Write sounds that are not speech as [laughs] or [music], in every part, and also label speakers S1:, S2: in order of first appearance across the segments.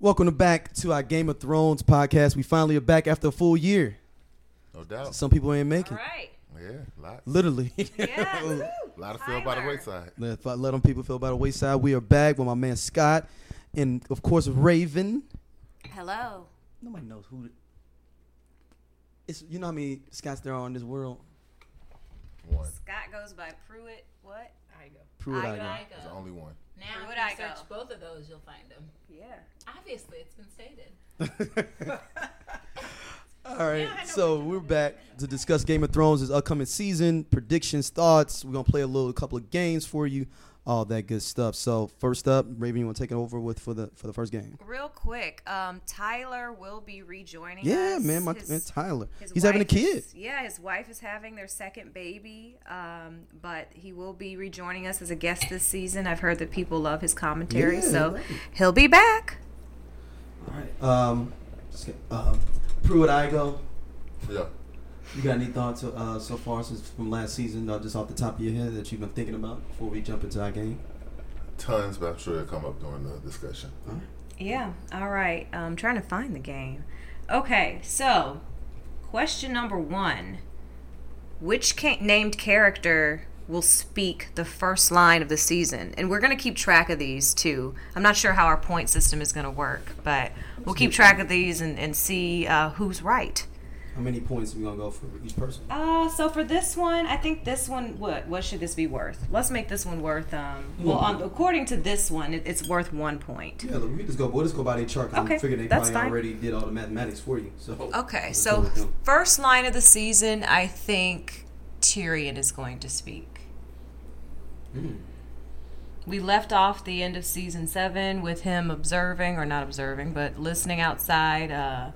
S1: welcome back to our Game of Thrones podcast. We finally are back after a full year.
S2: No doubt.
S1: Some people ain't
S3: All
S1: making [laughs]
S3: right.
S2: Yeah, lot.
S1: literally. [laughs]
S3: Yeah. woo-hoo.
S2: A lot of feel by the
S3: Tyler.
S2: wayside.
S1: let, let them people feel by the wayside. We are back with my man Scott, and of course Raven.
S3: Hello.
S1: Nobody knows who. It's you know how many Scots there are in this world.
S2: One.
S3: Scott goes by Pruitt. What?
S4: I go.
S1: Prove it
S3: I
S1: I
S3: know.
S1: know.
S2: There's only one.
S4: Now,
S3: Where would
S4: if you
S3: I go?
S4: search both of those, you'll find them.
S3: Yeah.
S4: Obviously, it's been stated.
S1: All right, so we're back to discuss Game of Thrones' this upcoming season, predictions, thoughts. We're gonna play a little, couple of games for you, all that good stuff. So first up, Raven, you want to take it over with for the for the first game?
S3: Real quick, um, Tyler will be rejoining
S1: Yeah,
S3: us.
S1: man, my
S3: His-
S1: man Tyler,
S3: his
S1: he's having a
S3: wife
S1: kid.
S3: is- yeah, his wife is having their second baby, um, but he will be rejoining us as a guest this season. I've heard that people love his commentary,
S1: Yeah,
S3: so
S1: right.
S3: he'll be back.
S1: Um, just get- um, Pruitt Igo,
S2: Yeah.
S1: you got any thoughts uh, so far since from last season, uh, just off the top of your head that you've been thinking about before we jump into our game?
S2: Tons, but I'm sure it'll come up during the discussion.
S3: Yeah. All right. I'm trying to find the game. Okay. So, question number one: Which ca- named character will speak the first line of the season? And we're gonna keep track of these too. I'm not sure how our point system is gonna work, but we'll keep track of these and, and see uh, who's right.
S1: How many points are we gonna go for each person?
S3: Uh, so for this one, I think this one. What what should this be worth? Let's make this one worth. Um, well, on, according to this one, it, it's worth one point.
S1: Yeah, look, we just go. We'll just go by their chart. 'cause
S3: Okay,
S1: I'm figuring they
S3: that's
S1: probably
S3: fine. Oh.
S1: already did all the mathematics for you. So [laughs]
S3: Okay,
S1: Let's go
S3: so
S1: with them.
S3: first line of the season, I think Tyrion is going to speak. We left off the end of season seven with him observing, or not observing, but listening outside uh,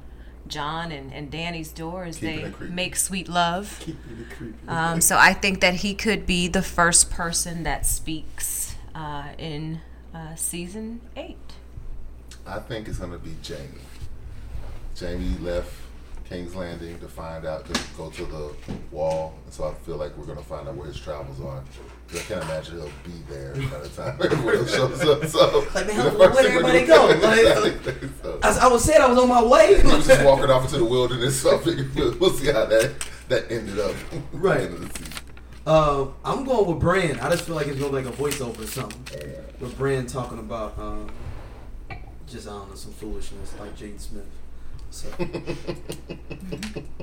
S3: John and, and Danny's door as
S2: Keeping
S3: they
S2: it creepy.
S3: make sweet love.
S1: keeping it creepy. [laughs]
S3: Um, so I think that he could be the first person that speaks uh, in uh, season eight.
S2: I think it's going to be Jamie. Jamie left King's Landing to find out, to go to the wall. And so I feel like we're going to find out where his travels are. 'Cause I can't imagine he'll be there by the time [laughs] everyone else shows up. So
S1: Like, man,
S2: the
S1: where
S2: first thing
S1: everybody
S2: we're
S1: go?
S2: [laughs] gonna-
S1: Like,
S2: So-
S1: I, I was saying I was on my way.
S2: he was [laughs] just
S1: [laughs]
S2: walking off into the wilderness. So I figured we'll, we'll see how that, that ended up. [laughs] at the
S1: Right.
S2: end of the season.
S1: Uh, I'm going with Brand. I just feel like it's gonna be like a voiceover or something. With Brand talking about um, just I don't know some foolishness like Jaden Smith. So [laughs]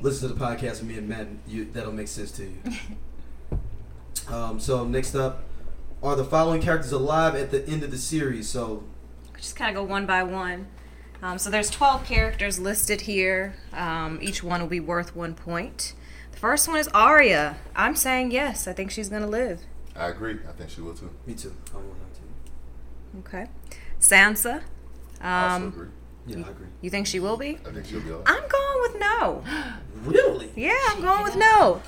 S1: listen to the podcast with me and Matt. and You, that'll make sense to you. Um, so next up, are the following characters alive at the end of the series? So
S3: just kind of go one by one. Um, so there's 12 characters listed here. Um, each one will be worth one point. The first one is Arya. I'm saying yes. I think she's gonna live.
S2: I agree. I think she will too.
S1: me too. I want that
S3: Okay. Sansa.
S2: I also
S3: Um,
S2: agree.
S1: too. Yeah, I agree.
S3: you think she will be?
S2: I think she'll be all right.
S3: I'm going with no.
S1: Really?
S3: Yeah, I'm going with no.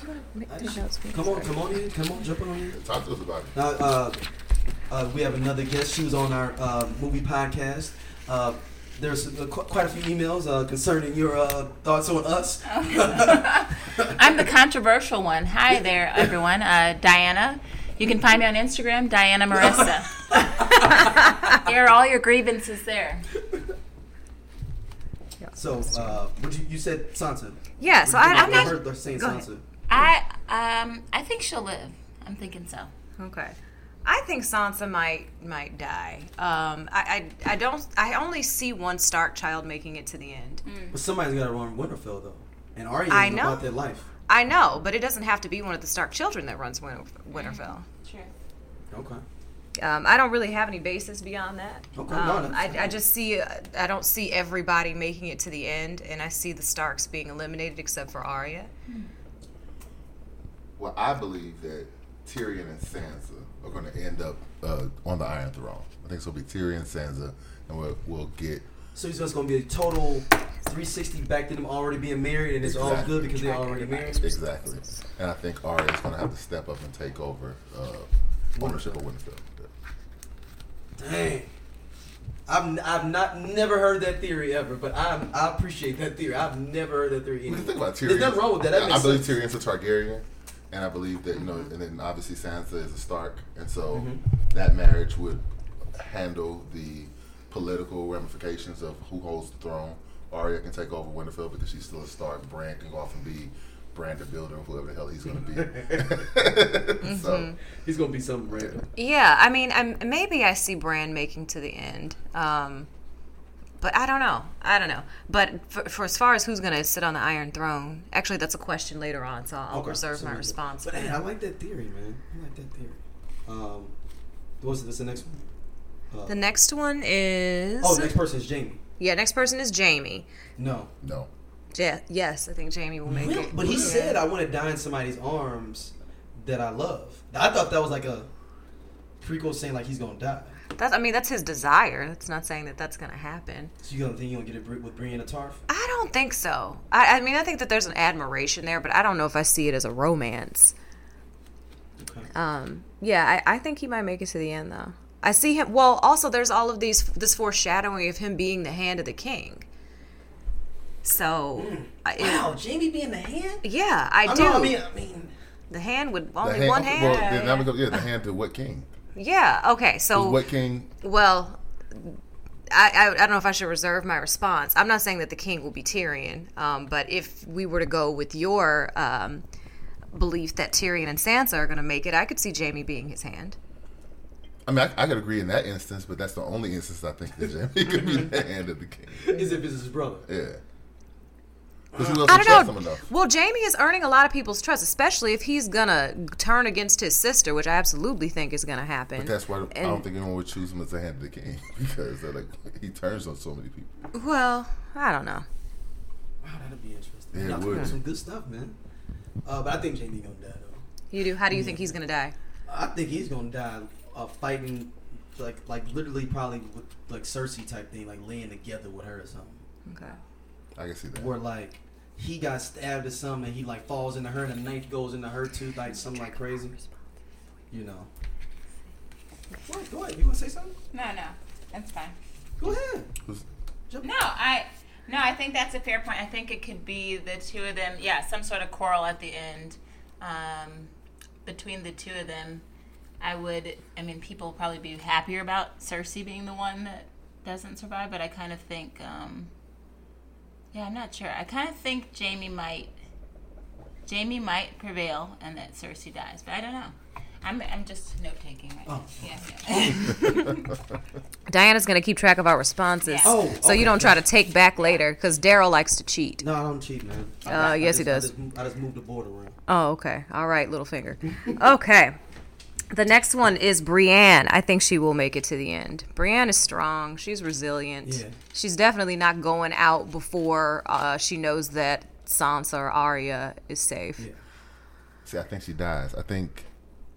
S1: Come on, come on in. Come on, jump on in.
S2: Talk to us about it.
S1: Now, uh, uh, we have another guest. She was on our uh, movie podcast. Uh, there's uh, qu- quite a few emails uh, concerning your uh, thoughts on
S3: [laughs]
S1: us.
S4: I'm the controversial one. Hi there, everyone. Uh, Diana. You can find me on Instagram, Diana [laughs] Marissa. Air all your grievances there.
S1: [laughs] So, uh, would you, you said Sansa.
S3: Yeah. So I, I'm
S1: You
S3: not.
S1: heard her saying
S3: Go ahead.
S1: Sansa.
S4: I um I think she'll live. I'm thinking so.
S3: Okay. I think Sansa might might die. Um, I, I I don't. I only see one Stark child making it to the end.
S1: But somebody's got to run Winterfell though, and Arya
S3: Mm. I
S1: ain't
S3: know.
S1: about that life.
S3: I know, but it doesn't have to be one of the Stark children that runs Winter- Winterfell.
S4: Sure.
S1: Okay.
S3: Um, I don't really have any basis beyond that.
S1: Okay, no,
S3: um,
S1: that's
S3: I, I
S1: fine.
S3: just see, uh, I don't see everybody making it to the end, and I see the Starks being eliminated except for Arya.
S2: Well, I believe that Tyrion and Sansa are going to end up uh, on the Iron Throne. I think so. Be Tyrion, Sansa, and we'll, we'll get.
S1: So it's just gonna be a total 360 back to them already being married, and it's all
S2: Exactly.
S1: good because they're already married.
S2: Exactly, and I think Arya is going to have to step up and take over uh, ownership of Winterfell.
S1: Dang. I've, I've not never heard that theory ever, but I'm, I appreciate that theory. I've never heard that theory. either.
S2: What do you think about Tyrion?
S1: There's nothing wrong with that. That
S2: I-
S1: makes
S2: I believe
S1: sense.
S2: Tyrion's a Targaryen, and I believe that you know, and then obviously
S1: Mm-hmm.
S2: Sansa is a Stark, and so that marriage would handle the political ramifications of who holds the throne. Arya can take over Winterfell because she's still a Stark. Bran can go off and be Bran the Builder, whoever the hell he's going to be.
S1: Mm-hmm.
S2: [laughs] So
S1: He's gonna be something random.
S3: Yeah, I mean, I'm, maybe I see Brand making to the end, um, but I don't know. I don't know. But for, for as far as who's going to sit on the Iron Throne, actually, that's a question later on, so I'll reserve my response.
S1: But
S3: for
S1: hey,
S3: now.
S1: I like that theory, man. I like that theory. Um, what's this? The next one? Uh,
S3: the next one is
S1: oh, next person is Jamie.
S3: yeah. Next person is Jamie.
S1: No,
S2: no,
S3: Yeah, yes, I think Jamie will make it.
S1: but he
S3: Yeah.
S1: said uh, I want to die in somebody's arms that I love. I thought that was like a prequel saying like he's gonna die.
S3: That's, I mean, that's his desire. That's not saying that that's going to happen.
S1: So you gonna think you gonna get it with Brienne of Tarth?
S3: I don't think so. I, I mean, I think that there's an admiration there, but I don't know if I see it as a romance.
S1: Okay.
S3: Um, yeah, I, I think he might make it to the end though. I see him. Well, also there's all of these this foreshadowing of him being the hand of the king. So, I it-
S1: Wow, Jamie being the hand.
S3: yeah, I,
S1: I
S3: do.
S1: know. I mean, I mean,
S3: the hand with
S2: the
S3: only
S2: hand-
S3: one hand. Oh.
S2: Well, then I'm gonna go, yeah, the hand to what king?
S3: yeah. Okay. So
S2: What king?
S3: Well, I, I, I don't know if I should reserve my response. I'm not saying that the king will be Tyrion, um, but if we were to go with your um, belief that Tyrion and Sansa are going to make it, I could see Jamie being his hand.
S2: I mean, I, I could agree in that instance, but that's the only instance I think that Jamie [laughs] could be the hand of the king.
S1: is if it's his brother.
S2: Yeah. Because who else
S3: I
S2: can trust
S3: don't
S2: him
S3: know.
S2: enough?
S3: Well, Jamie is earning a lot of people's trust, especially if he's going to turn against his sister, which I absolutely think is going to happen.
S2: That's why I
S3: And-
S2: don't think anyone would choose him as the hand of the king [laughs] because they're like he turns on so many people.
S3: well, I don't know.
S1: Wow, that'd be interesting.
S2: Yeah, it
S1: Y'all coming
S2: would.
S1: up with some good stuff, man. Uh, but I think Jamie gonna die though.
S3: You do. How do you think he's going to die?
S1: I think he's gonna die uh, fighting, like like literally probably with, like Cersei type thing, like laying together with her or something.
S3: Okay.
S2: I can see that.
S1: Where like he got stabbed or something, and he like falls into her, and a knife goes into her too, like something like crazy. You know. What? Go ahead. You wanna say something?
S4: No, no, that's fine.
S1: Go ahead.
S2: Who's- [laughs]
S4: No, I no, I think that's a fair point. I think it could be the two of them. Yeah, some sort of quarrel at the end um, between the two of them. I would. I mean, people will probably be happier about Cersei being the one that doesn't survive, but I kind of think. Um, yeah, I'm not sure. I kind of think Jamie might. Jamie might prevail and that Cersei dies, but I don't know. I'm, I'm just note taking right now.
S1: Oh.
S4: Yeah, yeah. [laughs]
S3: Diana's going to keep track of our responses.
S4: Yeah.
S1: Oh,
S3: so you
S1: okay.
S3: don't try to take back later because Daryl likes to cheat.
S1: No, I don't cheat, man. I-
S3: Uh,
S1: I- I
S3: yes, he
S1: just- I
S3: does.
S1: just mo- I just moved the border around.
S3: Oh, okay. All right, little finger. Okay. The next one is Brienne. I think she will make it to the end. Brienne is strong. She's resilient.
S1: Yeah.
S3: She's definitely not going out before uh, she knows that Sansa or Arya is safe.
S1: Yeah.
S2: See, I think she dies. I think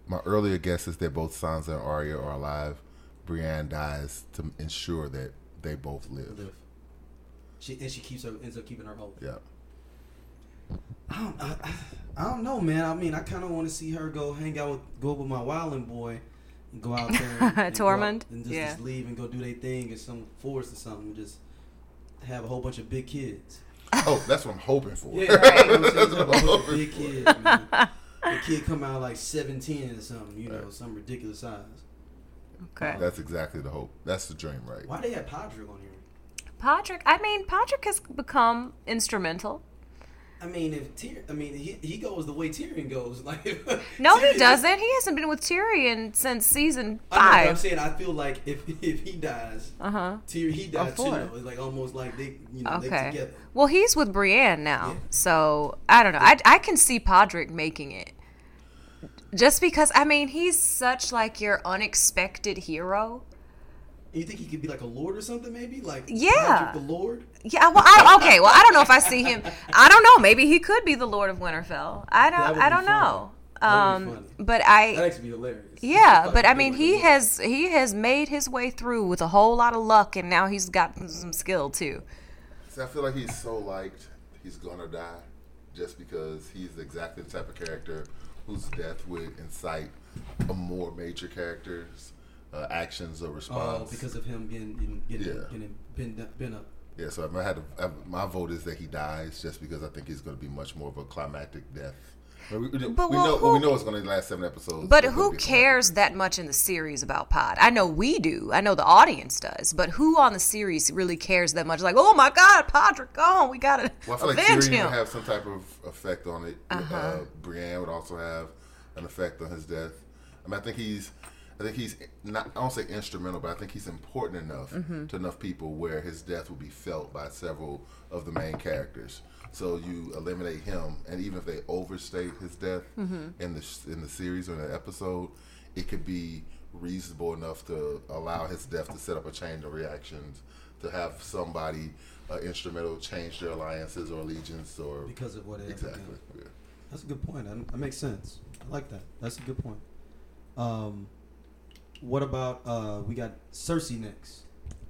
S2: my earlier guess is that both Sansa and Arya are alive. Brienne dies to ensure that they both live.
S1: Live. She and she keeps her ends up keeping her hope.
S2: Yeah.
S1: I don't, I, I- I don't know, man. I mean, I kind of want to see her go hang out with go with my wilding boy, and go out
S3: [laughs]
S1: there, and, and go out
S3: Tormund?
S1: and just,
S3: Yeah.
S1: just leave and go do their thing in some forest or something, and just have a whole bunch of big kids.
S2: Oh, that's what I'm hoping for.
S1: Yeah, right.
S3: [laughs]
S1: you know what I'm saying? Just have a whole bunch of big kids. Man. The kid come out like seventeen or something, you know, some ridiculous size.
S3: Okay.
S2: [laughs] That's exactly the hope. That's the dream, right?
S1: Why they have Podrick on here?
S3: Podrick, I mean, Podrick has become instrumental.
S1: I mean, if Tyr- I mean, he, he goes the way Tyrion goes. [laughs] Like,
S3: No, he
S1: [laughs] Tyrion-
S3: doesn't. He hasn't been with Tyrion since season
S1: I know, but I'm
S3: five.
S1: saying I feel like if [laughs] if he dies,
S3: Uh huh.
S1: Tyr- he died too.
S3: four.
S1: though. It's like almost like they, you know, they
S3: Okay.
S1: together.
S3: Well, he's with Brienne now,
S1: Yeah.
S3: so I don't know. I, I can see Podrick making it, just because I mean he's such like your unexpected hero.
S1: And you think he could be like a lord or something? Maybe like
S3: Yeah.
S1: Patrick the Lord.
S3: Yeah. Well, I, okay. Well, I don't know if I see him. I don't know. Maybe he could be the Lord of Winterfell.
S1: That
S3: I don't.
S1: would be
S3: I
S1: fun.
S3: don't know.
S1: That would be
S3: Um,
S1: funny.
S3: but
S1: That
S3: I.
S1: actually be hilarious.
S3: Yeah,
S1: Like,
S3: but I
S1: be
S3: mean,
S1: like a
S3: he
S1: lord.
S3: has he has made his way through with a whole lot of luck, and now he's got some skill too.
S2: See, I feel like he's so liked, he's gonna die, just because he's exactly the type of character whose death would incite a more major character's uh, actions or response.
S1: Oh, because of him getting getting
S2: Yeah.
S1: getting been been up.
S2: yeah, so I, mean, I had to, I, my vote is that he dies, just because I think he's gonna be much more of a climactic death But we, we,
S3: But
S2: we
S3: well,
S2: know
S3: who-
S2: we know it's going to last seven episodes.
S3: But
S2: It's gonna
S3: who
S2: be-
S3: cares that much in the series about Pod? I know we do. I know the audience does. But who on the series really cares that much? Like, oh my God, Podrick gone. We gotta
S2: Well, I feel like
S3: avenge
S2: Tyrion
S3: him. Uh-huh.
S2: would have some type of effect on it. uh Brienne would also have an effect on his death. I mean, I think he's, I think he's not. I don't say instrumental, but I think he's important enough
S3: Mm-hmm.
S2: to enough people where his death will be felt by several of the main characters. So you eliminate him, and even if they overstate his death
S3: Mm-hmm.
S2: in the s- in the series or in the episode, it could be reasonable enough to allow his death to set up a chain of reactions to have somebody uh, instrumental change their alliances or allegiance or
S1: because of what it
S2: exactly.
S1: did.
S2: Yeah.
S1: That's a good point. That, that makes sense. I like that. That's a good point. Um, what about uh, we got Cersei next?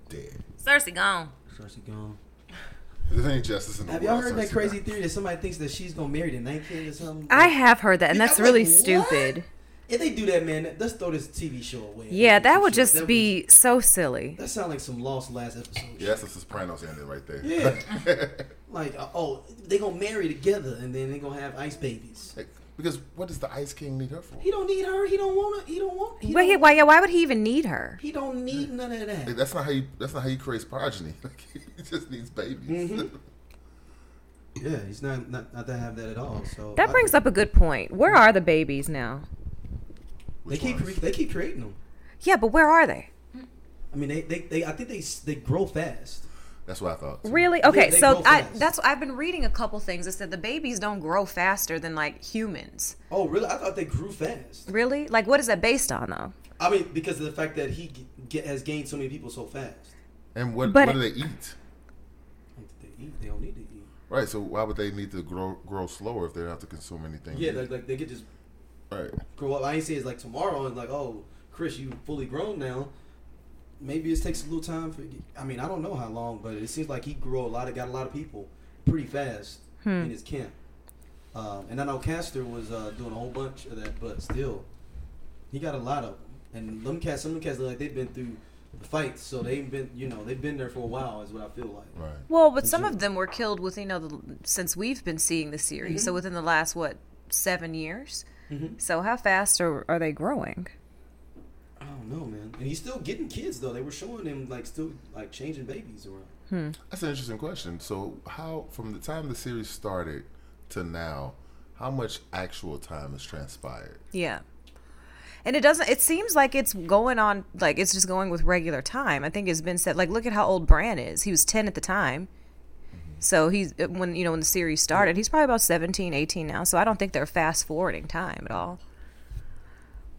S2: Dead.
S3: [laughs] Cersei gone.
S1: Cersei gone.
S2: There's any justice in the
S1: Have
S2: world.
S1: y'all heard that
S2: Cersei
S1: crazy
S2: died.
S1: theory that somebody thinks that she's gonna marry the ninth kid or something?
S3: I have heard that, and
S1: Yeah,
S3: that's
S1: I'm
S3: really
S1: like, what?
S3: stupid.
S1: If they do that, man, let's throw this TV show away.
S3: Yeah, that would
S1: Shit,
S3: just
S1: that
S3: be so silly.
S1: That sounds like some lost last episode.
S2: Yeah, that's the Sopranos ending right there.
S1: Yeah. Like, uh, oh, they gonna marry together and then they gonna have ice babies.
S2: [laughs] Like, because what does the Ice King need her for?
S1: He don't need her. He don't wanna. He don't want. He
S3: Wait,
S1: don't,
S3: why, yeah, why would he even need her?
S1: he don't need none of
S2: Like,
S1: that.
S2: that's not how you. That's not how you create progeny. [laughs] Like, he just needs babies.
S1: Mm-hmm.
S2: [laughs]
S1: Yeah, he's not not not to have that at all. So
S3: That brings up a good point. Where are the babies now?
S1: They
S2: Which
S1: keep
S2: ones?
S1: cre- they keep creating them.
S3: Yeah, but where are they?
S1: I mean, they, they, they I think they s- they grow fast.
S2: That's what I thought. too.
S3: Really?
S1: Yeah,
S3: Okay,
S1: they
S3: so
S1: grow
S3: I
S1: fast.
S3: that's I've been reading a couple things that said the babies don't grow faster than like humans.
S1: Oh, really? I thought they grew fast.
S3: Really? Like what is that based on though?
S1: I mean, because of the fact that he g- get, has gained so many people so fast.
S2: And what?
S3: But-
S2: what do they eat?
S1: I don't think They eat. They don't need to eat.
S2: Right. So why would they need to grow grow slower if they don't have to consume anything?
S1: Yeah, like, like they could just
S2: right.
S1: grow up. I ain't saying it's like tomorrow and like, oh, Chris, you fully grown now. Maybe it takes a little time for. I mean, I don't know how long, but it seems like he grew a lot. of got a lot of people pretty fast in his camp. Um, and I know Castor was uh, doing a whole bunch of that, but still, he got a lot of them. And them cats, some of them cats look like they've been through the fights, so they've been, you know, they've been there for a while. Is what I feel like.
S2: Right.
S3: Well, but some of them were killed with you know the, since we've been seeing the series. So within the last what seven years. Mm-hmm.
S1: Mm-hmm.
S3: So how fast are are they growing?
S1: I don't know, man. And he's still getting kids though. They were showing him like still like changing babies around.
S2: That's an interesting question. So, how from the time the series started to now, how much actual time has transpired?
S3: Yeah. And it doesn't. It seems like it's going on. Like it's just going with regular time. I think it's been said. Like look at how old Bran is. He was ten at the time. Mm-hmm. So he's uh, when you know when the series started, he's probably about 17, 18 now. So I don't think they're fast forwarding time at all.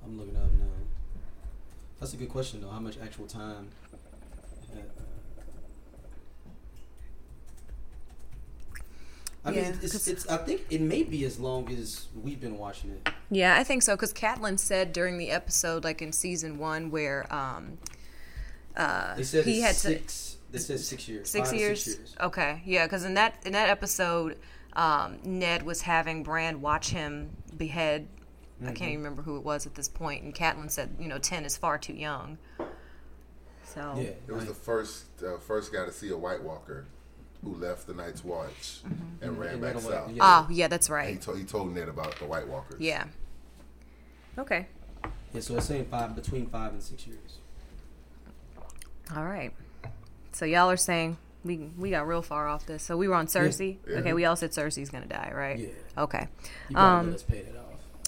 S1: I'm looking up now. That's a good question though. How much actual time? uh, I
S3: Yeah,
S1: mean, it's,
S3: 'cause-
S1: it's. I think it may be as long as we've been watching it.
S3: Yeah, I think so. Because Catelyn said during the episode, like in season one, where um, uh,
S1: They said
S3: he
S1: it's
S3: had to,
S1: six. They said six years.
S3: six
S1: five to
S3: years.
S1: Six years.
S3: Okay, yeah, because in that in that episode, um, Ned was having Brand watch him behead. I
S1: Mm-hmm.
S3: can't even remember who it was at this point, and Catelyn said, you know, ten is far too young. So
S1: Yeah.
S2: It was
S1: like-
S2: the first uh, first guy to see a White Walker who left the Night's Watch and ran
S1: Mm-hmm. And
S2: back
S1: ran away,
S2: south.
S1: yeah.
S3: Oh, yeah, that's
S2: He,
S3: right.
S2: told he told Ned about the White Walkers.
S3: Yeah. Okay.
S1: yeah. So it's saying five between five and six years.
S3: All right. So y'all are saying we we got real far off this. So we were on Cersei.
S2: Yeah.
S3: Okay, we all said Cersei's gonna die, right?
S1: Yeah.
S3: Okay.
S1: You probably
S3: Um,
S1: let us pay that off.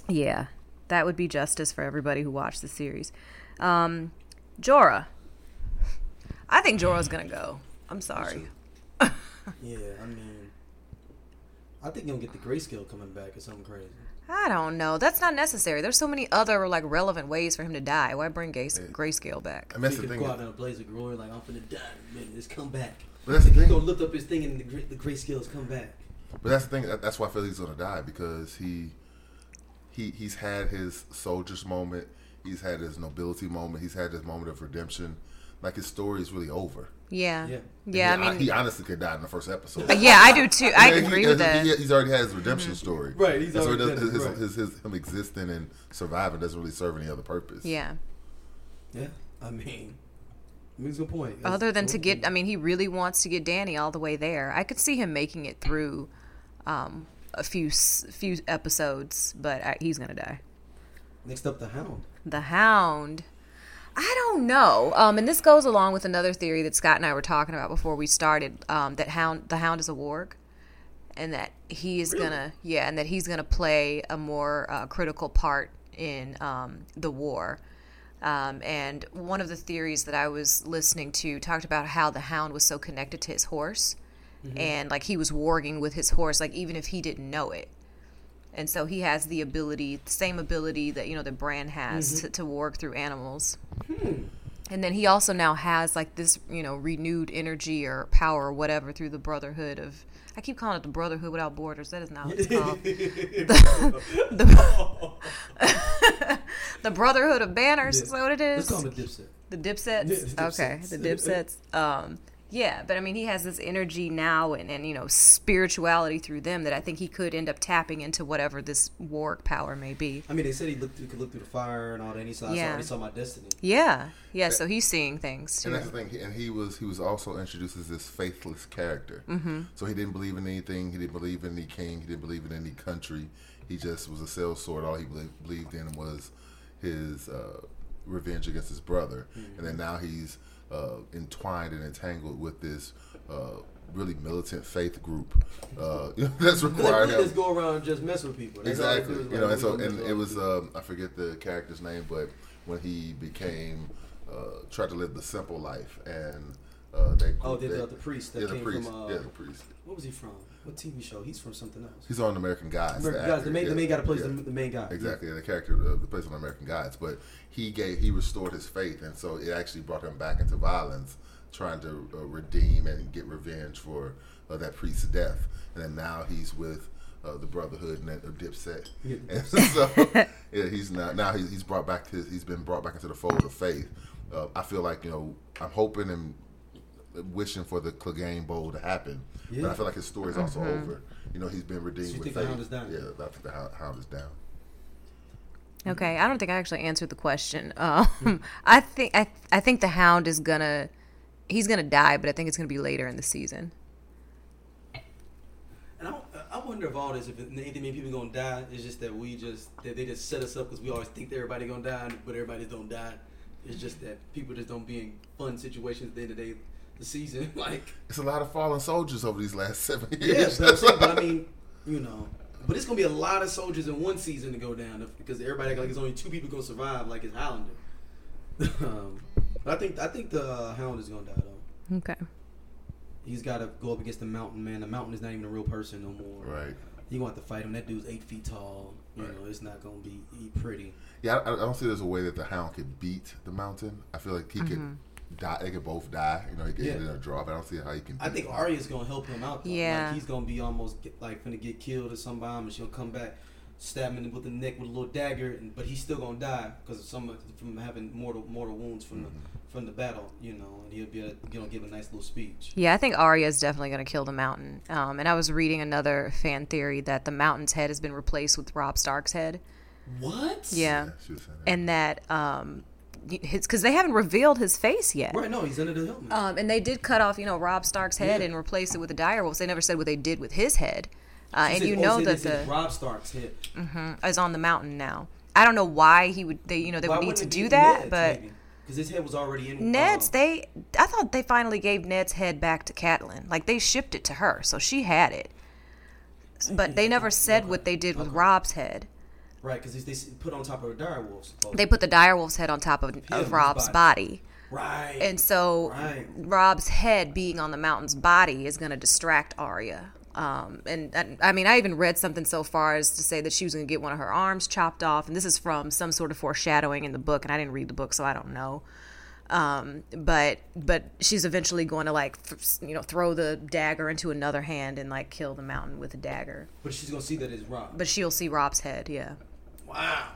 S3: yeah, that would be justice for everybody who watched the series. Um, Jorah. I think Jorah's gonna go. I'm sorry.
S1: Yeah. I mean, I think you'll get the grayscale coming back or something crazy.
S3: [laughs] I don't know. That's not necessary. There's so many other like relevant ways for him to die. Why bring gay- grayscale back?
S2: And that's
S1: he
S2: the
S1: could
S2: thing.
S1: go out in a blaze of glory, like I'm finna die, man. Just come back.
S2: But that's the
S1: He gonna
S2: thing.
S1: lift up his thing and the gray, the grayscales come back.
S2: But that's the thing. that- That's why I feel he's gonna die because he he he's had his soldier's moment. He's had his nobility moment. He's had his moment of redemption. Like his story is really over.
S3: Yeah.
S1: Yeah.
S3: Yeah.
S2: he,
S3: I mean,
S2: he honestly could die in the first episode. [laughs]
S3: yeah, I do too. I
S2: Yeah,
S3: agree
S2: he,
S3: with
S2: he-
S3: that.
S2: he- he's already had his redemption story.
S1: Mm-hmm. Right, he's
S2: And so it
S1: already
S2: doesn't-
S1: done it,
S2: his, his, his, him existing and surviving doesn't really serve any other purpose.
S3: Yeah.
S1: Yeah, I mean, makes a good point. That's-
S3: Other than to
S1: that's
S3: get,
S1: good.
S3: I mean, he really wants to get Danny all the way there. I could see him making it through um, a few s- few episodes, but I, he's gonna die.
S1: Next up, the Hound.
S3: The Hound. I don't know. Um, and this goes along with another theory that Scott and I were talking about before we started. Um, that Hound, the Hound is a warg, and that he is gonna, yeah, and that he's gonna play a more uh, critical part in um, the war. Um, and one of the theories that I was listening to talked about how the Hound was so connected to his horse,
S1: Mm-hmm.
S3: and like he was warging with his horse, like even if he didn't know it and so he has the ability, the same ability that you know the brand has
S1: Mm-hmm.
S3: to, to work through animals. Hmm.
S1: [laughs]
S3: And then he also now has like this, you know, renewed energy or power or whatever through the Brotherhood of. I keep calling it the Brotherhood without Borders. That is not what it's
S1: [laughs]
S3: [laughs] called. the, the, the Brotherhood of Banners is that what it is?
S1: Let's call him a dipset.
S3: The Dipsets.
S1: Yeah, the
S3: okay,
S1: Dipsets.
S3: the Dipsets. Um, yeah, but I mean, he has this energy now and, and you know spirituality through them that I think he could end up tapping into whatever this warg power may be.
S1: I mean, they said he looked through, could look through the fire and all that. And he saw, I
S3: Yeah.
S1: already saw my destiny.
S3: Yeah, yeah. So he's seeing things
S2: And
S3: too.
S2: that's the thing. And he was he was also introduced as this faithless character. So he didn't believe in anything. He didn't believe in any king. He didn't believe in any country. He just was a sales sword. All he belie- believed in was his uh, revenge against his brother. And then now he's uh, entwined and entangled with this uh, really militant faith group uh, [laughs] that's
S1: [laughs]
S2: required.
S1: They
S2: him-
S1: just go around and just mess with people. That's all they
S2: Exactly.
S1: do is
S2: You know,
S1: like,
S2: and so
S1: we gonna
S2: and
S1: mess
S2: it
S1: with
S2: was
S1: people.
S2: um, I forget the character's name, but when he became uh, tried to live the simple life and uh, they
S1: Oh, they
S2: they-
S1: thought the priest that
S2: yeah, the
S1: came
S2: priest,
S1: from, uh,
S2: yeah, the priest.
S1: What was he from? What TV show? He's from something else.
S2: He's on American Gods.
S1: Remember, guys,
S2: actor,
S1: the main, the
S2: yeah,
S1: main guy that plays
S2: yeah.
S1: the, the main guy.
S2: Exactly, and the character uh, the place on American Gods, but he gave he restored his faith, and so it actually brought him back into violence, trying to uh, redeem and get revenge for uh, that priest's death, and then now he's with uh, the Brotherhood and that uh, Dipset,
S1: Yeah.
S2: and [laughs] so yeah, he's now now he's, he's brought back to he's been brought back into the fold of faith. Uh, I feel like you know I'm hoping and wishing for the Clegane Bowl to happen, but
S1: Yeah.
S2: I feel like his story's also over. You know, he's been redeemed.
S1: you
S2: with
S1: think the
S2: faith.
S1: hound is down?
S2: Yeah, I think the hound, hound is down.
S3: Okay, I don't think I actually answered the question. Um, [laughs] I think I I think the Hound is gonna he's gonna die, but I think it's gonna be later in the season.
S1: And I, I wonder if all this, if anything, many people gonna die. It's just that we just that they just set us up because we always think that everybody gonna die, but everybody don't die. It's just that people just don't be in fun situations at the end of the day, the season. [laughs] Like,
S2: It's a lot of fallen soldiers over these last [laughs] seven
S1: yeah,
S2: years.
S1: but, I'm saying, but I mean, you know, but it's gonna be a lot of soldiers in one season to go down if, because everybody act like it's only two people gonna survive, like it's Highlander. [laughs] um, but I think I think the uh, Hound is gonna die though.
S3: Okay.
S1: He's got to go up against the mountain man. The mountain is not even a real person no more.
S2: [laughs] right.
S1: You gonna have to fight him. That dude's eight feet tall. You
S2: Right.
S1: know, it's not gonna be he pretty.
S2: Yeah, I, I don't see there's a way that the hound could beat the mountain. I feel like he could die. They could both die. You know, he could
S1: Yeah.
S2: end in a draw. But I don't see how he can.
S1: I
S2: beat
S1: think
S2: the
S1: Arya's gonna help him out. Though.
S3: Yeah.
S1: like, he's gonna be almost get, like gonna get killed or something, and she'll come back, stab him in the- with the neck with a little dagger, and, but he's still gonna die because of some from having mortal mortal wounds from the from the battle. You know, and he'll be able to, you know give a nice little speech.
S3: Yeah, I think Arya is definitely going to kill the Mountain. Um, and I was reading another fan theory that the Mountain's head has been replaced with Rob Stark's head.
S1: What?
S3: Yeah,
S2: Yeah, she was saying that.
S3: and that um, his because they haven't revealed his face yet.
S1: Right. No, he's under the helmet.
S3: Um, and they did cut off, you know, Rob Stark's head
S1: Yeah.
S3: and replace it with the direwolves. They never said what they did with his head. Uh,
S1: He
S3: and
S1: said-
S3: you
S1: oh,
S3: know
S1: said
S3: that
S1: this is
S3: the
S1: Rob Stark's hit.
S3: is on the mountain now. I don't know why he would. They you know they would need to do that, but
S1: because his head was already in
S3: Ned's
S1: um,
S3: they. I thought they finally gave Ned's head back to Catelyn. Like they shipped it to her, so she had it. But they never said what they did with Rob's head.
S1: Right, because they s- put on top of a direwolf. supposedly.
S3: They put the direwolf's head on top of,
S1: his
S3: of Rob's body.
S1: right.
S3: And so
S1: Right.
S3: Rob's head being on the mountain's body is going to distract Arya. Um, and I, I mean, I even read something so far as to say that she was going to get one of her arms chopped off. And this is from some sort of foreshadowing in the book. And I didn't read the book, so I don't know. Um, but but she's eventually going to like th- you know throw the dagger into another hand and like kill the mountain with a dagger.
S1: but she's gonna see that it's Rob.
S3: But she'll see Rob's head. Yeah.
S1: wow.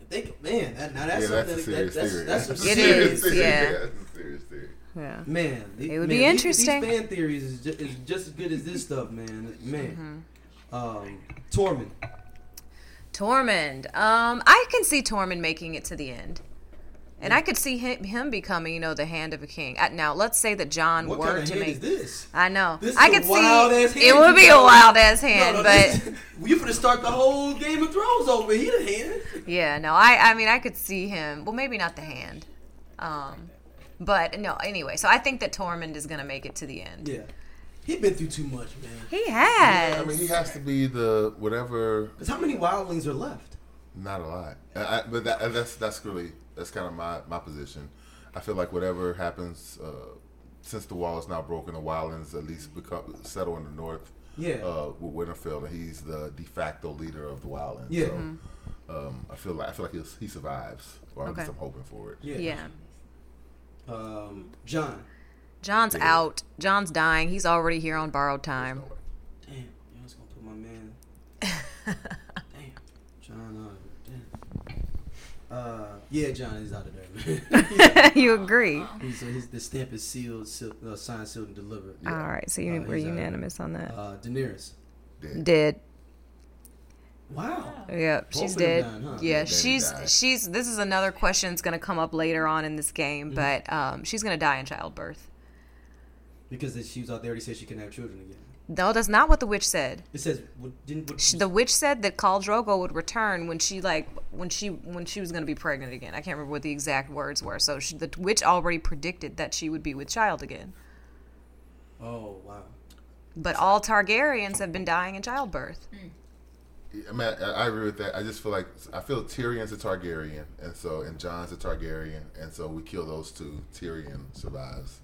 S1: If They, man, that, now that's
S2: yeah,
S1: something
S2: that's a
S1: that-
S2: serious
S1: that's,
S2: theory.
S1: That's,
S2: That's
S1: some
S2: a
S3: It
S1: serious.
S2: [laughs] serious
S3: is,
S1: [laughs]
S2: theory.
S3: yeah.
S2: that's a serious theory.
S3: Yeah.
S1: Man, the-
S3: It
S1: man,
S3: would be
S1: these-
S3: interesting.
S1: These, fan theories is just, is just as good as this stuff, man. Man,
S3: Mm-hmm.
S1: um, Tormund.
S3: Tormund. Um, I can see Tormund making it to the end. And I could see him, him becoming, you know, the hand of a king. Uh, Now, let's say that John
S1: What
S3: were
S1: kind of
S3: to
S1: hand
S3: make.
S1: is this?
S3: I know.
S1: This is
S3: I
S1: a
S3: could
S1: wild-ass
S3: see
S1: hand
S3: it
S1: you
S3: would be a
S1: got.
S3: wild ass
S1: No,
S3: hand,
S1: no,
S3: but
S1: this- [laughs] you finna start the whole Game of Thrones over. He the hand.
S3: yeah, no, I, I mean, I could see him. Well, maybe not the hand, um, but no. Anyway, so I think that Tormund is gonna make it to the end.
S1: Yeah, he been through too much, man.
S3: He has.
S2: I mean, he has to be the whatever.
S1: Cause how many wildlings are left?
S2: Not a lot, I, I- but that, and that's that's really that's kind of my my position. I feel like whatever happens uh, since the wall is now broken, the Wildlands at least become settle in the north.
S1: Yeah.
S2: Uh, with Winterfell, and he's the de facto leader of the Wildlands.
S1: Yeah.
S2: So, um, I feel like I feel like he'll, he survives, or at least
S3: Mm-hmm.
S2: I'm
S3: Okay.
S2: hoping for it.
S3: yeah.
S1: Um, John.
S3: John's out. John's dying. He's already here on borrowed time.
S1: Damn, yeah, I was gonna put my man. damn, John. Uh, damn. Uh, yeah, John is out of there,
S3: [laughs]
S1: man.
S3: you agree?
S1: he's, uh, he's, the stamp is sealed, sealed uh, signed, sealed, and delivered.
S3: All right. So you,
S1: Uh,
S3: we're
S1: he's out.
S3: unanimous on that.
S1: Uh, Daenerys.
S3: Dead.
S1: Wow.
S3: Yep,
S1: Both
S3: she's
S1: of them
S3: dead.
S1: died, huh?
S3: Yeah,
S2: Baby
S3: she's
S2: died.
S3: she's. This is another question that's gonna come up later on in this
S1: Mm-hmm.
S3: game, but um, she's gonna die in childbirth.
S1: Because if she was out there, he said she couldn't have children again.
S3: No, that's not what the witch said.
S1: It says what, didn't. What,
S3: She, the witch said that Khal Drogo would return when she like when she when she was gonna be pregnant again. I can't remember what the exact words were. So she, the witch already predicted that she would be with child again.
S1: oh wow.
S3: But all Targaryens have been dying in childbirth.
S2: I mean, I, I agree with that. I just feel like I feel Tyrion's a Targaryen, and so and John's a Targaryen, and so we kill those two. Tyrion survives,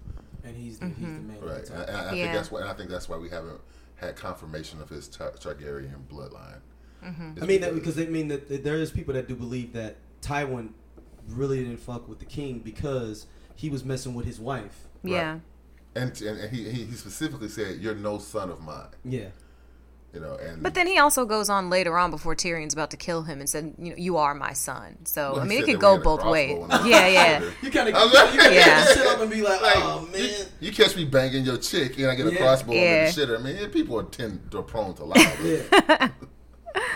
S1: And he's the, he's the
S3: Mm-hmm.
S1: man. at
S2: right?
S1: the
S2: And,
S1: top.
S2: and I
S3: Yeah.
S2: think that's why. And I think that's why we haven't had confirmation of his Tar- Targaryen bloodline.
S3: Mm-hmm.
S2: It's
S1: I mean that because they mean that that there is people that do believe that Tywin really didn't fuck with the king because he was messing with his wife.
S3: Yeah.
S2: and and, and he, he he specifically said, "You're no son of mine,"
S1: Yeah.
S2: you know. And
S3: But then he also goes on later on before Tyrion's about to kill him and said, "You know, you are my son." So
S2: Well,
S3: I
S2: he
S3: mean, it
S2: said
S3: could
S2: that we
S3: go
S2: had a
S3: both
S2: crossbow
S3: ways.
S2: and all
S3: Yeah,
S2: that.
S3: yeah. [laughs]
S1: You kind of
S2: I was like-
S1: you kinda
S3: Yeah.
S1: sit up and be like,
S2: Like,
S1: oh
S2: you,
S1: man.
S2: you catch me banging your chick, and I get a
S1: Yeah.
S2: crossbow
S3: Yeah.
S2: and shitter. I mean, yeah, people are tend to prone to
S3: [laughs]
S2: lie. but
S1: Yeah. [laughs]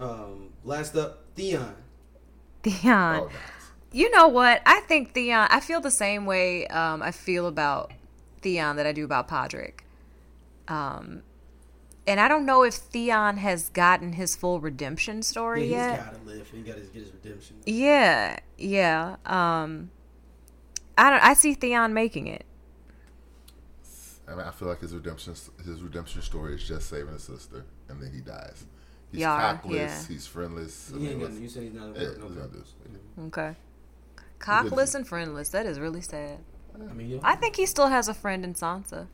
S1: um. Last up, Theon.
S3: Theon.
S2: all guys.
S3: You know what? I think Theon. I feel the same way um, I feel about Theon that I do about Podrick. Um, and I don't know if Theon has gotten his full redemption
S1: Yeah,
S3: story
S1: he's
S3: yet.
S1: gotta live. He gotta get his redemption.
S3: yeah, yeah. Um, I don't. I see Theon making it.
S2: I mean, I feel like his redemption his redemption story is just saving his sister, and then he dies. He's
S3: Yeah,
S2: cockless.
S3: yeah.
S2: He's friendless. I
S1: He
S2: mean,
S1: ain't
S2: what's,
S1: gonna, you said he's not.
S2: yeah,
S1: no,
S2: what's he gonna do?
S3: Okay. Cockless and friendless. That is really sad.
S1: I mean, you
S3: I think he still has a friend in Sansa.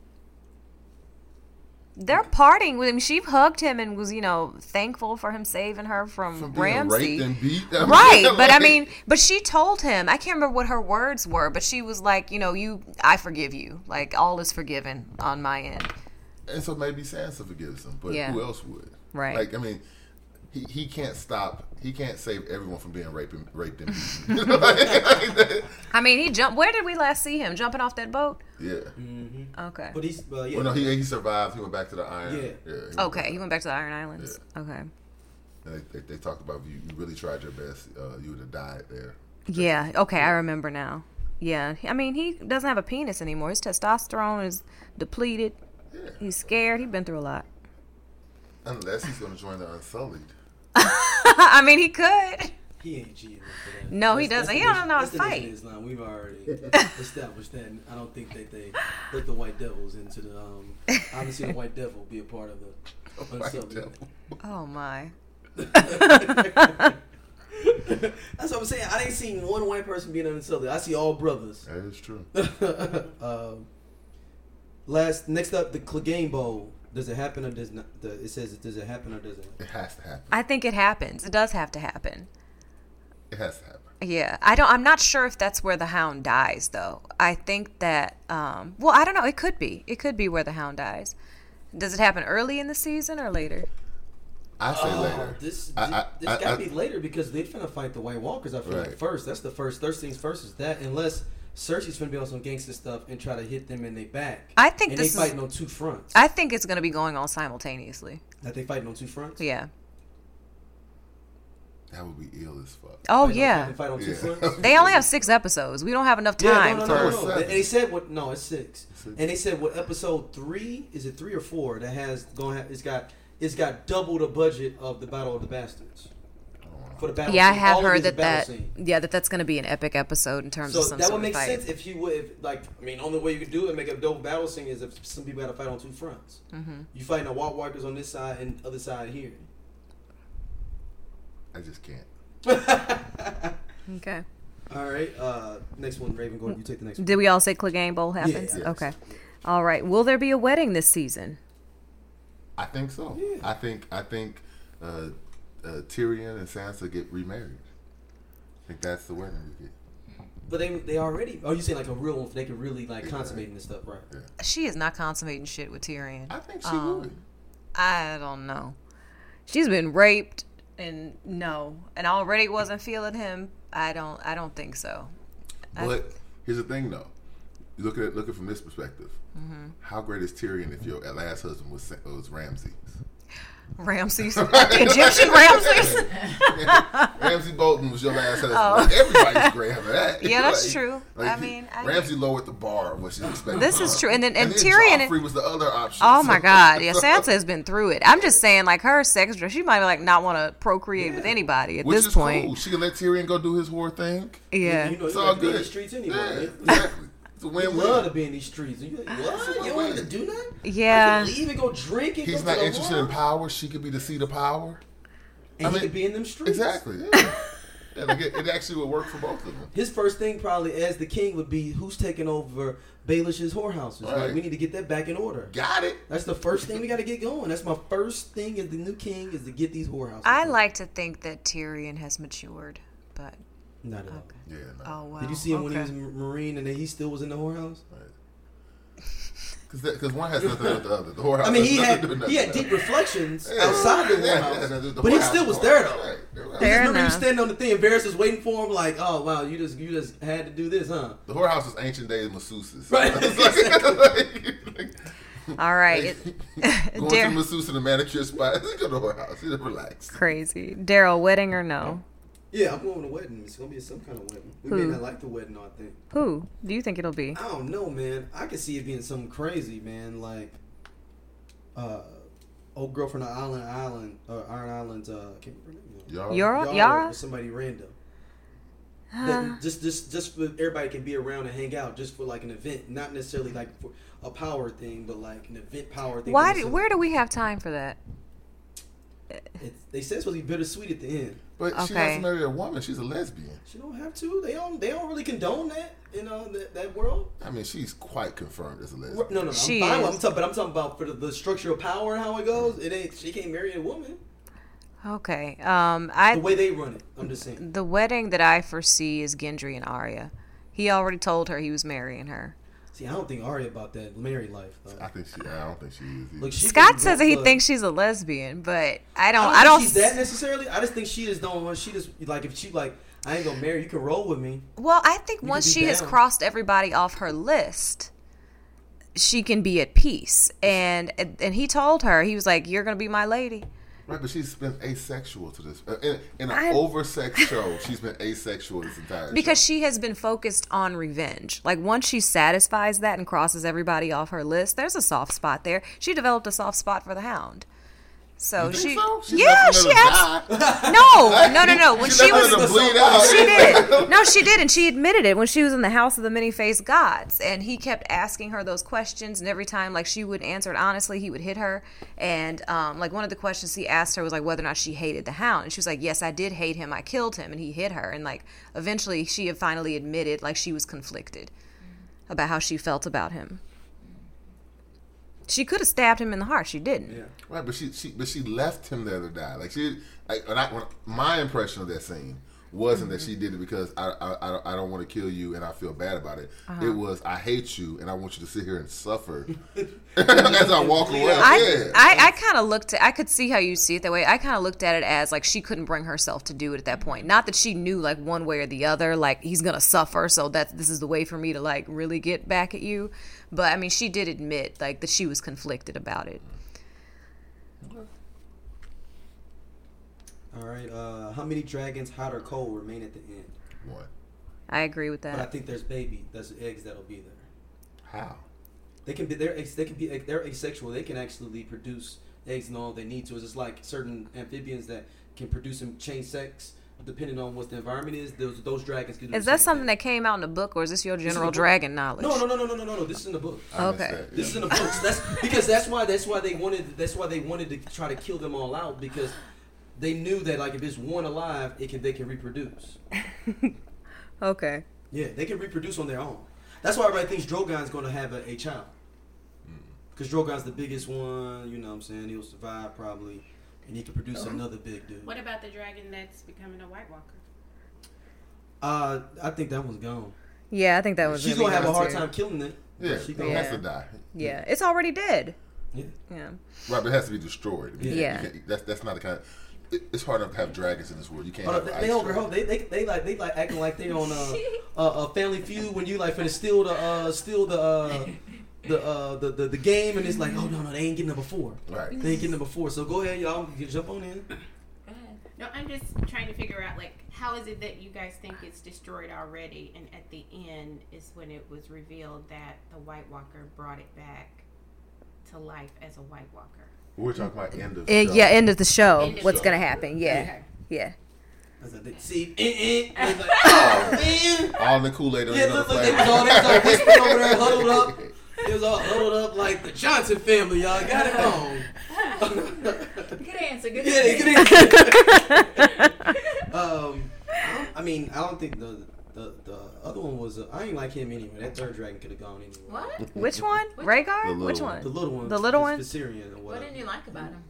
S3: They're parting with him. She hugged him and was, you know, thankful for him saving her from,
S2: From being
S3: Ramsey. [laughs]
S2: raped and beat. I mean,
S3: Right, but
S2: [laughs]
S3: I
S2: like-
S3: mean, but she told him. I can't remember what her words were, but she was like, you know, you, I forgive you. Like all is forgiven on my end.
S2: and so maybe Sansa forgives him, but
S3: Yeah.
S2: who else would?
S3: Right.
S2: Like, I mean, he, he can't stop. He can't save everyone from being raped and raped and [laughs] beaten. Like, that-
S3: I mean, he jumped. Where did we last see him jumping off that boat?
S2: yeah.
S3: Okay.
S1: But he's. Uh, yeah.
S2: Well, no, he he survived. He went back to the Iron.
S1: Yeah.
S2: he went back.
S3: Okay, he went back to the Iron Islands. Okay.
S2: And they, they, they talked about you. You really tried your best. Uh, you would have died there.
S3: Yeah. Okay, I remember now. Yeah. I mean, he doesn't have a penis anymore. His testosterone is depleted.
S2: Yeah.
S3: He's scared. He's been through a lot. [laughs]
S2: Unless he's going to join the Unsullied. [laughs]
S3: I mean, he could.
S1: He ain't cheating. for that.
S3: No, he
S1: uh, That's-
S3: doesn't.
S1: that's
S3: He
S1: the
S3: don't know how
S1: nation- that's
S3: to
S1: the
S3: fight.
S1: nation of Islam. We've [laughs] already established that. And I don't think that they let the white devils into the. Um, obviously, the white devil be a part of the.
S2: White
S1: Unsullied.
S2: Devil.
S3: Oh my.
S1: [laughs] That's what I'm saying. I didn't see one white person being unsullied. I see all brothers.
S2: That is true.
S1: [laughs] um, last, next up, the Clegane Bowl. Does it happen or does not? The, it says does it happen or does it?
S2: It has to happen.
S3: I think it happens. It does have to happen.
S2: It has to happen.
S3: Yeah. I don't I'm not sure if that's where the hound dies though. I think that um well, I don't know. It could be. It could be where the hound dies. Does it happen early in the season or later?
S2: I say later.
S1: Oh, This,
S2: I- I-
S1: this
S2: I-
S1: gotta
S2: I-
S1: be later because they're finna fight the White Walkers. I feel like
S2: Right.
S1: first. That's the first. First things first is that unless Cersei's finna be on some gangster stuff and try to hit them in their back.
S3: I think
S1: and
S3: this is-
S1: they fighting on two fronts.
S3: I think it's going to be going on simultaneously.
S1: that they fighting on two fronts.
S3: Yeah.
S2: That would be ill as fuck.
S3: Oh yeah,
S1: They fight on
S2: [laughs]
S1: two
S2: Yeah.
S1: fronts.
S3: they only have six episodes. We don't have enough
S1: Yeah,
S3: time.
S1: no,
S3: for-
S1: no, no,
S2: for-
S1: no. They, they said what? No, it's six.
S2: Six.
S1: And they said what episode three is it three or four that has going? Have, it's got it's got double the budget of the Battle of the Bastards for the battle.
S3: Yeah, I
S1: scene.
S3: have
S1: All of it
S3: heard
S1: is a
S3: that that.
S1: battle scene.
S3: Yeah, that that's going to be an epic episode in terms
S1: So
S3: of some
S1: that
S3: sort
S1: would make
S3: of fight.
S1: sense if you would, if, like, I mean, only way you could do it and make a double battle scene is if some people had to fight on two fronts.
S3: Mm-hmm.
S1: You fighting the Walk Walkers on this side and other side [laughs] here.
S2: I just can't.
S3: Okay.
S1: All right, uh, next one, Raven Gordon, you take the next one.
S3: Did we all say Clegane Bowl happens?
S1: Yeah.
S3: Okay. All right. Will there be a wedding this season?
S2: I think so.
S1: Yeah.
S2: I think I think uh, uh, Tyrion and Sansa get remarried. I think that's the wedding we get.
S1: But they they already. Oh, you saying like a real one? They can really like consummate this stuff, right?
S3: She is not consummating shit with Tyrion.
S2: I think she would.
S3: I don't know. She's been raped and no, and already wasn't feeling him. I don't. I don't think so.
S2: But here's the thing, though. You look at it, look at it from this perspective. How great is Tyrion if your last husband was Sa- was Ramses?
S1: [laughs]
S3: Ramses, the Egyptian Ramses.
S2: Ramsey Bolton was your last husband. Like, everybody's great after that.
S3: Oh. [laughs] Yeah, that's true. I mean, I-
S2: Ramsey lowered the bar of what she expected.
S3: This
S2: from
S3: is
S2: her.
S3: true. And then- and
S2: then
S3: Tyrion-
S2: Joffrey was the other option.
S3: [laughs] Oh my
S2: [laughs]
S3: God! Yeah, Sansa has been through it. I'm just saying, like her sex drive, she might like not want to procreate with anybody at
S2: Which
S3: this
S2: is
S3: point.
S2: cool. She can let Tyrion go do his whore thing.
S3: Yeah.
S1: You know,
S2: It's
S1: you
S2: all
S1: like to be
S2: good.
S1: in the streets anyway.
S2: Yeah,
S1: man.
S2: exactly. It's a
S1: You
S2: win-win.
S1: love to be in these streets. And you like, what?
S2: That's
S1: You
S2: what
S1: don't
S2: I
S1: have to do
S2: mean.
S1: nothing?
S3: Yeah.
S1: I can leave and go drink and
S2: He's
S1: go
S2: not
S1: to the
S2: interested in
S1: mall,
S2: power. She could be the seat of power.
S1: And
S2: I
S1: he
S2: mean-
S1: could be in them streets.
S2: Exactly.
S1: [laughs]
S2: Yeah. Yeah, like it, it actually would work for both of them.
S1: His first thing probably as the king would be who's taking over Baelish's whorehouses. Like
S2: Right.
S1: we need to get that back in order.
S2: Got it.
S1: That's the first thing we got to get going. That's my first thing as the new king is to get these whorehouses.
S3: I
S1: going.
S3: like to think that Tyrion has matured, but
S1: Not at all.
S2: Yeah. No.
S3: oh wow!
S1: Did you see him when he was
S3: okay.
S1: a marine and then he still was in the whorehouse?
S2: Because one has nothing to do with the other. The whorehouse
S1: I mean,
S2: has
S1: he
S2: nothing
S1: had
S2: to do with
S1: he had
S2: nothing.
S1: deep reflections
S2: Yeah.
S1: outside the
S2: Yeah, yeah, yeah,
S1: whorehouse,
S2: the- the
S1: but he
S2: whorehouse
S1: still was
S2: is
S1: there
S2: whorehouse.
S1: though.
S2: Right, the whorehouse.
S3: There-
S1: Just remember,
S3: enough.
S1: you standing on the thing, and Varys was waiting for him, like, "Oh wow, you just you just had to do this, huh?"
S2: The whorehouse was ancient days
S1: [laughs]
S2: masseuses.
S1: Right.
S2: It's [laughs] like, like,
S3: All right, it-
S2: [laughs]
S1: [laughs]
S2: going
S3: [laughs] Dare-
S2: to the masseuse and the manicure spot. [laughs] Go to the whorehouse. You relax.
S3: crazy Daryl, wedding or no?
S1: Yeah, I'm going to a wedding. It's gonna be some kind of wedding. We
S3: Who?
S1: may not like the wedding, I think.
S3: Who do you think it'll be?
S1: I don't know, man. I could see it being something crazy, man. Like, uh, old girl from the island, island, or Iron Islands. Uh, I can't remember. her name.
S2: Y'all.
S3: You're- Yara?
S1: Yara or somebody random. That
S3: [sighs]
S1: just, just, just for everybody can be around and hang out, just for like an event, not necessarily like for a power thing, but like an event power thing.
S3: Why?
S1: for
S3: Do,
S1: some-
S3: where do we have time for that?
S1: It's- they said it's supposed to be bittersweet at the end.
S2: But she
S3: Okay.
S2: has to marry a woman. She's a lesbian.
S1: She don't have to. They don't. They don't really condone that in uh, that, that world.
S2: I mean, she's quite confirmed as a lesbian.
S1: No, no, no.
S3: She
S1: I'm fine. with-
S3: is.
S1: I'm talking, but I'm talking about for the, the structure of power and how it goes. It ain't. She can't marry a woman.
S3: Okay, um, I
S1: The way they run it. I'm just saying.
S3: the wedding that I foresee is Gendry and Arya. He already told her he was marrying her.
S1: See, I don't think Arya about that married life. Though.
S2: I think she. I don't think she is. Either.
S1: Look, she can
S3: Scott says that he
S1: look,
S3: thinks she's a lesbian, but I don't.
S1: I don't,
S3: I don't.
S1: think she's that necessarily. I just think she just don't want. She just like if she like I ain't gonna marry. You can roll with me.
S3: Well, I think once
S1: be
S3: she has
S1: down.
S3: crossed everybody off her list, she can be at peace. And and he told her he was like, "You're gonna be my lady."
S2: Right, but she's been asexual to this. Uh, in in
S3: I-
S2: an oversex show, she's been asexual this entire
S3: Because she has been focused on revenge. Like once she satisfies that and crosses everybody off her list, there's a soft spot there. She developed a soft spot for the Hound.
S2: show.
S3: So
S2: You
S3: she,
S2: think so? She
S3: yeah,
S2: left him
S3: she
S2: to
S3: abs-
S2: die.
S3: no, no, no,
S2: [laughs]
S3: no. When she,
S2: left
S3: was
S2: him to bleed out.
S3: She
S2: [laughs]
S3: did. No, she did, and she admitted it when she was in the house of the many faced gods. And he kept asking her those questions, and every time, like she wouldn't answer it honestly, he would hit her. And um, like one of the questions he asked her was like whether or not she hated the hound, and she was like, "Yes, I did hate him. I killed him," and he hit her. And like eventually, she had finally admitted like she was conflicted about how she felt about him. She could have stabbed him in the heart. She didn't.
S1: Yeah.
S2: Right, but she, she but she left him there to die. Like she, like when I, when, my impression of that scene wasn't that
S3: Mm-hmm.
S2: she did it because I I, I don't- I don't want to kill you and I feel bad about it.
S3: Uh-huh.
S2: It was I hate you and I want you to sit here
S1: [laughs]
S2: and suffer as I walk away.
S3: I,
S2: yeah.
S3: I, I kind of looked at, I could see how you see it that way. I kind of looked at it as like she couldn't bring herself to do it at that point. Not that she knew like one way or the other, like he's going to suffer. So that this is the way for me to like really get back at you. But I mean, she did admit like that she was conflicted about it.
S1: All right. Uh, how many dragons, hot or cold, remain at the end?
S2: One.
S3: I agree with
S1: But I
S3: that.
S1: think there's baby. There's eggs that'll be there.
S2: How?
S1: They can be they're ex, they can be they're asexual. They can actually produce eggs and all they need to. It's just like certain amphibians that can produce and change sex depending on what the environment is. Those those dragons can. Do
S3: Is that something that came out in the book, or is this your general
S1: book.
S3: dragon knowledge?
S1: No, no, no, no, no, no, no, no. This is in the book.
S2: I missed
S3: Okay.
S2: that, yeah.
S1: This is in the books. That's because that's why that's why they wanted that's why they wanted to try to kill them all out because they knew that like if it's one alive, it can they can reproduce.
S3: Okay.
S1: Yeah, they can reproduce on their own. That's why everybody thinks Drogon's going to have a, a child.
S2: Mm.
S1: Because Drogon's the biggest one, you know what I'm saying? He'll survive probably. And he can produce another big dude.
S5: What about the dragon that's becoming a White Walker?
S1: Uh, I think that one's gone.
S3: Yeah, I think that was.
S1: She's
S3: gonna
S1: going
S3: be
S1: to have a
S3: mine,
S1: hard
S3: too.
S1: time killing it.
S2: Yeah,
S1: She
S2: she
S1: gonna-
S2: has
S3: Yeah.
S2: to die.
S3: Yeah, it's already dead.
S1: Yeah.
S3: Yeah.
S2: Right, but it has to be destroyed. You
S3: Yeah.
S2: can't- you can't- that's that's not the kind. it- it's hard enough to have dragons in this world. You can't.
S1: Oh,
S2: have
S1: they,
S2: an
S1: they
S2: ice
S1: over
S2: dragon.
S1: they, they they like they like acting like they on a a, a family feud when you like finna steal the uh steal the uh the uh the, the the game and it's like oh no no they ain't getting number four
S2: Right.
S1: they ain't getting number four so go ahead y'all you jump on in
S5: No, I'm just trying to figure out like how is it that you guys think it's destroyed already, and at the end is when it was revealed that the White Walker brought it back to life as a White Walker.
S2: We're talking about end of.
S3: It-
S2: show.
S3: Eh, yeah. End of the show.
S5: End of
S3: What's
S5: show.
S3: gonna happen? Yeah.
S5: Okay.
S3: Yeah.
S1: I was like, see eh, eh. And it's like, oh man
S2: All the Kool Aid on
S1: yeah
S2: the
S1: look
S2: other
S1: look they was
S2: flavor.
S1: all they was all whispering over there huddled up it was all huddled up like the Johnson family y'all got it wrong
S4: Good answer. Good
S1: yeah they
S3: [laughs]
S1: could- um I don't- I mean I don't think the the, the other one was uh, I ain't like him anyway that third dragon could have gone anywhere
S4: What?
S3: Which one?
S4: Which-
S2: The
S3: Rhaegar?
S2: little
S3: Which
S2: one.
S1: The
S3: one?
S1: little one.
S3: The little
S1: Vis-
S3: one?
S1: Viserion or whatever.
S4: What didn't you like about him?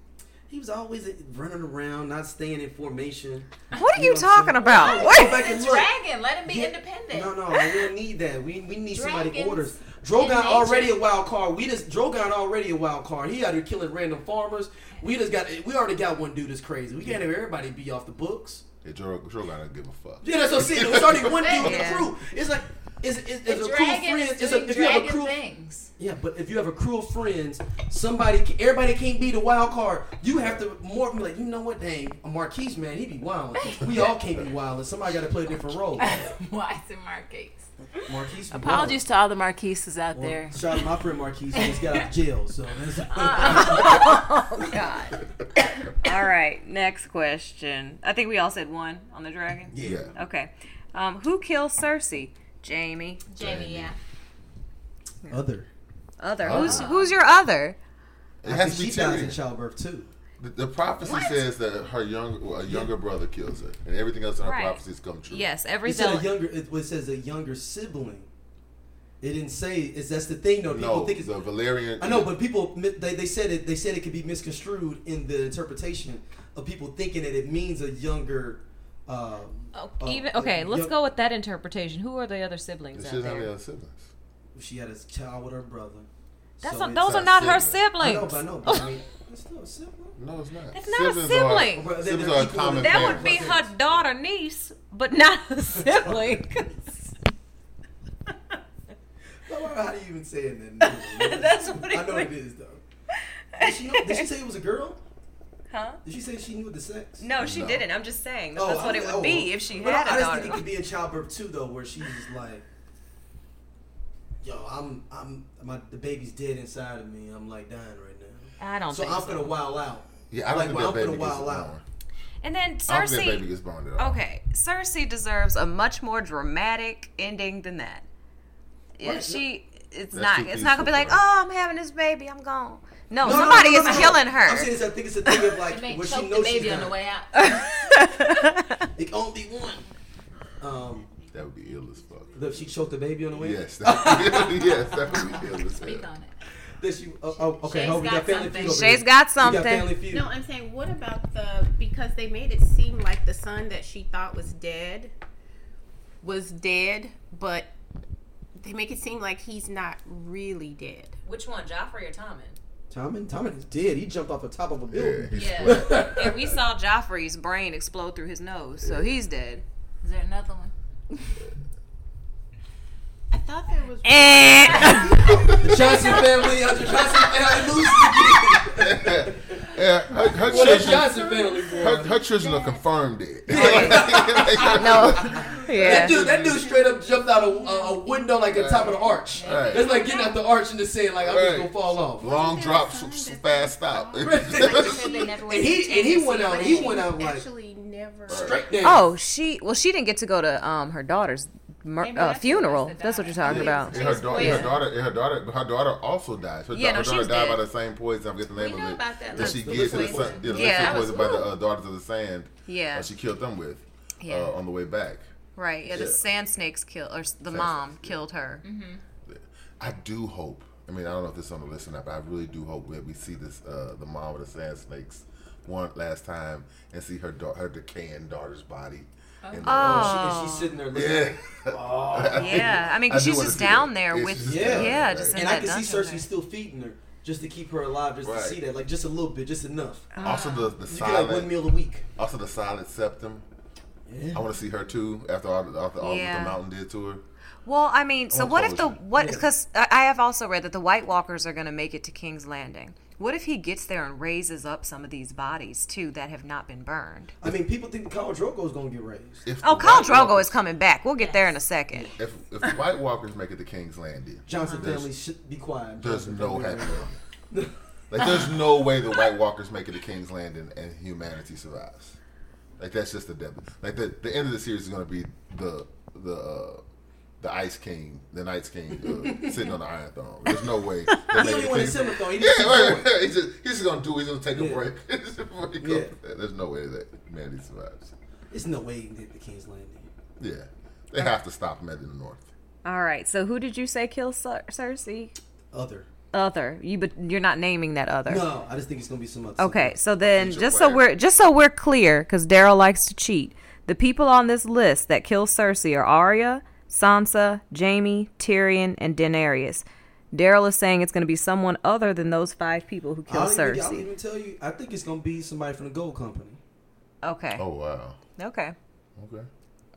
S1: He was always running around, not staying in formation.
S3: What are
S1: You
S3: you
S1: know what I'm
S3: talking
S1: saying? [laughs]
S3: about?
S1: Go
S3: What?
S1: back and
S4: It's
S1: look.
S4: dragon. Let him be
S1: Yeah.
S4: independent.
S1: No, no, we don't need that. We, we need somebody
S4: Dragons
S1: orders.
S4: in
S1: Drogon
S4: nature.
S1: already a wild card. We just Drogon already a wild card. He out here killing random farmers. We just got we already got one dude that's crazy. We can't have everybody be off the books.
S2: Yeah, Joe, Joe gotta give a fuck.
S1: Yeah, that's what I'm saying. It's already one dude in the
S3: Yeah.
S1: crew. It's like it's, it's,
S4: The
S1: it's a crew of
S4: dragon
S1: friends.
S4: is
S1: It's
S4: doing
S1: a, if you have a
S4: dragon
S1: crew, [laughs]
S4: things.
S1: Yeah, but if you have a crew of friends, somebody, everybody can't be the wild card. You have to more be like, you know what? Dang, a Marquise man, he be wild. We all can't be wild. Somebody got to play a different
S4: [laughs]
S1: role.
S4: Why is it Marquise?
S1: Marquise. be
S6: Apologies to all the Marquises out
S1: wild. Well,
S6: there.
S1: shout out to my friend Marquise. He just got out of jail, so
S3: [laughs]
S1: that's
S3: Uh.
S1: [laughs]
S3: Oh God. [coughs] All right. Next question. I think we all said one on the dragon.
S2: Yeah.
S3: Okay. Um, who kills Cersei? Jamie.
S4: Jamie, yeah.
S1: other.
S3: Other.
S1: Uh,
S2: Oh.
S3: Who's who's your other?
S2: It has to be
S1: she dies in
S2: Tyrion.
S1: childbirth too.
S2: The, the prophecy says that her young, well, a younger brother kills her, and everything else in her
S3: Right.
S2: prophecies come true.
S3: Yes,
S1: It
S3: every
S1: said a
S3: villain.
S1: younger. It, it says a younger sibling. It didn't say. It's that's the thing though. People
S2: No,
S1: think it's
S2: the Valerian.
S1: I know, but people mi- they, they said it they said it could be misconstrued in the interpretation of people thinking that it means a younger. Uh,
S3: Oh.
S1: uh,
S3: Even okay,
S1: uh,
S3: let's
S1: young-
S3: go with that interpretation. Who are the other siblings
S2: she
S3: out
S2: doesn't have any
S3: there?
S2: other siblings.
S1: She had a child with her brother.
S3: That's
S1: So
S3: not,
S1: it's-
S3: those are
S2: not
S3: not her
S2: siblings.
S1: I know, but I know,
S3: siblings.
S1: but I mean, it's still a sibling.
S2: No, it's not.
S3: It's not a sibling.
S2: Are,
S1: Well, they're-
S2: siblings
S1: they're
S2: are a
S1: equal
S2: common
S1: to-
S3: [laughs] That
S2: parent.
S3: would be her daughter niece, but not
S1: [laughs]
S3: a sibling.
S1: So How do you even say it then?
S3: [laughs] That's what
S1: I
S3: it
S1: know
S3: would.
S1: it is though. Did she, know, did
S3: [laughs]
S1: she say it was a girl?
S3: Huh?
S1: Did she say she knew the sex?
S3: No, she
S2: No.
S3: didn't. I'm just saying that
S1: Oh,
S3: that's what
S1: I-
S3: it would
S1: oh.
S3: be if she
S1: But
S3: had
S1: I,
S3: a
S1: I just think it
S3: daughter.
S1: could be in childbirth too, though, where she's just like, "Yo, I'm, I'm, my the baby's dead inside of me. I'm like dying right now.
S3: I don't
S1: So
S3: think
S1: I'm
S3: so.
S1: gonna wild out."
S2: Yeah, I don't
S1: Like,
S2: think
S1: well,
S2: that
S1: I'm
S2: baby
S1: finna
S2: gets
S1: wild out.
S2: born.
S3: And then
S2: I don't think that baby
S3: Cersei.
S2: gets born at all.
S3: Okay, Cersei deserves a much more dramatic ending than that. Yeah,
S1: What?
S3: She. It's
S2: That's
S3: not.
S2: too
S3: It's not gonna be
S2: peaceful
S3: like,
S2: for her.
S3: oh, I'm having this baby. I'm gone. No,
S1: No, no,
S3: Oh, somebody
S1: no, no,
S3: is
S1: no, no.
S3: killing
S1: I'm saying
S3: [laughs] her.
S1: this. I think it's a thing of like
S3: [laughs]
S4: May
S1: where she
S4: choke
S1: knows
S4: the baby
S1: she's
S4: on the
S1: dying.
S4: way
S6: Uh,
S4: out.
S1: It can only be one. Um,
S2: That would be ill as fuck.
S1: that she choked the baby on the way.
S2: Yes, that would be, [laughs] yes, that would be ill as
S4: Speak
S2: hell.
S4: on it.
S1: That she. Oh, oh okay.
S4: Shay's
S1: Hold we got
S4: got
S1: family
S4: something.
S1: feud. over here.
S3: Shay's got
S1: We got
S3: something.
S1: family feud.
S5: No, I'm saying what about the because they made it seem like the son that she thought was dead was dead, but they make it seem like he's not really dead.
S3: Which one, Joffrey or Tommen?
S1: Tommen, Tommen is dead. He jumped off the top of a
S2: Yeah,
S1: building.
S2: he's
S4: Yeah.
S2: split. [laughs]
S3: And we saw Joffrey's brain explode through his nose, so he's dead.
S4: Is there another one?
S5: I thought there was
S3: Eh.
S1: The Johnson family. uh, The Johnson family loses again.
S2: Yeah, her, her
S1: uh, Well, that's
S2: children,
S1: Johnson family, boy.
S2: her, her children are confirmed
S3: [laughs]
S2: dead.
S3: No.
S1: That
S3: Yeah.
S1: dude, that dude straight up jumped out a, a, a window like the top of the arch.
S2: Right.
S1: That's like getting out the arch and just saying like I'm just
S2: Right.
S1: gonna fall off.
S2: Long drop,
S4: [laughs]
S2: s- s- fast stop.
S5: Said they never
S1: And he and he went out. He went out like
S5: actually never.
S1: straight down.
S3: Oh, she. Well, she didn't get to go to um her daughter's mur-
S4: Maybe
S3: uh,
S4: that's the
S3: funeral.
S4: best of
S3: That's what
S4: that.
S3: you're talking about.
S2: And her, da- and her daughter, and her daughter, her daughter also died. Her,
S3: Yeah,
S2: da-
S3: no,
S2: her
S3: she
S2: daughter
S3: was
S2: died
S3: dead.
S2: by the same poison. I forget the name
S4: We
S2: of
S4: know
S2: it.
S4: about that
S2: That
S4: last
S2: she
S1: the
S2: gives to the
S1: liquid
S2: son, yeah, the
S3: Yeah.
S2: yeah,
S3: That was
S2: poison by the uh, daughters of the sand.
S3: Yeah.
S2: that she killed them with.
S3: Yeah.
S2: Uh, on the way back,
S3: Right. Yeah. The
S2: Yeah.
S3: sand snakes killed, or s- the mom killed her.
S2: I do hope. I mean, I don't know if this is on the listen up, but I really do hope that we see this uh, the mom with the sand snakes one last time and see her da- her decaying daughter's body. And,
S3: Oh,
S2: uh,
S1: She, and she's sitting there looking. [laughs]
S2: yeah.
S1: Oh.
S3: Yeah. I mean,
S2: I
S3: 'cause
S2: do
S3: she's
S2: wanna
S3: just
S2: see that.
S3: down there
S2: Yeah,
S3: with.
S2: she's just
S3: yeah.
S1: down there, right.
S3: Just in
S1: And
S3: that
S1: I can see
S3: dungeon
S1: Cersei still feeding her just to keep her alive, just
S2: Right.
S1: to see that, like just a little bit, just enough.
S2: Also the the
S1: You get like one
S2: silent,
S1: meal a week.
S2: also the silent septum.
S1: Yeah.
S2: I want to see her too after all the, after all
S3: Yeah.
S2: that the mountain did to her.
S3: Well, I mean, so
S2: On
S3: what if the
S2: television.
S3: what?
S1: Yeah.
S3: Because I I have also read that the White Walkers are going to make it to King's Landing. What if he gets there and raises up some of these bodies too that have not been burned?
S1: I mean, people think Khal Drogo's gonna get raised.
S2: If
S3: Oh,
S2: the
S3: Khal
S2: White
S3: Drogo
S2: Walkers-
S3: is coming back. We'll get there in a second.
S2: If if the White Walkers make it to King's Landing,
S1: Johnson
S2: there's-
S1: family should be quiet.
S2: There's
S1: Johnson
S2: no
S1: family.
S2: happy ending. [laughs] Like there's no way the White Walkers make it to King's Landing and humanity survives. Like that's just the devil. Like the the end of the series is gonna be the the uh, the Ice King, the Night's King
S1: [laughs]
S2: uh, sitting on the Iron Throne. There's no way. They
S1: He
S2: make
S1: only
S2: it
S1: won a
S2: to King's-
S1: semathon. He
S2: yeah,
S1: just
S2: right,
S1: keep going.
S2: right. He's just, he's just gonna do. He's gonna take a
S1: Yeah.
S2: break. [laughs] Before he goes. There's no way that humanity survives.
S1: There's no way he can get the King's Landing.
S2: Yeah, they have to stop him at the North.
S3: All right. So who did you say killed Cer- Cersei?
S1: Other.
S3: Other. You but you're not naming that other.
S1: No, I just think it's gonna be some other.
S3: Okay, so then
S2: Future
S3: just so
S2: player.
S3: we're just so we're clear, because Daryl likes to cheat. The people on this list that kill Cersei are Arya, Sansa, Jaime, Tyrion, and Daenerys. Daryl is saying it's going to be someone other than those five people who kill
S1: I'll even, I'll
S3: Cersei.
S1: even tell you. I think it's gonna be somebody from the Gold Company.
S3: Okay,
S2: Oh wow.
S3: okay,
S2: Okay.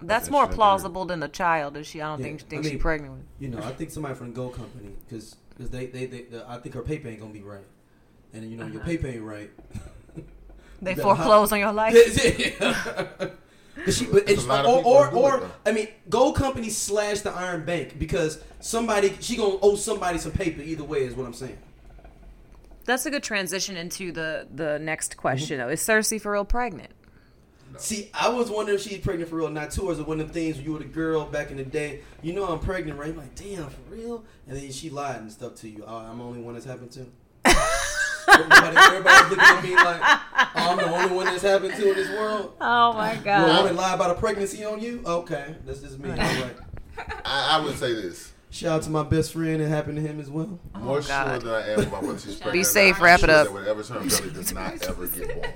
S3: that's
S2: That's
S3: more
S2: true.
S3: plausible than a child. Is she? I don't
S1: Yeah,
S3: think
S1: I
S3: think she's
S1: mean-
S3: pregnant with.
S1: You know, I think somebody from the Gold Company because they, they, they, the, I think her paper ain't gonna be right, and you know
S3: Uh-huh.
S1: your paper ain't
S3: [laughs]
S1: right. [laughs]
S3: They
S1: better [laughs]
S3: foreclose on your life.
S1: But she, but it's,
S2: a lot
S1: or,
S2: of people
S1: or,
S2: who do it,
S1: or,
S2: though.
S1: I mean, Gold Company slash the Iron Bank because somebody she gonna owe somebody some paper either way is what I'm saying.
S3: That's a good transition into the the next question though. Is Cersei for real pregnant?
S1: See, I was wondering if she's pregnant for real, not two, or is it one of them things where you were the girl back in the day, you know I'm pregnant, right? You're like, damn, for real? And then she lied and stuff to you. Oh, I'm the only one that's happened to.
S3: [laughs]
S1: everybody, everybody's looking at me like, oh, I'm the only one that's happened to in this world.
S3: Oh my
S1: You
S3: god!
S1: want to lie about a pregnancy on you? Okay, that's just
S3: Uh.
S1: me. All right.
S2: I, I would say this.
S1: Shout out to my best friend. It happened to him as well.
S2: More
S3: Oh, God.
S2: sure than I am about whether
S3: [laughs]
S2: she's pregnant. or
S3: safe,
S2: not.
S3: wrap
S2: I'm
S3: it
S2: sure
S3: up.
S2: That whatever
S3: [laughs]
S2: term belly does not ever get born.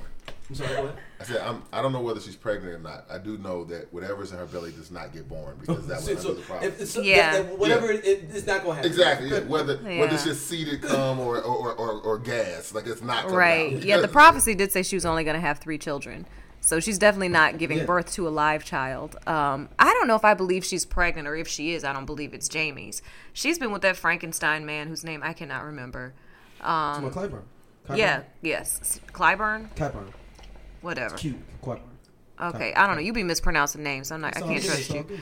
S1: I'm sorry, what?
S2: I said I'm, I don't know whether she's pregnant or not. I do know that whatever's in her belly does not get born because that was
S1: So,
S2: another
S1: so,
S2: problem.
S1: if, so
S3: Yeah.
S1: that- that- whatever, it- it, it's not going to happen.
S2: Exactly. yeah.
S3: [laughs]
S2: Whether whether it's
S3: Yeah.
S2: just seeded cum or or, or, or or gas, like it's not coming
S3: Right.
S2: Out.
S3: Yeah, the prophecy did say she was only going to have three children. So she's definitely not giving
S1: Yeah.
S3: birth to a live child. Um, I don't know if I believe she's pregnant or if she is. I don't believe it's Jamie's. She's been with that Frankenstein man whose name I cannot remember.
S1: It's my Clyburn. Clyburn?
S3: Yeah, yes. Clyburn?
S1: Clyburn.
S3: Whatever.
S1: Cute. Clyburn.
S3: Okay, I don't know. You be mispronouncing names. I'm not, I can't
S1: It's all good,
S3: trust you.
S1: it's all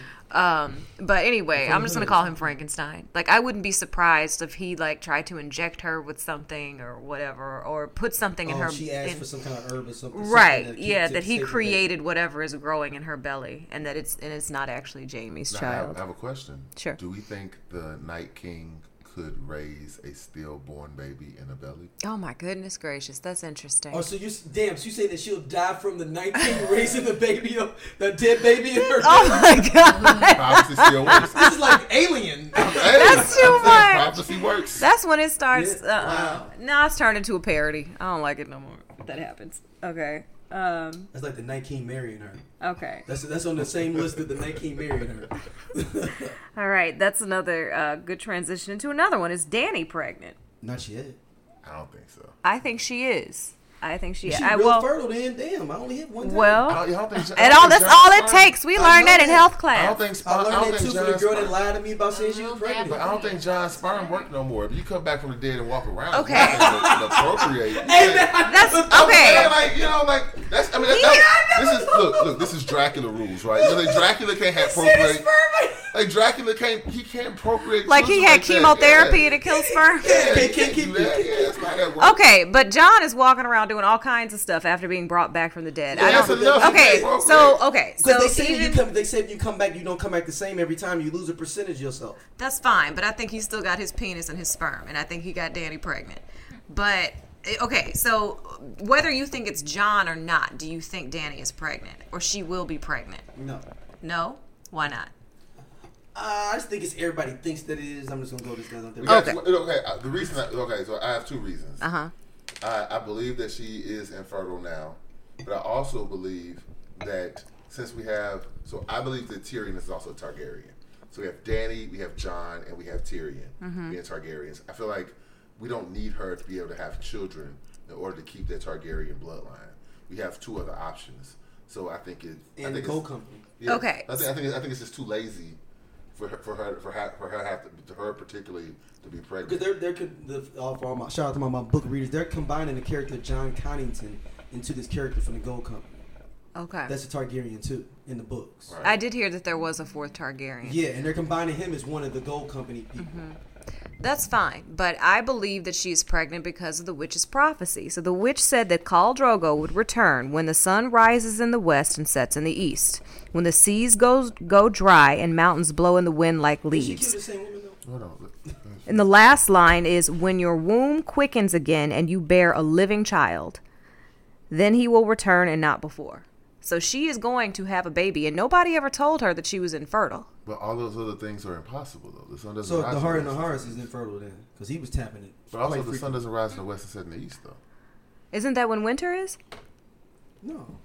S1: good.
S3: Um, but anyway, I'm just gonna
S1: good.
S3: call him Frankenstein. Like I wouldn't be surprised if he like tried to inject her with something or whatever, or put something in
S1: Oh,
S3: her.
S1: she asked
S3: in-
S1: for some kind of herb or something.
S3: right?
S1: something
S3: yeah,
S1: keeps
S3: that
S1: it
S3: he
S1: safe.
S3: created whatever is growing in her belly, and that it's and it's not actually Jamie's
S2: Now, I, have,
S3: child.
S2: I have a question.
S3: Sure.
S2: Do we think the Night King could raise a stillborn baby in a
S3: [laughs]
S2: belly?
S3: oh my goodness gracious, that's interesting. [laughs]
S1: Oh, so you s- damn? So you saying that she'll die from the 19 [laughs] raising the baby up, the dead baby in her?
S3: [laughs] oh my god,
S2: Prophecy still
S3: [laughs]
S2: works.
S1: This is like alien.
S2: That's
S3: too much.
S2: Prophecy works.
S3: [laughs] that's when it starts.
S1: Yeah,
S3: Uh,
S1: wow.
S3: Now it's turned into a parody. I don't like it no more. That happens. Okay. Um.
S1: That's like the 19 marrying her.
S3: Okay.
S1: That's that's on the same list of the 19 marrying her. [laughs]
S3: All right, that's another uh, good transition into another one. Is Danny pregnant?
S1: Not yet.
S2: I don't think so.
S3: I think she is. I think she.
S1: She
S3: I
S1: real
S3: will.
S1: fertile then. Damn, I only hit one time.
S3: Well,
S2: I don't- I don't think- I
S3: and
S2: don't
S3: all
S2: think
S3: that's
S2: John's
S3: all it
S2: fine.
S3: takes. We
S1: I
S3: learned that
S1: know
S3: in
S1: it.
S3: health
S2: I
S3: class.
S2: don't think
S1: I
S2: sperm. I
S1: learned
S2: don't
S1: that too
S2: think
S1: from the
S2: John's
S1: girl that
S2: sperm.
S1: lied to me about saying she was pregnant. [laughs]
S2: But I don't think John's sperm work no more. If you come back from the dead and walk around,
S3: Okay.
S2: you can appropriate. [laughs] You can't-
S3: That's
S2: I'm
S3: okay.
S2: saying, like you know, like that's. I mean, that, that, this is look, look. This is Dracula rules, right? You know, like Dracula can't
S3: [laughs]
S2: have procreate. Like Dracula can't. He can't procreate.
S3: Like he
S2: children
S3: had
S2: that.
S3: chemotherapy
S2: Yeah.
S3: to kill sperm.
S2: Yeah,
S1: Can't-
S2: you
S1: can't keep
S2: do that.
S1: it.
S2: Yeah, that's not that works.
S3: Okay, but John is walking around doing all kinds of stuff after being brought back from the dead.
S2: Yeah,
S3: I
S2: that's
S3: don't.
S2: enough. You
S3: Okay,
S2: can't
S3: so
S2: procreate.
S3: okay, so
S1: Because they say
S3: even
S1: you come, they say if you come back, you don't come back the same every time. You lose a percentage of yourself.
S3: that's fine, but I think he still got his penis and his sperm, and I think he got Danny pregnant. But eh, okay, so whether you think it's John or not, do you think Danny is pregnant or she will be pregnant?
S1: No,
S3: No, why not?
S1: Uh, I just think it's everybody thinks that it is. I'm just gonna go with this guy's out there.
S2: We got
S3: Okay.
S2: two- okay. uh, The reason. I, okay. So I have two reasons.
S3: Uh huh.
S2: I, I believe that she is infertile now, but I also believe that since we have, so I believe that Tyrion is also Targaryen. So we have Danny, we have John, and we have Tyrion being Targaryens. I feel like we don't need her to be able to have children in order to keep that Targaryen bloodline. We have two other options. So I think it. I
S1: And the
S2: think
S1: coal
S2: it's-
S1: company.
S2: yeah.
S3: Okay.
S2: I think I think I think it's just too lazy for her for her for her, for her have to, her particularly to be
S1: Because
S2: pregnant.
S1: they're they're con- the, all for all my shout out to my, my book readers. They're combining the character John Connington into this character from the Gold Company.
S3: Okay.
S1: That's a Targaryen too in the books.
S2: Right.
S3: I did hear that there was a fourth Targaryen.
S1: Yeah, and they're combining him as one of the Gold Company people.
S3: Mm-hmm. That's fine, but I believe that she is pregnant because of the witch's prophecy. So the witch said that Khal Drogo would return when the sun rises in the west and sets in the east, when the seas go go dry and mountains blow in the wind like
S1: She killed
S3: leaves.
S1: the same woman though.
S2: Hold on. look.
S3: And the last line is when your womb quickens again and you bear a living child, then he will return and not before. So she is going to have a baby, and nobody ever told her that she was infertile.
S2: But all those other things are impossible, though. The sun doesn't
S1: So
S2: rise.
S1: the
S2: in
S1: heart
S2: the
S1: and the
S2: west.
S1: Horus is infertile then, because he was tapping it.
S2: But also,
S1: quite
S2: the sun
S1: frequently.
S2: doesn't rise in the west and set in the east, though.
S3: Isn't that when winter is?
S1: No.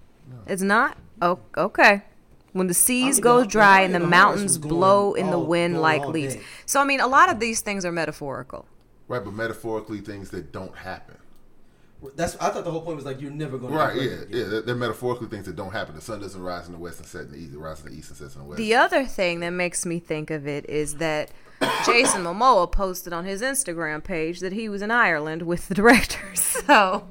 S3: It's not? Oh, okay. When the seas
S1: mean,
S3: go
S1: the- the
S3: dry
S1: Lion
S3: and the
S1: and the Horse
S3: mountains
S1: was going
S3: blow in the
S1: all-
S3: wind
S1: going
S3: like
S1: all
S3: leaves.
S1: day.
S3: So, I mean, a lot of these things are metaphorical.
S2: Right, but metaphorically, things that don't happen.
S1: That's I thought the whole point was like you're never going.
S2: Right,
S1: to
S2: yeah, yeah. They're, they're metaphorically things that don't happen. The sun doesn't rise in the west and set in the east. It rises in the east and sets in the west.
S3: The other thing that makes me think of it is that Jason Momoa posted on his Instagram page that he was in Ireland with the director. [laughs] So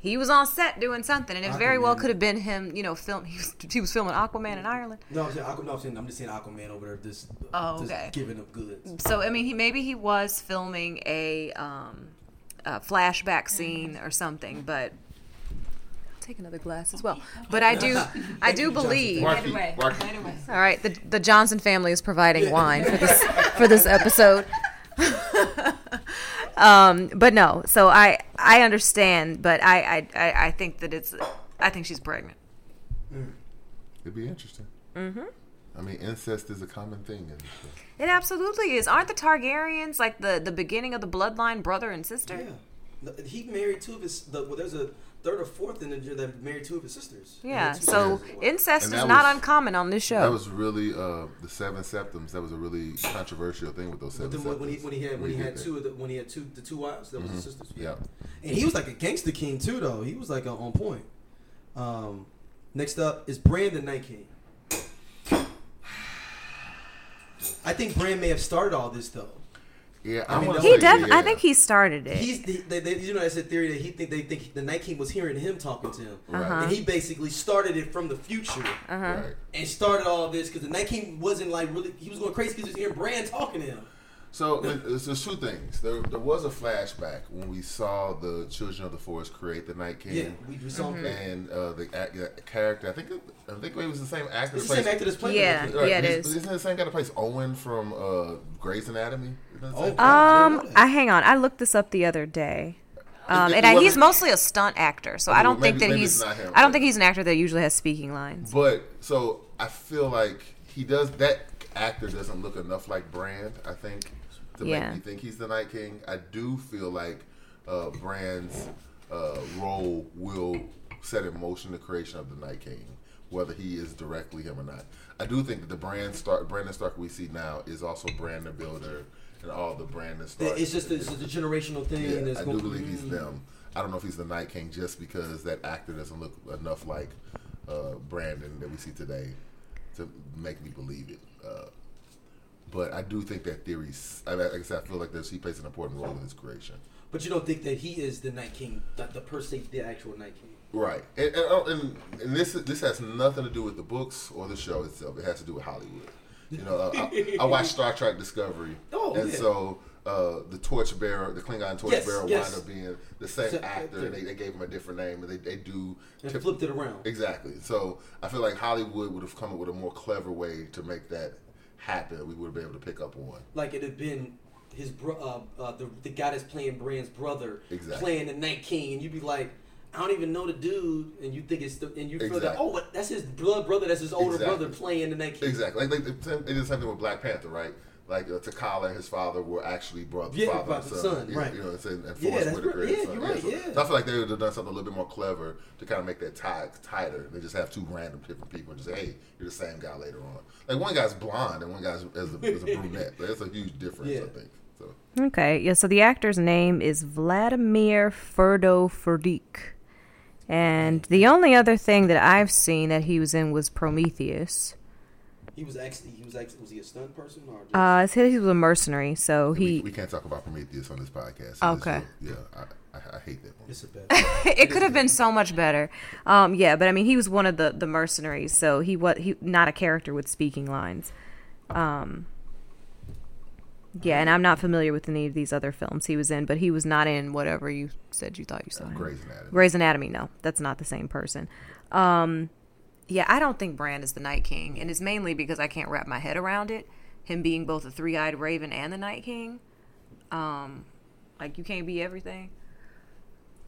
S3: he was on set doing something, and it very well
S1: Aquaman.
S3: could have been him, you know, film. He was, he was filming Aquaman in Ireland.
S1: No, I'm saying, Aqu- no, I'm saying I'm just saying Aquaman over there, just,
S3: Oh,
S1: just
S3: okay.
S1: giving up goods.
S3: So I mean, he maybe he was filming a, um, a flashback scene or something, but I'll take another glass as well. But I do, I do believe. All
S2: Marky,
S4: away.
S2: Marky.
S4: Right away.
S3: right, the the Johnson family is providing wine for this for this episode. [laughs] um, but no, so I I understand, but I I- I I think that it's I think she's pregnant.
S2: It'd be interesting. Mm-hmm. I mean, incest is a common thing. In this show.
S3: It absolutely is. Aren't the Targaryens like the the beginning of the bloodline, brother and sister?
S1: Yeah, The- he married two of his. The, well, there's a third or fourth in the gym that married two of his sisters.
S3: Yeah,
S1: Two
S3: so
S1: sisters.
S3: incest is
S2: And that
S3: not
S2: was-
S3: uncommon on this
S2: That
S3: show.
S2: was really uh, the seven septums. That was a really controversial thing with those
S1: But
S2: seven
S1: then when, when he
S2: septums.
S1: when he had when he
S2: did
S1: had
S2: that.
S1: two of the, when he had two the two wives that was his sisters.
S2: Yeah.
S1: and he was like a gangster king too though. He was like a, on point. Um, next up is Brandon Night King. I think Brand may have started all this though.
S2: Yeah,
S1: I
S2: I,
S1: mean,
S2: want
S1: that
S2: to
S3: he
S2: say
S1: was-
S3: definitely,
S2: yeah.
S3: I think he started it.
S1: He's the, they, they, you know that's a theory that he think they think the Night King was hearing him talking to him,
S2: Right.
S3: Uh-huh.
S1: and he basically started it from the future.
S2: Right.
S1: and started all this because the Night King wasn't like really he was going crazy because he was hearing Brand talking to him.
S2: So there's there's two things. There, there was a flashback when we saw the Children of the Forest create the Night King.
S1: Yeah, we, we saw him.
S2: and uh, the, act, the character. I think it, I think it was the same actor.
S1: It's
S2: that
S1: the same
S2: plays-
S1: actor that's playing.
S3: Yeah.
S1: him.
S2: Right,
S3: it
S2: he's-
S3: is.
S2: Isn't it the same guy that plays Owen from uh, Grey's Anatomy? Isn't that the same
S1: Oh.
S2: guy?
S3: um, I hang on. I looked this up the other day. Um,
S2: It- it
S3: and I, he's
S2: wasn't-
S3: mostly a stunt actor, so I
S2: Okay,
S3: don't
S2: well,
S3: think
S2: maybe-
S3: that
S2: maybe it's
S3: he's.
S2: not him,
S3: I don't
S2: but-
S3: think he's an actor that usually has speaking lines.
S2: But so I feel like he does that actor doesn't look enough like Brand. I think to
S3: Yeah.
S2: make me think he's the Night King. I do feel like uh, Brand's uh, role will set in motion the creation of the Night King, whether he is directly him or not. I do think that the Brand Stark, Brandon Stark we see now is also Brand the Builder and all the Brandon Stark.
S1: It's just it's just a generational thing.
S2: Yeah,
S1: and it's
S2: I do
S1: gonna- Mm-hmm.
S2: believe he's them. I don't know if he's the Night King just because that actor doesn't look enough like uh, Brandon that we see today to make me believe it. Uh, but I do think that theory's. I, like I said, I feel like this, he plays an important role in his creation.
S1: But you don't think that he is the Night King, that the per se the actual Night King.
S2: Right, and and, oh, and and this this has nothing to do with the books or the show itself. It has to do with Hollywood. You know, uh, I, I watched Star Trek Discovery,
S1: [laughs] Oh,
S2: and
S1: yeah.
S2: so uh, the torchbearer, the Klingon torchbearer, wound
S1: yes.
S2: up being the same
S1: Same
S2: actor, and
S1: actor.
S2: they, they gave him a different name, and they they do
S1: And
S2: tip-
S1: flipped it around.
S2: Exactly. So I feel like Hollywood would have come up with a more clever way to make that happen. We would have been able to pick up on.
S1: like it had been his bro- uh, uh, the, the guy that's playing Brand's brother
S2: Exactly.
S1: playing the Night King, and you'd be like, I don't even know the dude, and you think it's the, and you feel that
S2: Exactly.
S1: oh, but that's his blood brother, that's his older
S2: Exactly.
S1: brother playing the Night King.
S2: Exactly. Like, like the, same- they did the same thing with Black Panther, right? Like uh, Takala and his father were actually brother,
S1: Yeah,
S2: father and
S1: brother,
S2: son.
S1: son,
S2: you, know-
S1: right.
S2: You know, and, and
S1: Yeah,
S2: Forrest
S1: that's
S2: Whitaker.
S1: right.
S2: and
S1: Yeah,
S2: son.
S1: you're right,
S2: so,
S1: yeah.
S2: so I feel like they would have done something a little bit more clever to kind of make that tie tighter than just have two random different people and just say, hey, you're the same guy later on. Like one guy's blonde and one guy's is a,
S1: [laughs]
S2: is a brunette. Like, that's a huge difference,
S1: Yeah.
S2: I think. So
S3: Okay, yeah, so the actor's name is Vladimir Ferdo Ferdik. And the only other thing that I've seen that he was in was Prometheus.
S1: He was actually he was actually was he a stunt person or just,
S3: Uh, it says he was a mercenary, so
S2: we,
S3: he.
S2: we can't talk about Prometheus on this podcast.
S3: Okay.
S2: Yeah, I, I, I hate that one.
S1: it's a
S3: [laughs]
S1: bad.
S3: it could have been so much better. Um, yeah, but I mean, he was one of the the mercenaries, so he was he not a character with speaking lines. Um, yeah, and I'm not familiar with any of these other films he was in, but he was not in whatever you said you thought you saw. him.
S2: Grey's Anatomy.
S3: Grey's Anatomy, no, that's not the same person. Um, yeah, I don't think Brand is the Night King, and it's mainly because I can't wrap my head around it. Him being both a three eyed raven and the Night King. Um, like you can't be everything.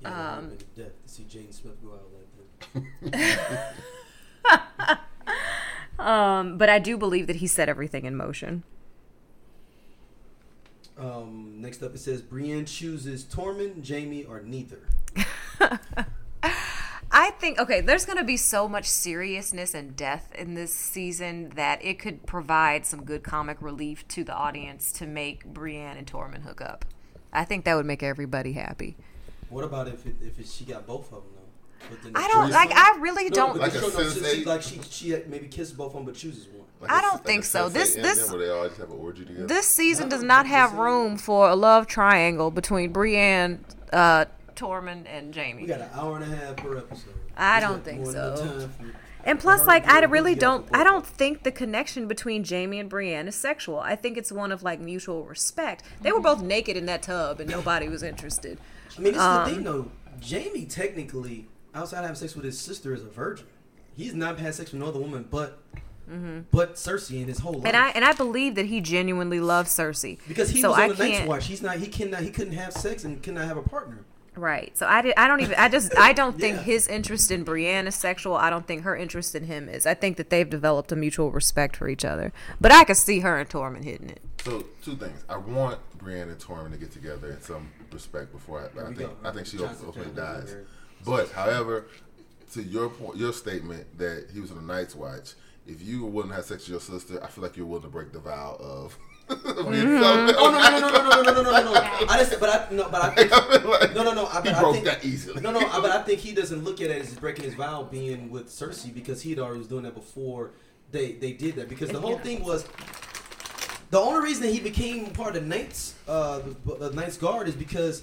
S1: Yeah, um, death to see Jaden Smith go out like
S3: Um, but I do believe that he set everything in motion.
S1: that. Um, next up, it says Brienne chooses Tormund, Jamie, or neither.
S3: I think okay, there's going to be so much seriousness and death in this season that it could provide some good comic relief to the audience to make Brienne and Tormund hook up. I think that would make everybody happy.
S1: What about if it, if it, she got both of them though? But then
S3: I
S1: the
S3: don't
S1: choice-
S3: like. I really
S1: No,
S3: don't.
S1: but
S2: Like
S1: the
S2: a
S1: show, no, she, she,
S2: sensei.
S1: like she she uh, maybe kisses both of them but chooses one.
S2: Like
S3: I
S2: a-
S3: don't
S2: like a
S3: think so. This-
S2: sensei ending
S3: this-
S2: where they all just have an orgy together.
S3: this season
S1: No,
S3: does not
S1: this
S3: have
S1: is-
S3: room for a love triangle between Brienne, uh, Tormund, and Jamie.
S1: We got an hour and a half per episode.
S3: I
S1: There's
S3: don't
S1: not
S3: think
S1: more than
S3: so.
S1: enough time
S3: And
S1: for
S3: plus,
S1: her
S3: like,
S1: to
S3: I
S1: really
S3: really
S1: get
S3: don't,
S1: the
S3: I
S1: book.
S3: don't think the connection between Jamie and Brienne is sexual. I think it's one of like mutual respect. They were both naked in that tub, and nobody was interested.
S1: I mean, this is the
S3: um,
S1: thing though. Jamie technically, outside of having sex with his sister, is a virgin. He's not had sex with another woman, but but Cersei in his whole life.
S3: Mm-hmm. And I and I believe that he genuinely loves Cersei
S1: because he
S3: so
S1: was on
S3: I
S1: the Night's
S3: can't-
S1: Watch. He's not. He cannot. He couldn't have sex and could not have a
S2: [laughs]
S1: partner.
S3: Right. So I did, I don't even I just I don't think
S1: Yeah.
S3: his interest in Brienne is sexual. I don't think her interest in him is. I think that they've developed a mutual respect for each other. But I could see her and Tormund hitting it.
S2: So two things. I want Brienne and Tormund to get together in some respect before I. But I
S1: we
S2: think
S1: go.
S2: I think she
S1: Johnson
S2: ultimately
S1: family
S2: dies.
S1: over.
S2: But however, to your point, your statement that he was on the Night's Watch. If you were willing to have sex with your sister, I feel like you're willing to break the vow of. [laughs]
S3: Mm-hmm.
S1: Oh no no no no no no no no no! no. I just but I no
S2: [laughs]
S1: but I think, no no no. I,
S2: He
S1: but I
S2: broke
S1: think,
S2: that easily.
S1: No no, I, but I think he doesn't look at it as breaking his vow being with Cersei because he'd already was doing that before they they did that because the whole thing was the only reason that he became part of Knight's uh, the, the Knight's Guard is because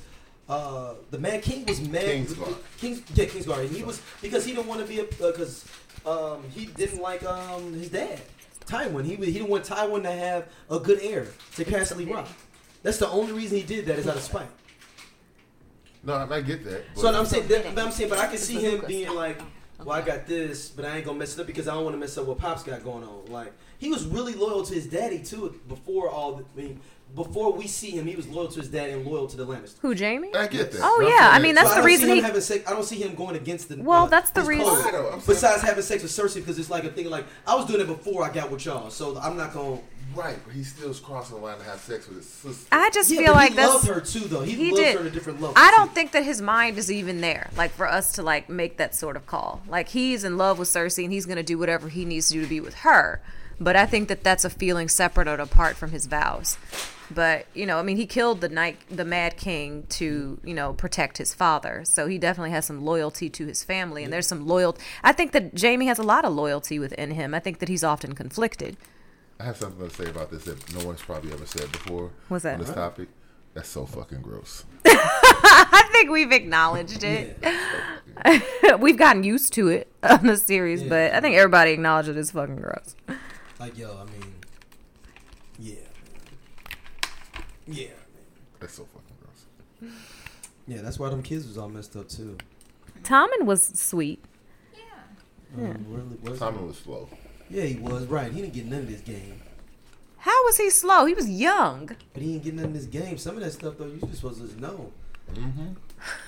S1: uh, the Mad King was mad.
S2: King's Guard.
S1: King's yeah, King's Guard. And he was because he didn't want to be a because um, he didn't like um, his dad Tywin. He wa- he didn't want Tywin to have a good heir to Castle Rock. That's the only reason he did that is out of spite.
S2: No, I, I get that. But
S1: So I'm saying, that, but I'm saying, but I can see him being like, "Well, I got this, but I ain't gonna mess it up because I don't want to mess up what pops got going on." Like he was really loyal to his daddy too. Before all, the, I mean, before we see him, he was loyal to his daddy and loyal to the Lannisters.
S3: Who Jamie?
S2: I get that.
S3: Oh,
S2: But I'm
S3: yeah,
S2: saying
S3: I mean,
S2: that-
S1: So
S3: that's
S1: I
S3: the
S1: don't
S3: reason
S1: see him
S3: he-
S1: having sex. I don't see him going against the.
S3: Well,
S1: uh,
S3: that's the
S1: his
S3: reason-
S1: code.
S2: Why though? I'm
S1: Besides having sex with Cersei, because it's like a thing. Like I was doing it before I got with y'all, so I'm not gonna.
S2: right, but he still's crossing the line to have sex with his sister.
S3: I just
S1: Yeah,
S3: feel
S1: but
S3: like
S1: he
S3: that's
S1: loved her too, though. He,
S3: he
S1: loved
S3: did.
S1: her at a different level.
S3: I don't
S1: too.
S3: think that his mind is even there, like for us to like make that sort of call. Like he's in love with Cersei and he's gonna do whatever he needs to do to be with her. But I think that that's a feeling separate and apart from his vows. But you know, I mean, he killed the night, the Mad King, to you know protect his father. So he definitely has some loyalty to his family, and there's some loyalty. I think that Jamie has a lot of loyalty within him. I think that he's often conflicted.
S2: I have something to say about this that no one's probably ever said before.
S3: What's that?
S2: On this topic. That's so fucking gross.
S3: I think we've acknowledged it. [laughs] we've gotten used to it [laughs] on the series,
S1: Yeah.
S3: but I think everybody acknowledged it is fucking gross.
S1: Like, yo, I mean, yeah, yeah,
S2: That's so fucking gross.
S1: yeah. That's why them kids was all messed up too.
S3: Tommen was sweet.
S1: Um, really was-
S2: Tommy was slow.
S1: yeah, he was right. He didn't get none of this game,
S3: How was he slow? He was young.
S1: but he didn't get none of this game. Some of that stuff though, you just supposed to just know.
S2: Mm-hmm.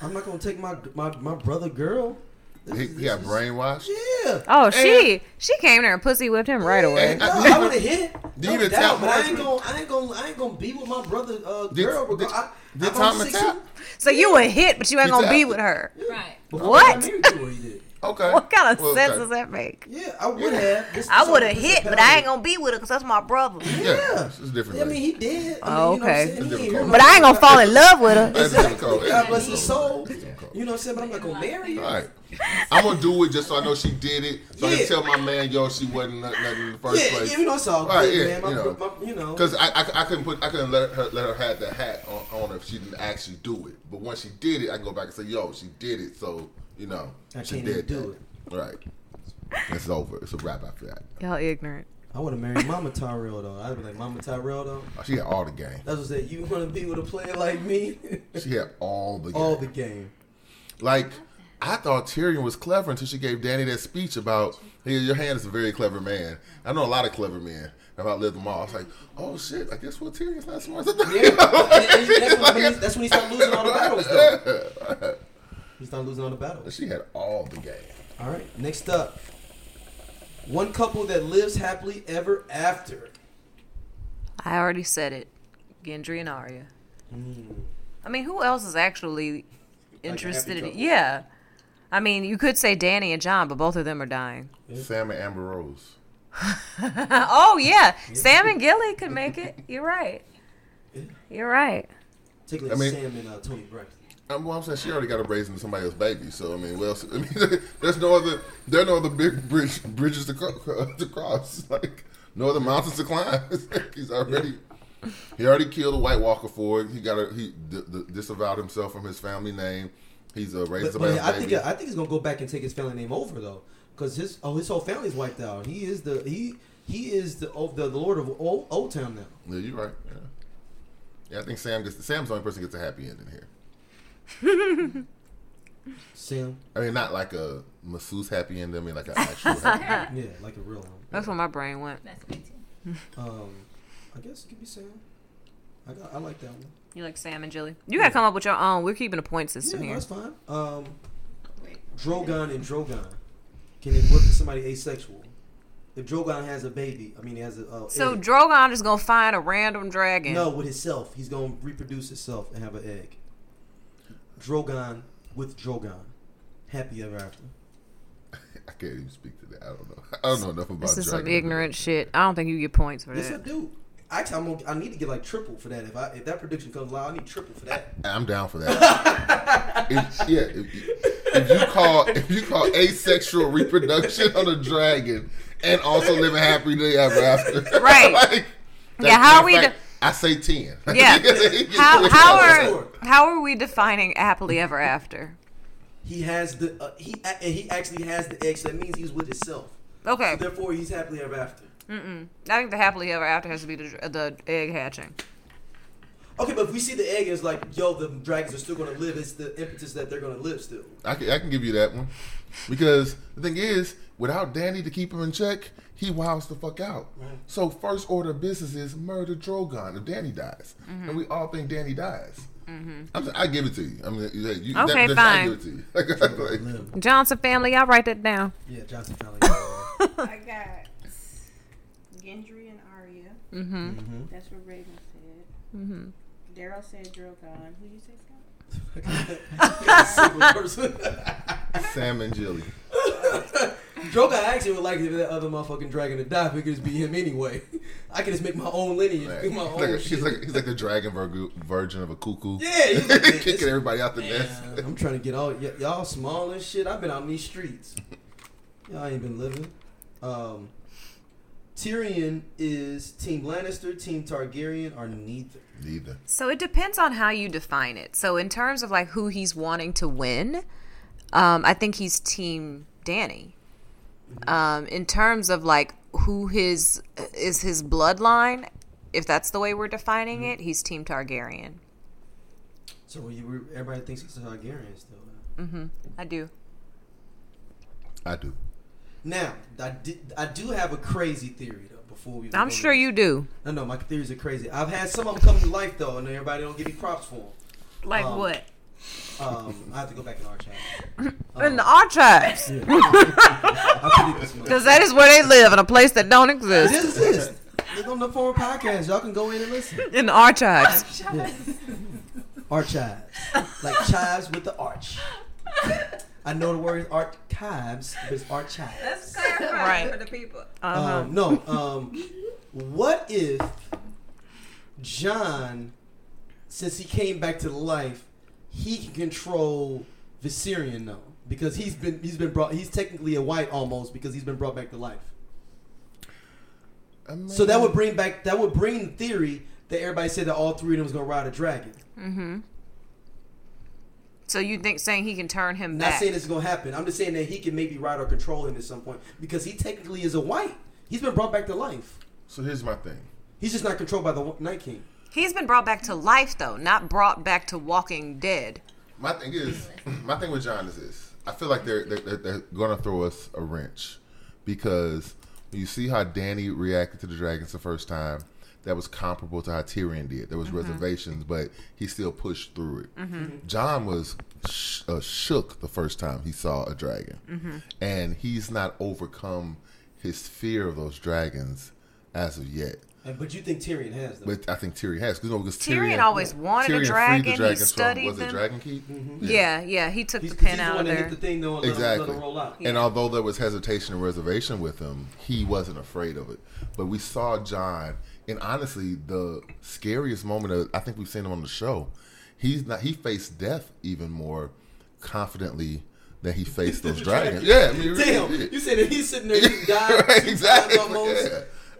S1: I'm not gonna take my my, my brother girl. This
S2: He,
S1: is-
S2: he got
S1: this is-
S2: brainwashed. [laughs]
S1: Yeah.
S3: Oh, she she came there and pussy whipped him right away.
S2: And-
S1: No, I would have hit.
S2: Did
S1: Did
S2: you even tap
S1: doubt, but I ain't
S2: Marjorie?
S1: gonna, I ain't gonna, I ain't gonna be with my brother, uh,
S2: Did-
S1: girl.
S2: did-
S1: regard- I-
S2: did
S1: I'm
S2: Tommy
S1: six-
S2: tap?
S3: So you a hit, but you ain't
S2: You
S3: gonna be
S2: tapped
S3: with
S2: it.
S3: her.
S4: Right.
S1: Before I
S3: What?
S1: got married to her, he did.
S2: Okay.
S3: What kind of
S2: Well,
S3: sense
S2: okay.
S3: does that make?
S1: Yeah, I would have. This-
S3: I
S1: this
S3: would have
S1: is a
S3: hit, but I ain't gonna be with her because that's my brother.
S2: Yeah,
S1: Yeah.
S2: it's it's different.
S1: I mean, he did. I mean,
S3: Oh,
S1: you know what I'm
S3: okay.
S1: saying? He ain't
S2: Different
S1: hurt
S2: call.
S3: But I ain't gonna fall in love with her.
S2: That's
S1: Exactly.
S2: difficult.
S1: God bless his soul.
S2: That's difficult.
S1: You know what I'm saying? But I'm not gonna marry you.
S2: All right. I'm gonna do it just so I know she did it. So I
S1: Yeah.
S2: can tell my man, yo, she wasn't nothing, nothing in the first
S1: Yeah,
S2: place.
S1: you know it's all
S2: All right,
S1: good,
S2: yeah,
S1: man. My,
S2: you know.
S1: my- you know.
S2: Because I, I, I couldn't put I couldn't let her let her have that hat on, on her if she didn't actually do it. But once she did it, I can go back and say, "Yo, she did it." So you know,
S1: I
S2: she
S1: can't
S2: did
S1: even do
S2: that. Right. It's over. It's a wrap after that.
S3: Y'all ignorant.
S1: I would have married Mama Tyrell though. I'd be like Mama Tyrell though.
S2: Oh, She had all the game.
S1: That's what I said. You want to be with a player like me? [laughs]
S2: She had all the game.
S1: All the
S2: [laughs]
S1: game.
S2: Like, I thought Tyrion was clever until she gave Danny that speech about, hey, your hand is a very clever man. I know a lot of clever men. I've outlived them all. I was like, oh shit, I guess what Tyrion's not smart [laughs] as I thought.
S1: Yeah. And- and that's, when he, that's when he started losing all the battles though. He started losing all the battles.
S2: She had all the game.
S1: All right, next up. One couple that lives happily ever after.
S3: I already said it. Gendry and Arya.
S1: Mm.
S3: I mean, who else is actually interested in?
S1: couple.
S3: Yeah. I mean, you could say Danny and John, but both of them are dying. [laughs]
S2: Sam and Amber Rose.
S3: oh yeah, Sam and Gilly could make it. You're right. You're right.
S1: Particularly
S2: I mean-
S1: Sam and uh, Tony Braxton.
S2: Um, well, I'm saying she already got a raising somebody else's baby, so I mean, well, [laughs] I mean, there's no other, there are no other big bridge, bridges to, cro- to cross, [laughs] like no other mountains to climb. [laughs] It's like He's already, he already killed a White Walker for it. He got a, he d- d- disavowed himself from his family name. He's uh, raising
S1: But,
S2: somebody
S1: but I
S2: else's
S1: think
S2: baby.
S1: I think he's gonna go back and take his family name over though, because his oh his whole family's wiped out. He is the he he is the oh, the, the Lord of Old, old Town now.
S2: yeah, you're right. Yeah. yeah, I think Sam gets Sam's the only person that gets a happy ending here.
S1: Sam,
S2: I mean, not like a masseuse happy ending. I mean, like an
S3: [laughs]
S2: actual. happy ending. [laughs]
S1: yeah, like a real one.
S3: That's where my brain went.
S4: That's me too.
S1: Um, I guess it could be Sam. I got I like that one.
S3: You like Sam and Gilly? You gotta come up with your own. We're keeping a point system
S1: Yeah, no,
S3: here.
S1: that's fine. Um,
S5: Wait.
S1: Drogon and Drogon. Can it work for somebody asexual? If Drogon has a baby, I mean, he has a. Uh,
S3: So
S1: egg.
S3: Drogon is gonna find a random dragon.
S1: No, with himself. He's going to reproduce himself and have an egg. Drogon with Drogon. Happy ever after.
S2: I can't even speak to that. I don't know. I don't know enough about
S3: This is some
S2: Dragon Ball.
S3: ignorant shit. I don't think you get points for
S1: Yes, I
S3: that.
S1: do. Actually, I'm gonna, I need to get like triple for that. If I if that prediction comes live, I need triple for that.
S2: I'm down for that. if, yeah, if, you- if you call if you call asexual reproduction on a dragon and also living happy day ever after,
S3: Right.
S2: [laughs] Like,
S3: Yeah, how are we
S2: matter of fact, I say ten. [laughs]
S3: [laughs] Yeah. How how
S1: Sure.
S3: are how are we defining happily ever after?
S1: He has the uh, he a- and he actually has the egg, so that means he's with himself.
S3: Okay,
S1: Therefore, he's happily ever after.
S3: I think the happily ever after has to be the, the egg hatching.
S1: Okay, but if we see the egg, it's like yo, the dragons are still gonna live. It's the impetus that they're gonna live still.
S2: I can, I can give you that one because the thing is, without Danny to keep him in check, he wows the fuck out. So first order of business is murder Drogon if Danny dies,
S3: Mm-hmm.
S2: and we all think Danny dies. I'm, si give it to you. I mean, you, you,
S3: Okay,
S2: that, that's-
S3: fine.
S2: I give it to you. [laughs] Like,
S1: Live.
S3: Johnson family, y'all write that down.
S1: Yeah, Johnson [laughs] family.
S5: I got Gendry and Arya.
S3: Mm-hmm.
S5: That's what Raven said.
S3: Mhm.
S5: Daryl said Drogon. Who you say Scott?
S1: Single person.
S2: Sam and Jilly.
S1: Joker, I actually would like if that other motherfucking dragon to die. If it could just be him anyway. [laughs] I could just make my own lineage, do
S2: He's
S1: my
S2: like,
S1: own.
S2: a-
S1: shit.
S2: he's like he's like the dragon virgo, virgin of a cuckoo. [laughs]
S1: Yeah, he's like, man, this-
S2: kicking everybody out the nest.
S1: Man, [laughs] I'm trying to get all y- y'all small and shit. I've been out in these streets. Y'all ain't been living. Um, Tyrion is Team Lannister, Team Targaryen, or neither.
S2: Neither.
S3: So it depends on how you define it. So in terms of like who he's wanting to win, um, I think he's Team Danny. Um, in terms of like who his is his bloodline, if that's the way we're defining it, he's Team Targaryen.
S1: So we- we- everybody thinks he's a Targaryen still. huh?
S3: Mm-hmm. I do.
S2: I do.
S1: Now, I, did, I do have a crazy theory though. Before we,
S3: I'm sure you do.
S1: No, no, my theories are crazy. I've had some of them come to life though, and everybody don't give me props for them.
S3: Like
S1: Um,
S3: what?
S1: Um, I have to go back and Um, archive.
S3: [laughs] in the archives, [laughs]
S1: I put it this way.
S3: because that is where they live in a place that
S1: [laughs]
S3: don't
S1: It
S3: exist.
S1: exists. It's on the forum podcast. Y'all can go in and listen.
S3: In the archives,
S5: [laughs]
S1: Archives. Like chives with the arch. I know the word archives, but it's archives. [laughs]
S4: Right.
S3: Uh-huh.
S1: Um, no, um, what if John, since he came back to life, he can control Viserion now? Because he's been he's been brought he's technically a white almost because he's been brought back to life.
S2: I mean,
S1: So that would bring back that would bring the theory that everybody said that all three of them was gonna ride a dragon.
S3: so you think saying he can turn him
S1: Not
S3: back?
S1: saying this is gonna happen. I'm just saying that he can maybe ride or control him at some point because he technically is a white. He's been brought back to life.
S2: So here's my thing.
S1: He's just not controlled by the Night King.
S3: He's been brought back to life though, not brought back to walking dead.
S2: My thing is, my thing with John is this. I feel like they're they're, they're, they're going to throw us a wrench because you see how Danny reacted to the dragons the first time. That was comparable to how Tyrion did. There was
S3: Mm-hmm.
S2: reservations, but he still pushed through it. John was sh- uh, shook the first time he saw a dragon,
S3: Mm-hmm.
S2: and he's not overcome his fear of those dragons as of yet.
S1: And- But you think Tyrion has though?
S2: But I think Tyrion has 'cause, no, because
S3: Tyrion always wanted a
S2: freed the
S3: dragon. He
S2: dragons from-
S3: studied
S2: was
S3: them.
S2: it Dragon Keep?
S3: Yeah, yeah, he took
S1: he's
S3: the
S1: he's
S3: pin
S1: the
S3: out
S1: one
S3: of
S1: that hit
S3: there.
S1: the thing though. And
S2: Exactly.
S1: Let him, let him roll out.
S2: And although there was hesitation and reservation with him, he wasn't afraid of it. But we saw John, and honestly, the scariest moment of, I think we've seen him on the show. He's not. He faced death even more confidently than he
S1: [laughs]
S2: faced those dragons. Yeah, I mean,
S1: Damn,
S2: yeah.
S1: you said that he's sitting there,
S2: [laughs]
S1: he died
S2: Right,
S1: two times
S2: exactly.
S1: almost.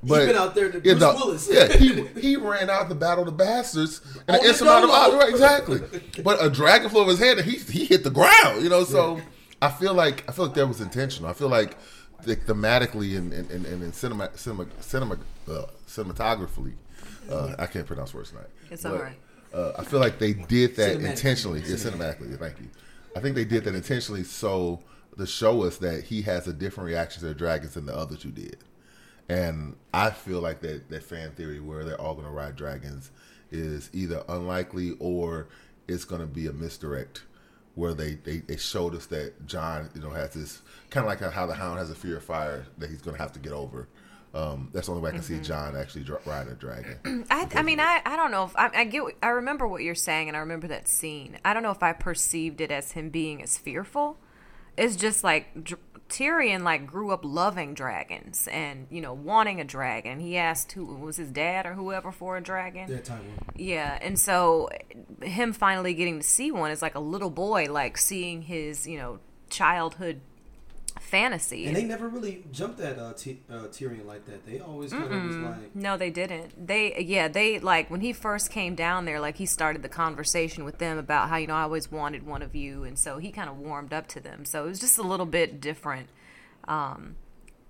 S2: Yeah.
S1: been out there to
S2: yeah,
S1: Bruce
S2: no,
S1: Willis.
S2: yeah, he
S1: [laughs]
S2: he ran out to battle the bastards
S1: On
S2: and an
S1: the
S2: instant amount of
S1: dolo.
S2: odds, right? Exactly. But a dragon flew over his head and he he hit the ground. You know, so I feel like I feel like that was intentional. I feel like the, thematically and and, and, and in cinema cinema cinema uh, cinematographically, uh, I can't pronounce words tonight.
S3: It's
S2: But,
S3: all right.
S2: Uh, I feel like they did that
S1: Cinematically.
S2: intentionally. Yeah, cinematically. Thank you. I think they did that intentionally so to show us that he has a different reaction to the dragons than the other two did. And I feel like that that fan theory where they're all going to ride dragons is either unlikely or it's going to be a misdirect where they, they, they showed us that John you know has this kind of like how the Hound has a fear of fire that he's going to have to get over. Um, that's the only way I can see John actually dra- riding a dragon.
S3: I, I mean, I, I don't know if I, I get. what- I remember what you're saying, and I remember that scene. I don't know if I perceived it as him being as fearful. It's just like Dr- Tyrion, like grew up loving dragons and you know wanting a dragon. He asked who was his dad or whoever for a dragon.
S1: Yeah, Tywin.
S3: Yeah, and so him finally getting to see one is like a little boy, like seeing his you know childhood fantasy.
S1: And they never really jumped at uh, T- uh, Tyrion like that. They always kind of was like,
S3: No, they didn't. They yeah, they like when he first came down there, like he started the conversation with them about how you know I always wanted one of you, and so he kind of warmed up to them. So it was just a little bit different, um,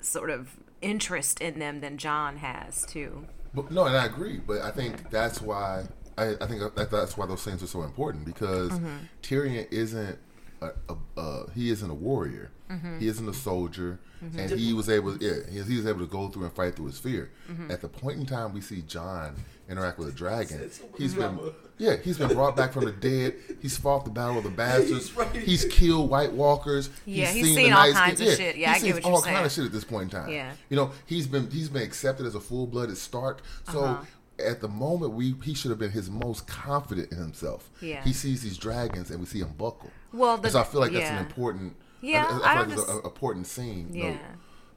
S3: sort of interest in them than John has too.
S2: But, no, and I agree. But I think that's why I, I think that that's why those things are so important because
S3: Mm-hmm.
S2: Tyrion isn't a, a, a he isn't a warrior.
S3: Mm-hmm.
S2: He isn't a soldier, and he was able yeah he, he was able to go through and fight through his fear.
S3: Mm-hmm.
S2: At the point in time we see John interact with a dragon, he's been yeah he's been brought back from the dead. He's fought the battle of the bastards.
S1: right.
S2: He's killed White Walkers.
S3: Yeah, he's seen all kinds of shit. Yeah,
S2: he's
S3: I get
S2: seen
S3: what
S2: all
S3: you're
S2: kind
S3: saying.
S2: of shit at this point in time.
S3: Yeah.
S2: You know, he's been he's been accepted as a full blooded Stark. So
S3: Uh-huh.
S2: at the moment we he should have been his most confident in himself.
S3: Yeah.
S2: He sees these dragons and we see him buckle.
S3: Well, the-
S2: And so I feel like that's
S3: yeah.
S2: an important I,
S3: Yeah,
S2: I feel
S3: I
S2: like
S3: don't
S2: it's
S3: just-
S2: an important scene. you know,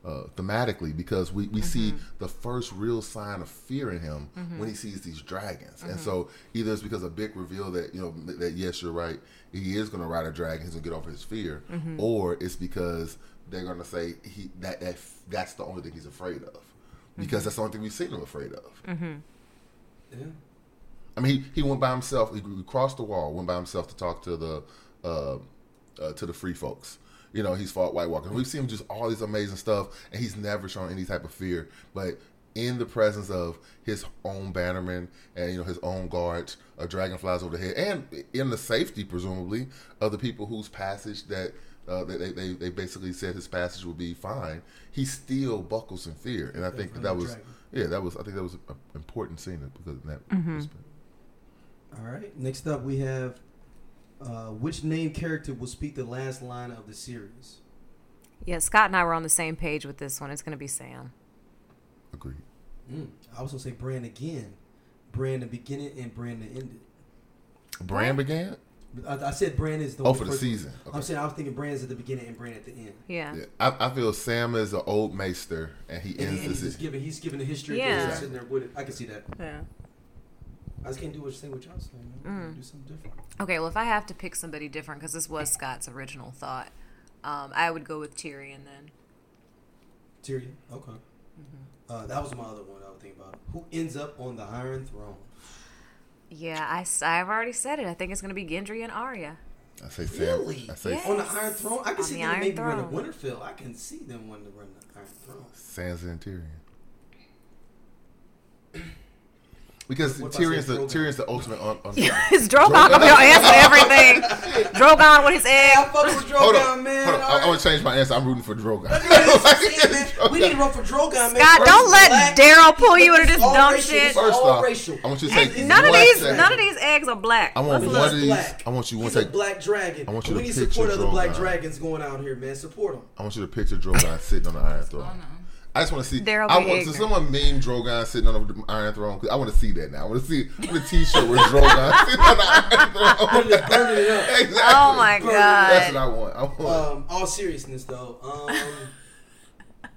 S3: Yeah.
S2: uh, thematically because we, we see the first real sign of fear in him when he sees these dragons. And so either it's because a big reveal that, you know, that yes, you're right, he is going to ride a dragon, he's going to get over his fear, or it's because they're going to say he that, that that's the only thing he's afraid of because that's the only thing we've seen him afraid of.
S1: Yeah.
S2: I mean, he, he went by himself. He crossed the wall, went by himself to talk to the uh, uh, to the free folks. You know, he's fought White Walker. We've seen him just all these amazing stuff, and he's never shown any type of fear. But in the presence of his own bannermen and you know his own guards, a dragon flies over the head, and in the safety, presumably, of the people whose passage that. Uh, they, they- they, they basically said his passage would be fine. He still buckles in fear, and I think that,
S1: from
S2: that
S1: the
S2: was,
S1: dragon.
S2: yeah, that was. I think that was an important scene because in that respect.
S1: All right. Next up, we have uh, which named character will speak the last line of the series?
S3: Yeah, Scott and I were on the same page with this one. It's going to be Sam.
S2: Agreed.
S1: Mm. I also say Brand again, Brand the beginning and Brand the ended.
S2: Brand began?
S1: I, I said Brand is the
S2: Oh,
S1: one
S2: for the
S1: first-
S2: season.
S1: I'm
S2: Okay.
S1: saying I was thinking Brand's at the beginning and Brand at the end.
S3: Yeah.
S2: Yeah. I, I feel Sam is an old maester and he
S1: And, he-
S2: ends
S1: and he's
S2: this.
S1: just giving he's giving the history.
S3: Yeah.
S1: Yeah. He's sitting there with it. I can see that.
S3: Yeah.
S1: I just can't do what you're saying with y'all saying. man. Do something different.
S3: Okay, well, if I have to pick somebody different, because this was Scott's original thought, um, I would go with Tyrion then.
S1: Tyrion. Okay. Uh, that was my other one I was thinking about. Who ends up on the Iron Throne?
S3: Yeah, I, have already said it. I think it's going to be Gendry and Arya.
S2: I say Sam.
S1: Really?
S2: I say
S1: On the Iron Throne? I can
S3: On
S1: see
S3: the
S1: them
S3: Iron
S1: maybe running
S3: Throne.
S1: Winterfell. I can see them wanting to run the Iron Throne.
S2: Sansa and Tyrion. Because
S1: What if I
S2: Tyrion's
S1: said
S2: the
S1: Drogon?
S2: Tyrion's the ultimate on,
S1: [laughs]
S3: [laughs]
S2: on
S3: Is Drogon going to answer everything? Drogon with his
S1: I
S3: egg.
S1: fuck with Drogon,
S2: Hold on,
S1: man.
S2: hold on.
S1: All
S2: I, I
S1: right.
S2: want to change my answer. I'm rooting
S1: [laughs]
S2: for Drogon. [laughs]
S1: That's what I'm saying, man. we need to run for Drogon, man.
S3: Scott,
S1: First
S3: don't let
S1: black-
S3: Daryl pull you
S1: Look,
S3: into
S1: it's
S3: this
S1: all
S3: dumb
S1: racial.
S3: shit.
S1: It's
S2: First
S1: all
S2: off,
S1: racial.
S2: I want you to
S1: And
S2: take
S1: it's
S3: None of
S2: one
S3: these,
S2: second.
S3: none of these eggs are black.
S2: I want
S1: He's
S2: one of these.
S1: black.
S2: I want you one
S1: He's a
S2: second.
S1: black dragon.
S2: I want you
S1: we
S2: to
S1: need
S2: picture
S1: support other black
S2: Drogon.
S1: dragons going out here, man. Support them.
S2: I want you to picture Drogon sitting on the Iron Throne.
S4: on?
S2: I just want to see.
S3: There'll
S2: I
S3: be
S2: want so
S3: ignorant.
S2: someone meme Drogon sitting on the Iron Throne. 'cause I want to see that now. I want to see I want a T-shirt with Drogon [laughs] sitting on the
S1: [laughs]
S2: Iron Throne. [laughs]
S1: Burning it- burning it up.
S2: Exactly.
S3: Oh my
S1: Bro, that's
S2: That's
S3: god.
S2: what I want. I want.
S1: Um, all seriousness, though. Um,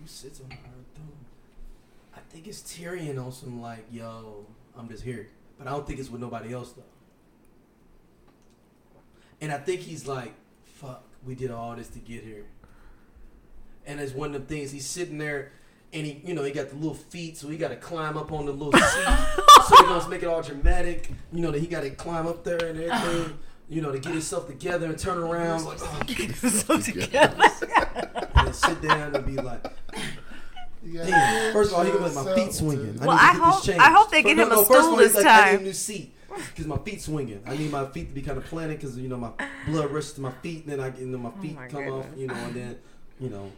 S1: who sits on the Iron Throne? I think it's Tyrion on some like, yo, I'm just here, but I don't think it's with nobody else though. And I think he's like, fuck, we did all this to get here. And it's one of the things he's sitting there. And he, you know, he got the little feet, so he got to climb up on the
S3: [laughs]
S1: little seat. so he wants to make it all dramatic, you know, that he got to climb up there and everything, you know, to get himself together and turn around. Like,
S3: [laughs]
S1: oh, and then sit down and be like,
S2: Yeah.
S1: damn. First of all, he can let my feet swinging.
S3: Well,
S1: need to
S3: I
S1: get
S3: hope-
S1: this changed.
S3: I hope they
S1: But
S3: get
S1: no,
S3: him a
S1: no, first of
S3: stool
S1: all, he's
S3: this
S1: like, I need
S3: time.
S1: a new seat because my feet swinging. I need my feet to be kind of planted because you know my blood rushes to my feet, and then I get and then my feet
S3: Oh my
S1: come off,
S3: goodness.
S1: you know, and then you know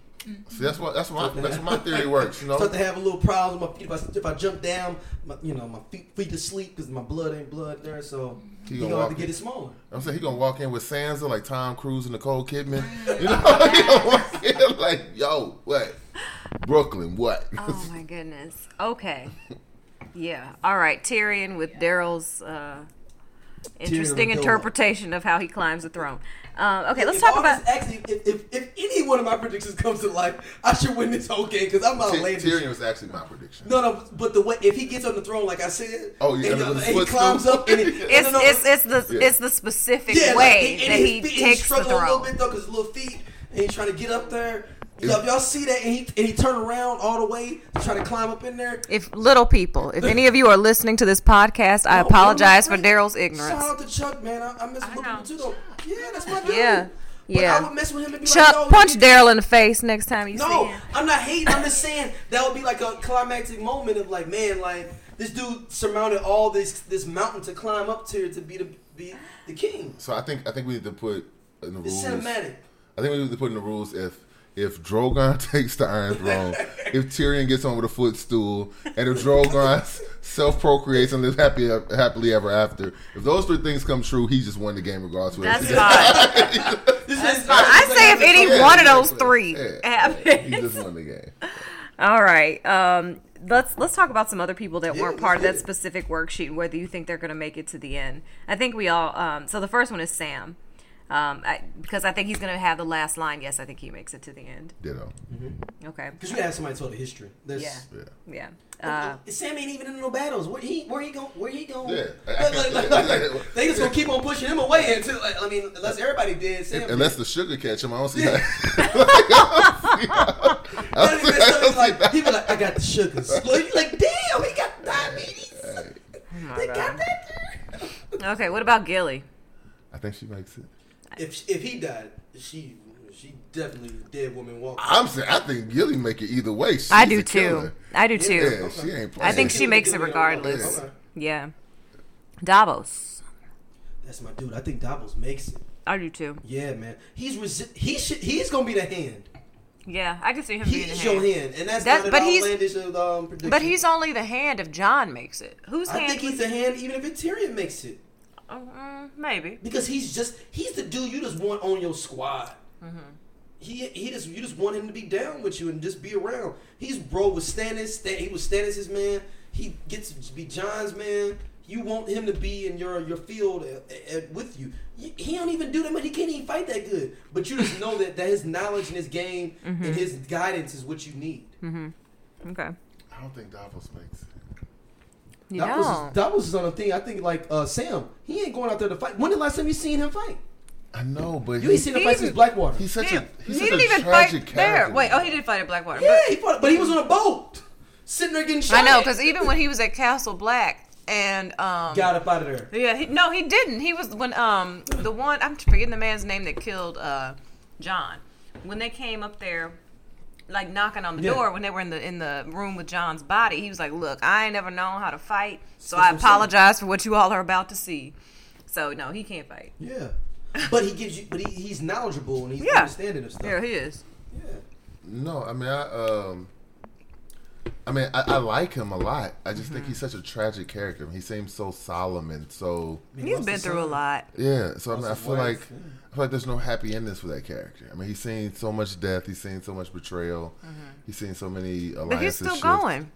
S2: See, that's what that's what my, that's what my theory works. You know,
S1: start to have a little problem with my feet. If I, if I jump down, my, you know, my feet feet to sleep because my blood ain't blood there, so
S2: He
S1: he
S2: gonna
S1: gonna, have to
S2: walk
S1: get
S2: it.
S1: it smaller.
S2: I'm saying he gonna walk in with Sansa like Tom Cruise and Nicole Kidman. You know, [laughs] he gonna walk in like, yo, what? Brooklyn, what?
S3: Oh my goodness. Okay. Yeah. All right. Tyrion with Daryl's uh, interesting
S1: Tyrion with Daryl.
S3: interpretation of how he climbs the throne. Um, okay, let's
S1: If
S3: talk
S1: all
S3: about.
S1: this Actually, if, if if any one of my predictions [laughs] comes to life, I should win this whole game because I'm not
S2: Ty-
S1: a lady.
S2: Tyrion was actually my prediction.
S1: Oh, No, no, but the way if he gets on the throne, like I said,
S2: Oh, yeah,
S1: and,
S2: and with his
S1: and he
S2: footstool.
S1: climbs up
S2: [laughs]
S1: and it,
S3: It's,
S1: no, no, no.
S3: it's, it's the
S2: Yeah.
S3: it's the specific
S1: yeah, like,
S3: way
S1: and- and
S3: that
S1: his
S3: he
S1: feet- and
S3: takes the
S1: struggle a little
S3: throne.
S1: bit though because little feet and he's trying to get up there. Y'all, y'all see that? And he and he turn around all the way to try to climb up in there.
S3: If little people, if any of you are listening to this podcast, I
S1: No,
S3: apologize for
S1: I'm not-
S3: Daryl's
S1: Oh, Shout
S3: ignorance.
S1: out to Chuck, man. I, I mess with
S3: know.
S1: him too though. Yeah, that's my dude.
S3: Yeah,
S1: But I
S3: yeah.
S1: would mess with him and be like,
S3: Chuck,
S1: yo,
S3: punch Daryl in the face next time you see
S1: No,
S3: him.
S1: I'm not hating. I'm just saying that would be like a climactic moment of like, man, like this dude surmounted all this this mountain to climb up to to be the be the king.
S2: So I think I think we need to put in the
S1: It's
S2: rules.
S1: cinematic.
S2: I think we need to put in the rules if if Drogon [laughs] takes the Iron Throne, if Tyrion gets on with a footstool, and if Drogon [laughs] self procreates and lives happy happily ever after, if those three things come true, he just won the game regardless. of what
S3: That's
S2: he did.
S3: fine.
S2: [laughs]
S1: This is
S3: I say if any
S2: Yeah,
S3: one of those
S2: exactly.
S3: three [laughs]
S2: Yeah.
S3: happens.
S2: he just won the game.
S3: All right. Um, let's let's talk about some other people that
S1: Yeah,
S3: weren't
S1: let's
S3: part of
S1: get
S3: that
S1: it.
S3: specific worksheet and whether you think they're going to make it to the end. I think we all. Um, so the first one is Sam, um, I, because I think he's going to have the last line. Yes, I think he makes it to the end.
S2: Ditto.
S3: Okay.
S1: Because you have somebody told the history. There's,
S3: Yeah.
S2: Yeah.
S3: Yeah.
S2: Oh,
S3: Uh,
S1: Sam ain't even in no battles. Where he where he going? Where he going?
S2: Yeah.
S1: Like, like, like, [laughs] like, they just gonna keep on pushing him away until like, I mean, unless everybody did. Sam did.
S2: Unless the sugar catch him, I don't see
S1: [laughs]
S2: how.
S1: Not even
S2: I don't
S1: something
S2: see
S1: like
S2: how-
S1: he be like, I got the sugars.
S2: [laughs]
S1: Like, like damn, he got diabetes.
S3: Oh
S1: they got that.
S3: [laughs] Uh, okay. What about Gilly?
S2: [laughs] I think she makes it.
S1: If if he died, she she definitely dead woman walking.
S3: Ah,
S2: I'm saying I think Gilly make it either way. She's
S3: I do
S2: a
S3: too.
S2: killer.
S3: I do too.
S2: Yeah, she ain't playing.
S3: I think she makes it regardless. Yeah. Davos.
S1: That's my dude. I think Davos makes it.
S3: I do too.
S1: Yeah, man. He's resi- he should he's gonna be the hand.
S3: Yeah, I can see him being the
S1: He's your
S3: hand.
S1: hand, and that's,
S3: That's-
S1: not
S3: but
S1: an
S3: he's-
S1: outlandish um, prediction.
S3: But he's only the hand if John makes it. Whose
S1: I
S3: hand?
S1: think he's
S3: was-
S1: the hand, even if Tyrion makes it,
S3: Oh, mm, maybe.
S1: because he's just he's the dude you just want on your squad. He he just you just want him to be down with you and just be around. He's bro with Stannis. Stan, he was Stannis's man. He gets to be John's man. You want him to be in your your field uh, uh, with you. Y- He don't even do that much. He can't even fight that good. But you just know that that his knowledge and his game and his guidance is what you need.
S3: Okay.
S2: I don't think Davos makes it.
S3: You
S1: That was
S3: don't.
S1: that was his own thing. I think like uh, Sam, he ain't going out there to fight. When the last time you seen him fight?
S2: I know, but
S1: You ain't seen him fight since Blackwater.
S2: he's such
S3: Damn,
S2: a
S3: he
S2: he's such
S3: didn't
S2: a
S3: even fight
S2: tragic
S3: there.
S2: character.
S3: Wait, oh, he did fight at Blackwater.
S1: yeah, he fought, but he was on a boat, sitting there getting
S3: But,
S1: shot.
S3: I know,
S1: at.
S3: because even when he was at Castle Black and um,
S1: got up out of there.
S3: yeah, he, no, he didn't. He was when um the one I'm forgetting the man's name that killed uh John when they came up there. Like knocking on the
S1: Yeah.
S3: door when they were in the in the room with John's body, he was like, "Look, I ain't never known how to fight,
S1: That's
S3: so I
S1: what I'm saying.
S3: apologize for what you all are about to see." So no, he can't fight.
S1: Yeah, but he gives you, but he, he's knowledgeable and he's
S3: Yeah.
S1: understanding of stuff.
S3: Yeah, he is.
S1: Yeah.
S2: No, I mean I um I mean I, I like him a lot. I just
S1: Mm-hmm.
S2: think he's such a tragic character. He seems so solemn and so
S1: I mean,
S3: He's
S1: lost
S3: been
S1: his
S3: through a
S1: son.
S3: lot.
S2: Yeah. So I mean I
S1: his
S2: feel
S1: wife,
S2: like
S1: yeah.
S2: I feel like there's no happy endings for that character. I mean he's seen so much death, he's seen so much betrayal,
S1: Mm-hmm.
S2: he's seen so many alliances.
S3: But he's still
S2: shift.
S3: going.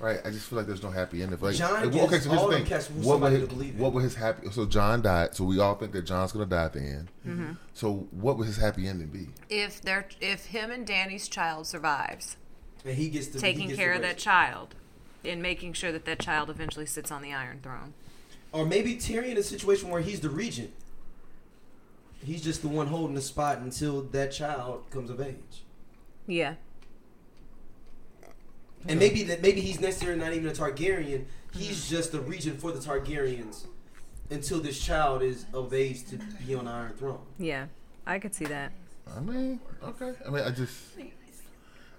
S2: Right. I just feel like there's no happy ending. Like,
S1: John
S2: like,
S1: gets
S2: okay, so
S1: all the
S2: here's the
S1: cats from
S2: thing. What
S1: somebody
S2: would,
S1: to believe in.
S2: what would his happy? So John died. So we all think that John's gonna die at the end.
S1: Mm-hmm.
S2: So what would his happy ending be?
S3: If they're if him and Danny's child survives,
S1: And he gets the, he
S3: taking
S1: gets
S3: care
S1: the
S3: of that
S1: raise.
S3: child and making sure that that child eventually sits on the Iron Throne.
S1: Or maybe Tyrion, a situation where he's the regent. He's just the one holding the spot until that child comes of age.
S3: Yeah.
S1: And maybe that maybe he's necessarily not even a Targaryen.
S3: Mm.
S1: He's just the regent for the Targaryens until this child is of age to be on the Iron Throne.
S3: Yeah. I could see that.
S2: I mean, okay. I mean, I just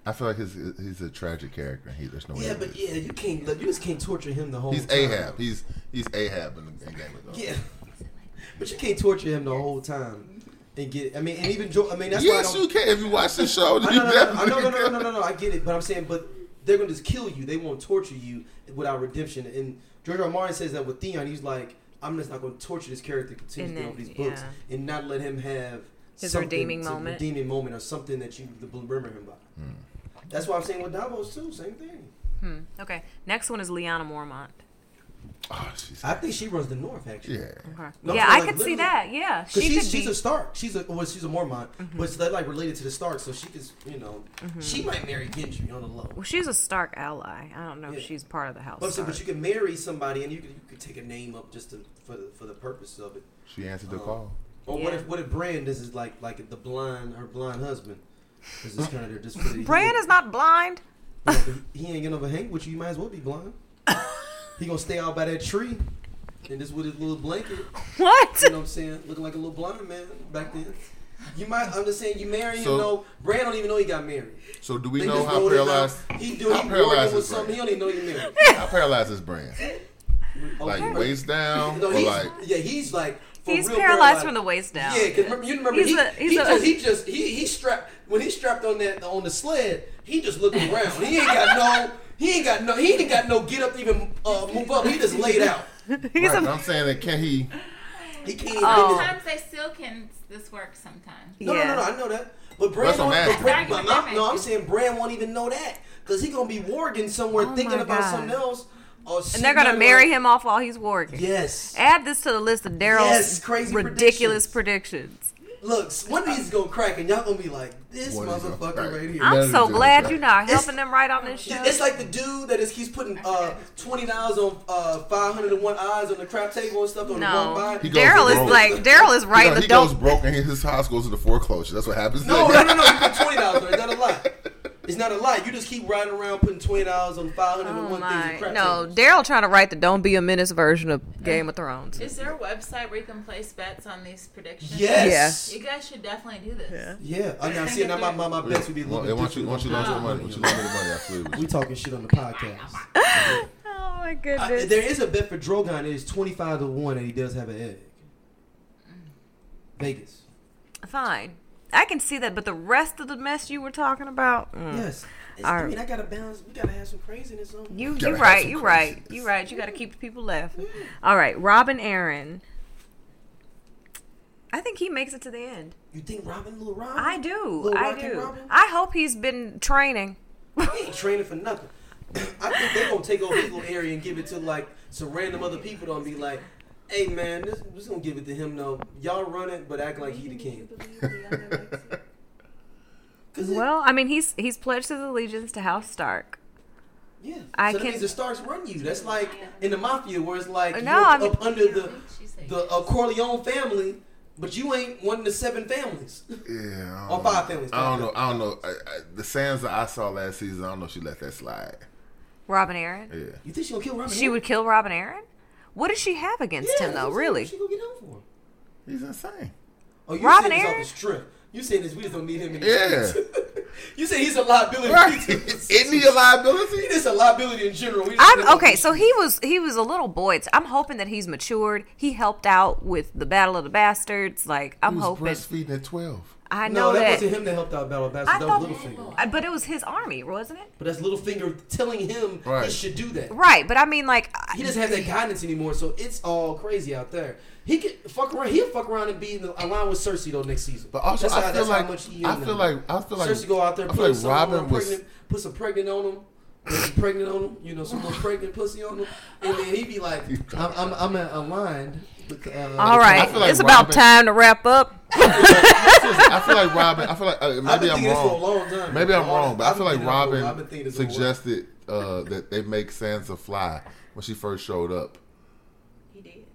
S2: I feel like he's he's a tragic character. He, there's no.
S1: Yeah,
S2: end.
S1: but yeah, you can't look, you just can't torture him the whole
S2: he's
S1: time.
S2: Ahab. He's he's Ahab in, the, in Game of Thrones.
S1: Yeah. But you can't torture him the whole time and get I mean and even jo- I mean that's
S2: yes,
S1: why I
S2: you
S1: don't,
S2: can if you watch the show.
S1: [laughs] I
S2: you
S1: know, no,
S2: definitely
S1: no, no, no, no, no, no,
S2: can.
S1: no, no, I get it, but I'm saying but they're gonna just kill you. They won't torture you without redemption. And George R. R. Martin says that with Theon, he's like, I'm just not gonna torture this character
S3: And
S1: continuously
S3: then-
S1: over these books and not let him have
S3: His
S1: something
S3: redeeming
S1: to-
S3: moment.
S1: redeeming moment or something that you remember him by.
S2: Hmm.
S1: That's why I'm saying with Davos too, same thing.
S3: Hmm. Okay. Next one is Liana Mormont.
S2: Oh, she's,
S1: I think she runs the north actually.
S2: yeah.
S3: Okay.
S1: No,
S3: yeah,
S1: so,
S3: I
S1: like,
S3: could see
S1: literally-
S3: that. Yeah. She
S1: Because she's,
S3: could
S1: she's
S3: be. Mm-hmm.
S1: a Stark. She's a well, she's a Mormont, but she's like related to the Stark, so she could you know she might marry Gendry on the low.
S3: well, she's a Stark ally. I don't know
S1: Yeah.
S3: if she's part of the house.
S1: But, I'm saying,
S3: Stark.
S1: but you can marry somebody, and you could, you could take a name up just to, for the for the purpose of it.
S2: She answered the
S1: Oh.
S2: call.
S1: Or what
S3: Yeah.
S1: if what if Bran is is like like the blind her blind husband? Because it's kind of just for the
S3: Bran is not blind.
S1: Yeah, but he ain't gonna overhang with you. You might as well be blind. he gonna stay out by that tree, and just with his little blanket.
S3: [laughs] What? [laughs]
S1: You know what I'm saying? Looking like a little blind man back then. You might. I'm just saying. You marry him.
S2: So-
S1: though. Bran don't even know he got married.
S2: So do we
S1: They
S2: know
S1: just
S2: how
S1: rolled him out.
S2: paralyzed?
S1: He do.
S2: how
S1: He
S2: paralyzed
S1: paralyzed with
S2: is
S1: something. He
S2: Bran?
S1: don't even know he
S3: [laughs]
S1: married.
S2: How paralyzed is Brand? Like
S1: Okay.
S2: waist down
S1: No,
S2: or
S1: he's, [laughs]
S2: like
S1: yeah, he's like for
S3: He's
S1: real
S3: paralyzed from the waist down.
S1: Yeah, because you remember
S3: He's
S1: he,
S3: a- he's
S1: he,
S3: a-
S1: just, he just he he strapped when he strapped on that on the sled. He just looked around. He ain't got no. He ain't got no. He ain't got no get up to even uh, move up. He just laid out.
S3: He's
S2: right,
S3: a-
S2: but I'm saying that can he?
S1: He can't. Even
S3: Oh.
S4: Sometimes they still can. This works sometimes.
S1: No, no,
S3: yeah.
S1: no, no. I know that. But Bran,
S2: That's what
S1: won't-
S2: I'm
S1: but
S2: asking.
S1: Bran- but
S4: Argument,
S1: I'm- no, I'm
S4: argument.
S1: saying Bran won't even know that. because he gonna be warging somewhere
S3: Oh
S1: thinking
S3: my
S1: about
S3: God.
S1: something else. Or
S3: And they're gonna marry him off while he's working.
S1: Yes.
S3: Add this to the list of Daryl's
S1: Yes, crazy
S3: ridiculous predictions.
S1: Look, one of these is gonna crack, and y'all gonna be like, this
S2: One of these gonna
S1: motherfucker
S2: crack.
S1: right here.
S2: Let
S3: I'm
S2: him
S3: so
S2: do it,
S3: glad
S2: right?
S3: you're not
S1: It's-
S3: helping them right on this show.
S1: It's like the dude that is he's putting uh, twenty dollars on uh, five hundred and one eyes on the crap table and stuff on the
S3: no,
S1: one
S2: He
S1: by.
S2: goes
S3: Daryl is
S2: broke.
S3: like Daryl is
S2: Right,
S3: writing
S2: you know, he
S3: the dope.
S2: goes broke and his house goes into foreclosure. That's what happens.
S1: No, no,
S2: [laughs]
S1: no, no. You put twenty dollars on. it. It's not a lie. It's not a lie. You just keep riding around putting twenty dollars on five hundred and
S3: Oh
S1: one things
S3: my!
S1: on crap
S3: No,
S1: tables.
S3: Daryl trying to write the "Don't Be a Menace" version of Game
S1: [laughs]
S3: of Thrones.
S4: Is there a website where you can place bets on these predictions?
S1: Yes.
S4: You guys should definitely do this.
S1: Yeah, I now see now my my, my bets would be a little
S2: They
S1: bit
S2: want you, want you to
S1: different.
S2: lose your money. Want you to lose your money. I feel with
S1: We
S2: you.
S1: talking shit on the podcast.
S3: [laughs] Oh my
S1: I,
S3: goodness!
S1: Uh, there is a bet for Drogon. It is twenty five to one, and he does have an egg. Vegas.
S3: Fine, I can see that, but the rest of the mess you were talking about. mm.
S1: Yes. It's-
S3: All
S1: I
S3: right.
S1: mean, I gotta balance. We gotta have some craziness on.
S3: You
S2: Gotta
S3: you
S2: have
S3: right,
S2: some
S3: you right,
S2: craziness.
S3: you right. You got to keep the people laughing. All right, Robin Aaron. I think he makes it to the end.
S1: You think Robin, little Robin?
S3: I do.
S1: Oh. Little
S3: I
S1: Rocket
S3: do.
S1: Robin?
S3: I hope he's been training.
S1: He ain't training for nothing. [clears throat] I think they gonna take over his little area and give it to like some random other people. Don't be like, hey man, this we just gonna give it to him. though. y'all run it, but act like he the king. [laughs] Cause it-
S3: Well, I mean, he's he's pledged his allegiance to House Stark.
S1: yeah,
S3: I
S1: so that
S3: can-
S1: means the Starks run you. That's like in the mafia where it's like
S3: No,
S1: you're
S3: I mean-
S1: up under the the uh, Corleone family, but you ain't one of the seven families.
S2: Yeah. I
S1: Or
S2: don't
S1: five
S2: know.
S1: families,
S2: I
S1: five
S2: don't know. I don't know. I, I, the sands that I saw last season, I don't know if she let that slide.
S3: Robin Aaron.
S2: Yeah.
S1: You think she gonna kill Robin?
S3: She
S1: Hood?
S3: would kill Robin Aaron. What does she have against
S1: Yeah,
S3: him though?
S1: that's what I'm saying.
S3: Really?
S1: She gonna get down for him.
S2: He's insane.
S1: [laughs] Oh, you
S3: Robin
S1: saying this off
S3: Aaron?
S1: the strip. You saying this? We just don't need him. In the
S2: Yeah.
S1: streets. [laughs] you say he's a liability.
S2: [laughs] Right. Isn't he a
S1: He
S2: liability?
S1: just a liability in general. We just put him
S3: I'm
S1: on
S3: okay.
S1: the
S3: So he was he was a little boy. It's- I'm hoping that he's matured. He helped out with the Battle of the Bastards. Like I'm
S2: he was
S3: hoping.
S2: breastfeeding at 12.
S3: I
S1: No,
S3: know
S1: that,
S3: that.
S1: wasn't him that helped out Battle of Bastards.
S3: I
S1: That was
S3: thought-
S1: Littlefinger.
S3: I- But it was his army, wasn't it?
S1: But that's Littlefinger telling him
S2: Right.
S1: he should do that.
S3: Right. But I mean, like, I-
S1: He doesn't have that guidance anymore, so it's all crazy out there. He could fuck around. He'll fuck around and be in the line with Cersei though next season.
S2: But also,
S1: that's
S2: I
S1: how,
S2: feel
S1: that's
S2: like
S1: how much he
S2: I
S1: in
S2: feel
S1: him.
S2: like I feel like
S1: Cersei go out there,
S2: I
S1: put,
S2: feel like
S1: some
S2: Robin
S1: on
S2: was
S1: pregnant, put some pregnant on him, put some pregnant on him, you know, some little pregnant pussy on him, and then he be
S2: [laughs]
S1: like, "I'm I'm, I'm uh, aligned." With, uh,
S3: all right.
S2: feel like
S3: it's about
S2: Robin-
S3: time to wrap up.
S2: [laughs] I feel like Robin. I feel like uh,
S1: I've
S2: maybe
S1: been
S2: I'm
S1: thinking this for a
S2: wrong.
S1: long time.
S2: Maybe I'm
S1: All-
S2: wrong, but I
S1: I've
S2: feel
S1: been thinking
S2: like
S1: this for- I've been
S2: Robin
S1: thinking this for a while.
S2: suggested uh, that they make Sansa fly when she first showed up.
S5: He did.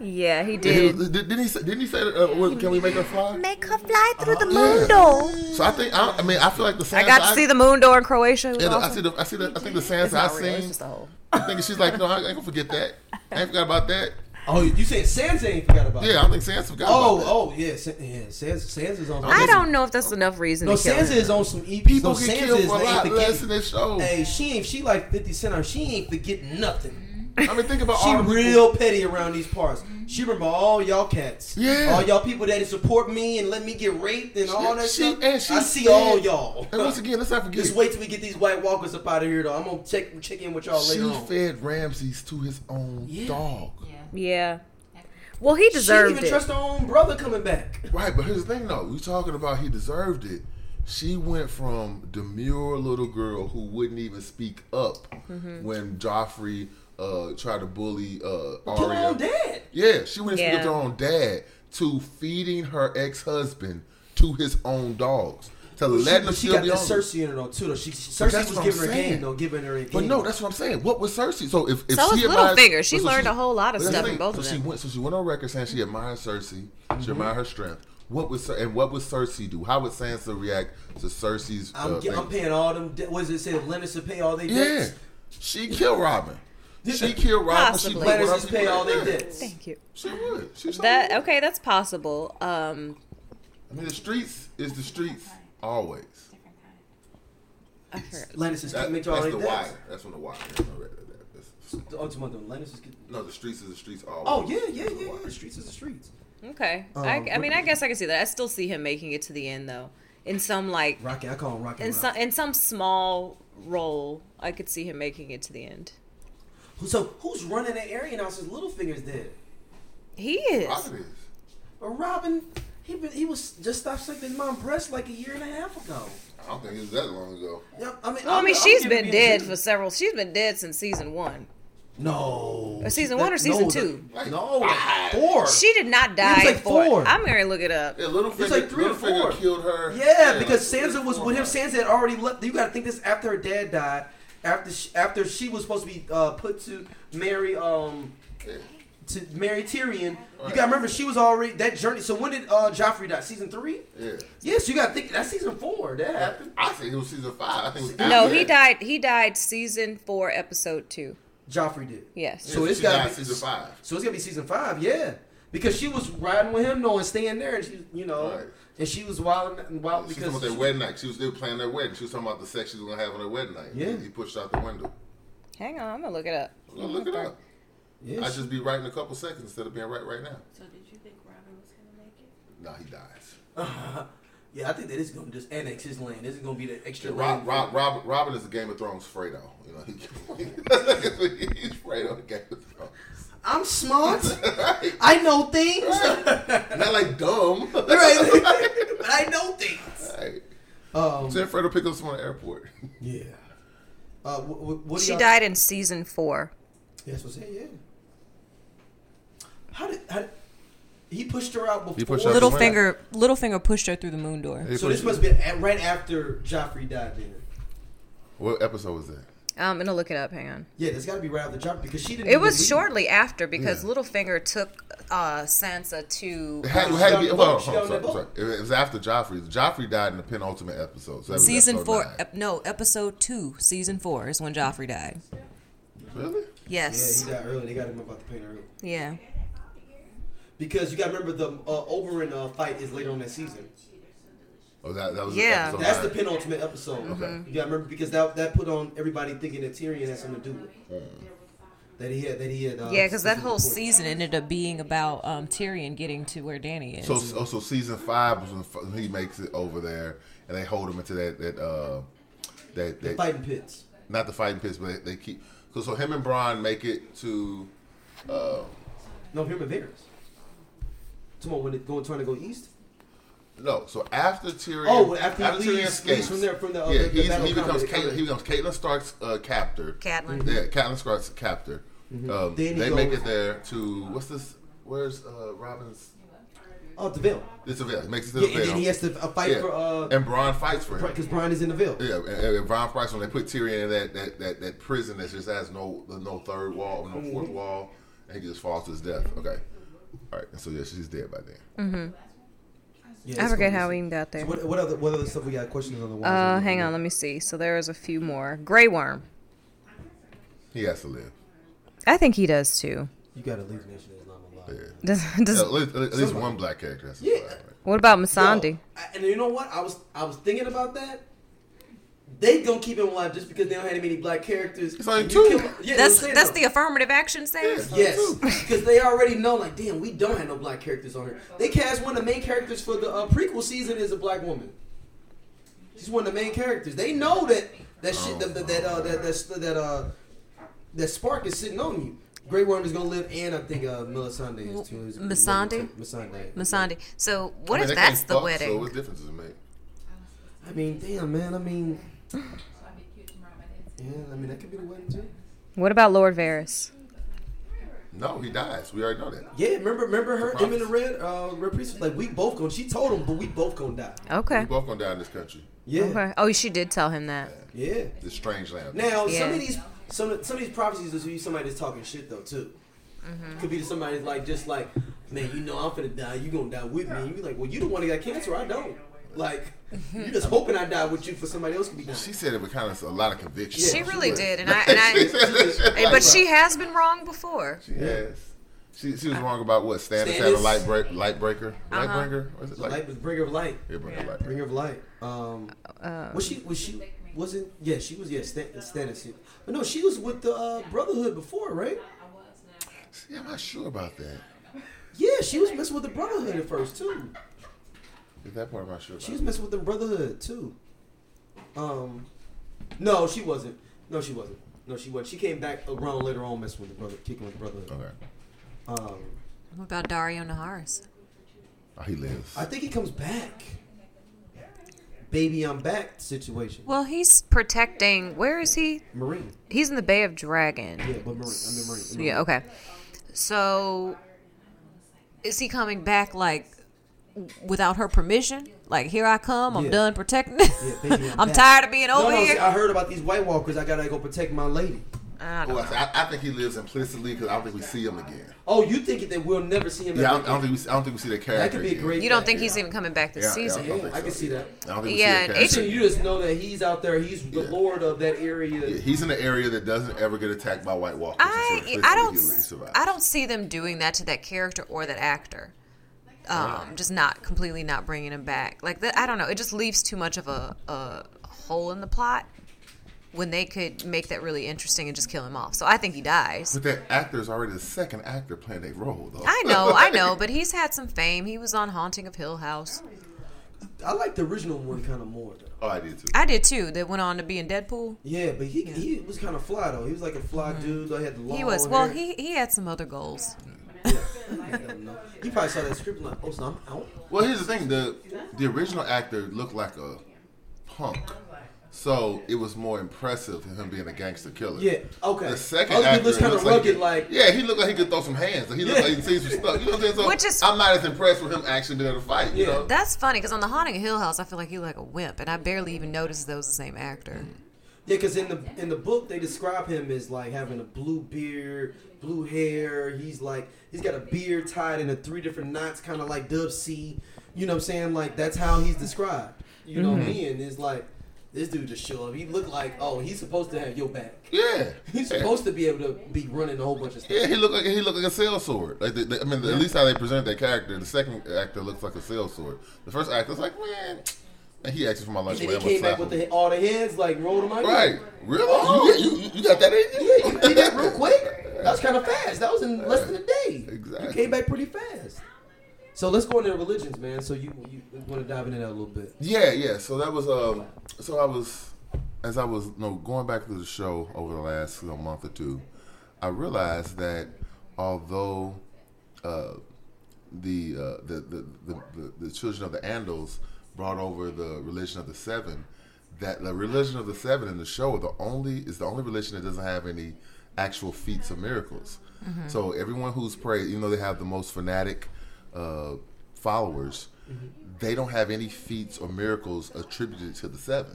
S3: Yeah, he
S2: He
S3: did.
S2: was- did, not he say? Didn't he say? that, Uh, what, can we make her fly?
S3: Make her fly through
S1: Uh,
S3: the
S2: moon
S3: door.
S2: So I think I, I mean I feel like the Sansa.
S3: I got to see the moon door in Croatia. It was
S2: Yeah, the- I
S3: awesome.
S2: see the. I see the. I think the
S3: It's
S2: Sansa I
S3: not real. It's
S2: seen.
S3: just a hole.
S2: I think she's like, no, I ain't gonna forget that. I ain't forgot about that.
S1: Oh, you said Sansa ain't forgot about.
S2: Yeah, I
S1: It.
S2: don't think Sansa forgot
S1: Oh,
S2: about that.
S1: oh yeah, Sa- yeah. Sansa, Sansa's on.
S3: I don't know if that's enough reason
S1: Oh, No,
S3: to kill
S1: Sansa
S3: him.
S1: is on some. E-
S2: People
S1: no,
S2: get
S1: Sansa
S2: killed
S1: is
S2: for a
S1: ain't
S2: lot
S1: forgetting-
S2: less in this show.
S1: Hey, she ain't. She like Fifty Cent. Or she ain't forgetting nothing.
S2: I mean, think about
S1: She
S2: all the people-
S1: real petty around these parts. She remember all y'all cats.
S2: Yeah.
S1: All y'all people that support me and let me get raped and all that
S2: she-
S1: stuff.
S2: and she
S1: I see
S2: said-
S1: all y'all.
S2: And once again, let's not
S1: [laughs]
S2: forget.
S1: Just wait till we get these White Walkers up out of here, though. I'm gonna check check in with y'all
S2: she
S1: later on.
S2: fed Ramses to his own
S1: Yeah.
S2: dog.
S3: Yeah. Well, he deserved
S1: she didn't even
S3: it.
S1: trust her own brother coming back.
S2: Right, but here's the thing though. We're talking about he deserved it. She went from demure little girl who wouldn't even speak up
S3: Mm-hmm.
S2: when Joffrey uh, tried to bully uh,
S1: Come on,
S2: Arya.
S1: Dad.
S2: Yeah, she went and speak
S3: Yeah.
S2: up to her own dad to feeding her ex husband to his own dogs. To letting
S1: she,
S2: him
S1: she
S2: still
S1: got
S2: be
S1: the
S2: on.
S1: Cersei in her though too. Though she, she-
S2: But
S1: Cersei
S2: that's
S1: was
S2: what I'm
S1: giving her
S2: saying.
S1: game though, giving her a game.
S2: But no, that's what I'm saying. What was Cersei? So if, if
S3: So
S2: she
S3: was
S2: admired-
S3: Littlefinger. She
S2: so
S3: learned a whole lot of
S2: but that's
S3: stuff
S2: the
S3: from
S2: thing.
S3: both
S2: so
S3: of
S2: she
S3: them.
S2: Went, so she went on record saying she admired Cersei.
S1: Mm-hmm.
S2: She admired her strength. What would Cer- and what would Cersei do? How would Sansa react to Cersei's?
S1: I'm,
S2: uh,
S1: gi-
S2: thing?
S1: I'm paying all them. De- what does it say? Lennox to pay all their
S2: yeah,
S1: debts.
S2: she killed Robin. She killed Robin. She
S3: Possibly.
S2: put
S1: Lennox
S2: up-
S1: just pay all their
S2: Yeah,
S1: debts.
S3: Thank you.
S2: She would. She so
S3: That
S2: would.
S3: okay? That's possible. Um,
S2: I mean, the streets is the streets always.
S3: I heard-
S1: Lennox just
S2: That,
S1: make
S2: that's
S1: all their
S2: the why.
S1: debts.
S2: That's when the why. That's no record of that. That's-
S1: Oh, it's one of them. Lennox just get-
S2: No, the streets is the streets always.
S1: Oh yeah, yeah,
S2: That's the
S1: yeah,
S2: why.
S1: yeah. The streets is the streets.
S3: okay.
S1: Um,
S3: I, I mean, I
S1: what-
S3: guess I can see that. I still see him making it to the end though. In some like
S1: Rocky, I call him Rocky.
S3: in
S1: And
S3: some in some small role, I could see him making it to the end.
S1: so who's running that area now since Littlefinger's dead?
S3: He is.
S2: Robin is.
S1: But Robin, He been, he was just stopped sucking his mom's breast like a year and a half ago.
S2: I don't think it was that long ago.
S1: Yeah, I mean,
S3: Well, I
S1: I'm-
S3: mean,
S1: I'm
S3: she's
S1: giving
S3: been
S1: you-
S3: dead for several. She's been dead since season one.
S1: no.
S3: Or season
S1: That-
S3: one or season
S1: no, that-
S3: two?
S2: Like
S1: no,
S2: five.
S1: four.
S3: She did not die.
S1: like
S3: at four.
S1: four.
S3: I'm gonna look it up.
S2: Yeah, Littlefinger,
S1: It's like three or
S2: Littlefinger
S1: four.
S2: killed her.
S1: Yeah, because
S2: like
S1: Sansa was
S2: four
S1: with him.
S2: months.
S1: Sansa had already left. You got to think this after her dad died. After she, after she was supposed to be uh, put to marry um
S2: Yeah.
S1: to marry Tyrion. You
S2: Right.
S1: got to remember she was already that journey. So when did uh, Joffrey die? Season three.
S2: Yeah.
S1: Yes, you got to think that's season four. That happened.
S2: I think it was season five. I think it was
S3: No,
S2: after
S3: he
S2: that.
S3: died. He died season four, episode two.
S1: Joffrey did.
S3: Yes.
S1: So
S2: Yeah,
S1: it's
S2: she
S1: gotta
S2: died
S1: be-
S2: season five.
S1: So it's gonna be season five, yeah, because she was riding with him, knowing staying there, and she, you know,
S2: Right.
S1: and she was wild and wild
S2: She was talking
S1: because
S2: about their wedding night. She was they were planning their wedding. She was talking about the sex she was gonna have on her wedding night.
S1: Yeah.
S2: He pushed out the window.
S3: Hang on, I'm gonna look it up.
S2: Well, look it up.
S1: yeah,
S2: I
S1: she-
S2: just be right in a couple seconds instead of being right right now.
S5: So did you think Robin was gonna make it?
S2: No, he dies.
S1: [laughs] yeah, I think that is gonna just annex his land. This is gonna be the extra land.
S2: Rob, Rob, Rob, Robin is a Game of Thrones Fredo. You know, he, [laughs] he's Fredo in Game of Thrones. [laughs]
S1: I'm smart. I know things. [laughs]
S2: Not like dumb. [laughs]
S1: Right. but I know things.
S2: Right.
S1: Um,
S2: Send Fredo pick up someone at the airport.
S1: yeah. Uh, what, what, what do
S3: She
S1: y'all-
S3: died in season four.
S1: Yes, was it? Yeah. How did, how did he pushed her out before?
S2: He pushed her out the window.
S7: Littlefinger, Littlefinger pushed her through the moon door.
S2: He
S1: So
S2: pushed-
S1: this must have been at, right after Joffrey died. Then.
S2: What episode was that?
S3: I'm gonna look it up. Hang on.
S1: Yeah, it's got to be right after Joffrey because she didn't.
S3: It
S1: even
S3: was
S1: leave.
S3: shortly after because
S2: Mm-hmm. Yeah.
S3: Littlefinger took uh, Sansa to
S2: It had,
S1: She
S2: it had
S1: got
S2: to
S1: on the
S2: be. Hold on,
S1: boat. She
S2: hold on,
S1: got on
S2: sorry,
S1: the
S2: sorry. It was after Joffrey. Joffrey died in the penultimate episode. So that was
S7: Season
S2: episode
S7: four,
S2: nine.
S7: ep- no, episode two, season four is when Joffrey died.
S2: Really?
S3: yes,
S1: Yeah, he died early. They got him about the pain early
S3: yeah.
S1: because you got to remember the uh, Oberyn uh, fight is later on that season.
S2: Oh, that, that was
S3: Yeah.
S2: episode
S1: That's the
S2: nine.
S1: penultimate episode.
S2: Okay.
S1: You got to remember because that that put on everybody thinking that Tyrion had something to do with it.
S2: Mm.
S1: that he had that he had. Uh,
S3: Yeah, because that
S1: something
S3: whole
S1: to do with it.
S7: Season ended up being about um, Tyrion getting to where Danny is.
S2: So, so, so season five was when f- he makes it over there, and they hold him into that that uh, that, that
S1: fighting pits.
S2: not the fighting pits, but they, they keep. Cause so him and Braun make it to. Uh,
S1: No, him and Varys. Tomorrow when they go trying to go east.
S2: no, so after Tyrion,
S1: Oh, well, after he leaves- leaves from there- from the, uh,
S2: yeah,
S1: the- the
S2: he's-
S1: battle
S2: he becomes
S1: combat.
S2: Catelyn, he becomes Catelyn Stark's uh, captor.
S3: Catelyn.
S2: yeah, Catelyn Stark's captor. Um,
S1: Mm-hmm. Then he
S2: they make
S1: goes-
S2: it there to what's this? Where's uh, Robin's?
S1: Oh, the Vale.
S2: It's a veil. He makes it to
S1: Yeah,
S2: the
S1: and
S2: veil.
S1: then he has to uh, fight
S2: Yeah.
S1: for uh,
S2: and Braun fights for him.
S1: because Brian is in the Vale.
S2: Yeah, and, and Von Price when they put Tyrion in that that, that, that prison that just has no no third wall, no fourth
S1: Mm-hmm.
S2: wall, and he just falls to his death. Okay, all right. And so yeah, she's dead by then.
S1: Yeah,
S3: I
S1: it's
S3: forget
S1: gonna be-
S3: how we even got there.
S1: So what, what other what other stuff we got questions on the walls?
S3: Uh, hang on, let me see. So there was a few more. Grey Worm.
S2: He has to live.
S3: I think he does too. [laughs]
S1: You gotta leave Nation Islam alive.
S2: Yeah.
S3: Does,
S2: Yeah,
S3: does,
S2: at least, at least one black character. Has to
S1: Yeah.
S2: survive, right?
S3: what about
S1: Yo,
S3: Masandi?
S1: I- and you know what? I was I was thinking about that. They gonna keep him alive just because they don't have any black characters.
S2: It's only
S1: You
S2: two.
S1: kill- yeah,
S3: That's
S1: what I'm
S3: that's
S1: saying,
S3: the affirmative action stance.
S2: Yeah.
S1: Yes, because they already know, like, damn, we don't have no black characters on here. They cast one of the main characters for the uh, prequel season is a black woman. She's one of the main characters. They know that that shit that that that uh, that that that, uh, that spark is sitting on you. Grey Worm is gonna live, and I think uh, Melisande is too.
S3: Missandei?
S1: Missandei.
S3: Masandi. So what
S2: I mean,
S3: if
S2: they
S3: that's
S2: can't
S3: the
S2: fuck, So
S3: wedding?
S2: what difference does it make?
S1: I mean, damn, man. I mean, yeah. I mean, that could be the wedding too.
S3: What about Lord Varys?
S2: No, he dies. We already know that.
S1: Yeah, remember, remember her, him and the red, uh, red priest. was Like we both gonna. She told him, but we both gonna die.
S2: We
S3: Okay.
S2: both gonna die in this country,
S1: Yeah,
S3: Okay. Oh, she did tell him that.
S1: yeah.
S2: this strange land.
S1: Now some
S3: Yeah.
S1: of these some of- some of these prophecies is be somebody that's talking shit though too.
S3: Mm-hmm.
S1: Could be somebody that's like just like, man, you know I'm finna die, you gonna die with me. And you be like, well, you the one that got cancer, I don't. Like, you
S3: [laughs]
S1: just hoping I die with you for somebody else to be dying.
S2: she said it with kind of a lot of conviction.
S1: Yeah,
S3: She really
S1: was.
S2: [laughs]
S3: did, and I and I. and- But she has been wrong before.
S2: Yes. She, she was wrong about what Stannis, had a
S1: Stannis.
S2: light break, light breaker,
S3: Uh-huh.
S2: light breaker. Or is it
S1: Light
S2: light?
S1: was bringer of light,
S2: Yeah, breaker, light breaker.
S1: bringer of light. Um, was she was she wasn't? Yeah, she was. Yeah, Stan, Stannis. But no, she was with the uh, Brotherhood before, right?
S2: See, I'm not sure about that.
S1: Yeah, she was messing with the Brotherhood at first too.
S2: Is that part I'm not sure about?
S1: She was messing with the Brotherhood too. Um, no, she wasn't. No, she wasn't. No, she wasn't. She came back around later on, Um, messing with the brother, kicking with the Brotherhood.
S2: okay.
S1: Um,
S7: What about Dario Naharis?
S2: Oh, he lives.
S1: I think he comes back. Baby, I'm back situation.
S3: Well, he's protecting. Where is he?
S1: Marine.
S3: He's in the Bay of Dragon.
S1: Yeah, but Marine. I mean Marine. Marine.
S3: Yeah, okay. So
S7: Is he coming back like without her permission? Like here I come. I'm
S1: Yeah.
S7: done
S3: [laughs]
S7: protecting.
S1: baby, I'm
S7: I'm
S1: back.
S7: tired of being over
S1: No, no, see,
S7: here.
S1: I heard about these White Walkers. I gotta go protect my lady.
S3: I
S2: Well,
S3: don't
S2: I, I- I think he lives implicitly because I don't think we see him again.
S1: Oh, you think that we'll never see him?
S2: Yeah, I
S1: ever
S2: don't, I don't
S1: again?
S2: think we. see- I don't think we see that character.
S1: That could be a
S2: again.
S1: great.
S3: you don't think he's even coming back this
S2: Yeah, yeah,
S3: season?
S2: I don't think
S1: Yeah, I
S2: so.
S1: can see that.
S2: I don't think
S3: Yeah,
S2: we see
S3: and
S2: that
S1: You
S2: character.
S1: see, you just know that he's out there. He's the
S2: Yeah.
S1: lord of that area.
S2: Yeah, he's in the area that doesn't ever get attacked by White Walkers. so
S3: I
S2: implicitly
S3: I
S2: he
S3: don't
S2: survives.
S3: I don't see them doing that to that character or that actor. Um, just not completely not bringing him back. Like that, I don't know. It just leaves too much of a, a hole in the plot when they could make that really interesting and just kill him off. So I think he dies.
S2: But that actor is already the second actor playing that role, though.
S3: I know, I know, but he's had some fame. He was on Haunting of Hill House.
S1: I like the original one kind of more though.
S2: [laughs] oh, I did too.
S3: I did too. That went on to be in Deadpool.
S1: Yeah, but he he was kind of fly though. He was like a fly dude. Though he had the long
S3: He was well.
S1: hair. [laughs]
S3: He he had some other goals.
S1: I don't know. He probably saw that script and like, oh, so I'm out.
S2: Well, here's the thing: the the original actor looked like a punk, so it was more impressive than him being a gangster killer.
S1: Yeah, okay.
S2: The second
S1: Other dude
S2: actor
S1: looks kinda
S2: looks like he
S1: rugged,
S2: could-
S1: like-
S2: yeah, he looked like he could throw some hands. He looked
S1: Yeah.
S2: like he could see some stuff. You know what I'm saying? So
S3: Which is-
S2: I'm not as impressed with him actually being able to fight. You
S1: Yeah.
S2: know?
S3: That's funny because on the Haunting of Hill House, I feel like he like a wimp, and I barely even noticed that was the same actor.
S1: Yeah, because in the in the book they describe him as like having a blue beard, blue hair. He's like he's got a beard tied into three different knots, kind of like Dub C. You know what I'm saying? Like that's how he's described. You know what I mean? It's like this dude just show up. He looked like oh he's supposed to have your back.
S2: yeah.
S1: He's supposed to be able to be running a whole bunch of stuff.
S2: Yeah, he looked like he looked like a sail sword. Like the, the, I mean, the, at least how they presented that character. The second actor looks like a sail sword. The first actor's like, man, and he asked for my lunch.
S1: And
S2: man,
S1: he
S2: I'm gonna
S1: came back
S2: slap
S1: with
S2: him.
S1: the, all the heads like rolled him out.
S2: right. Really?
S1: Oh.
S2: You, you, you got that in you?
S1: Yeah, you did that real quick. That was kind of fast. That was in less than a day.
S2: Exactly.
S1: You came back pretty fast. So let's go into the religions, man. So you you want to dive into that a little bit?
S2: Yeah, yeah. So that was um. So I was, as I was no going back to the show over the last you know, month or two, I realized that although uh, the, uh, the, the, the the the children of the Andals brought over the religion of the Seven, that the religion of the Seven in the show are the only is the only religion that doesn't have any actual feats or miracles. So everyone who's prayed, even though they have the most fanatic uh, followers, they don't have any feats or miracles attributed to the Seven.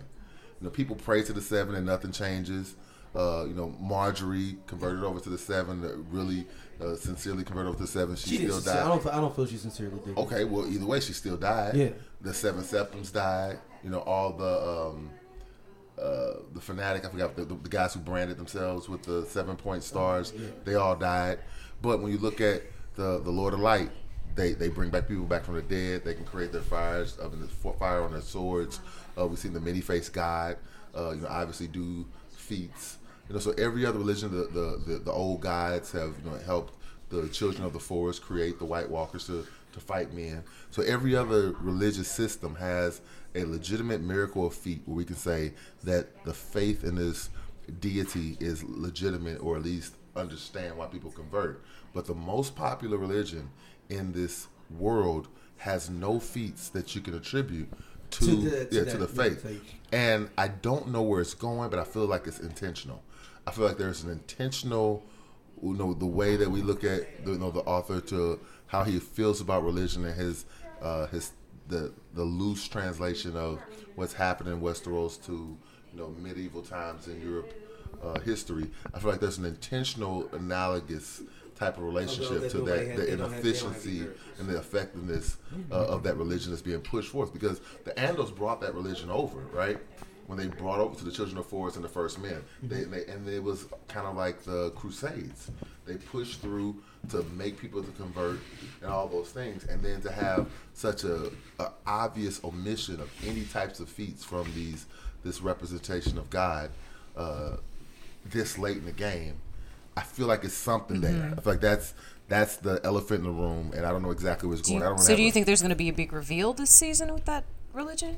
S2: You know, people pray to the Seven and nothing changes. Uh, you know, Marjorie converted over to the Seven, uh, really uh, sincerely converted over to the Seven. She,
S1: She
S2: still
S1: didn't. I
S2: died.
S1: don't. I don't feel she sincerely did.
S2: Okay, well, either way, she still died.
S1: Yeah.
S2: The seven septums died. You know, all the um, uh, the fanatic. I forgot the, the, the guys who branded themselves with the seven point stars. They all died. But when you look at the the Lord of Light, they they bring back people back from the dead. They can create their fires of the f- fire on their swords. Uh, we've seen the many faced God. Uh, you know, obviously do feats. You know, so every other religion, the the, the, the old gods have you know helped the children of the forest create the White Walkers to, to fight men. So every other religious system has a legitimate miracle of feat where we can say that the faith in this deity is legitimate or at least understand why people convert. But the most popular religion in this world has no feats that you can attribute
S1: To
S2: to,
S1: the- to
S2: yeah,
S1: that-
S2: to the
S1: yeah,
S2: faith.
S1: faith.
S2: And I don't know where it's going, but I feel like it's intentional. I feel like there's an intentional, you know, the way that we look at, you know, the author to how he feels about religion and his, uh, his the the loose translation of what's happening in Westeros to, you know, medieval times in Europe uh, history. I feel like there's an intentional analogous type of relationship
S1: that
S2: to
S1: nobody
S2: that,
S1: had-
S2: the
S1: they don't have- they don't have
S2: inefficiency
S1: mirrors.
S2: and the effectiveness uh, of that religion that's being pushed forth because the Andals brought that religion over, right? When they brought over to the children of forest and the first men, they, they and it was kind of like the Crusades. They pushed through to make people to convert and all those things, and then to have such a, a obvious omission of any types of feats from these this representation of God uh, this late in the game, I feel like it's something there.
S7: Mm-hmm.
S2: I feel like that's that's the elephant in the room, and I don't know exactly what's
S7: Do
S2: going.
S7: you-
S2: on. I don't
S7: so
S2: have
S7: do
S2: a-
S7: you think there's going to be a big reveal this season with that religion?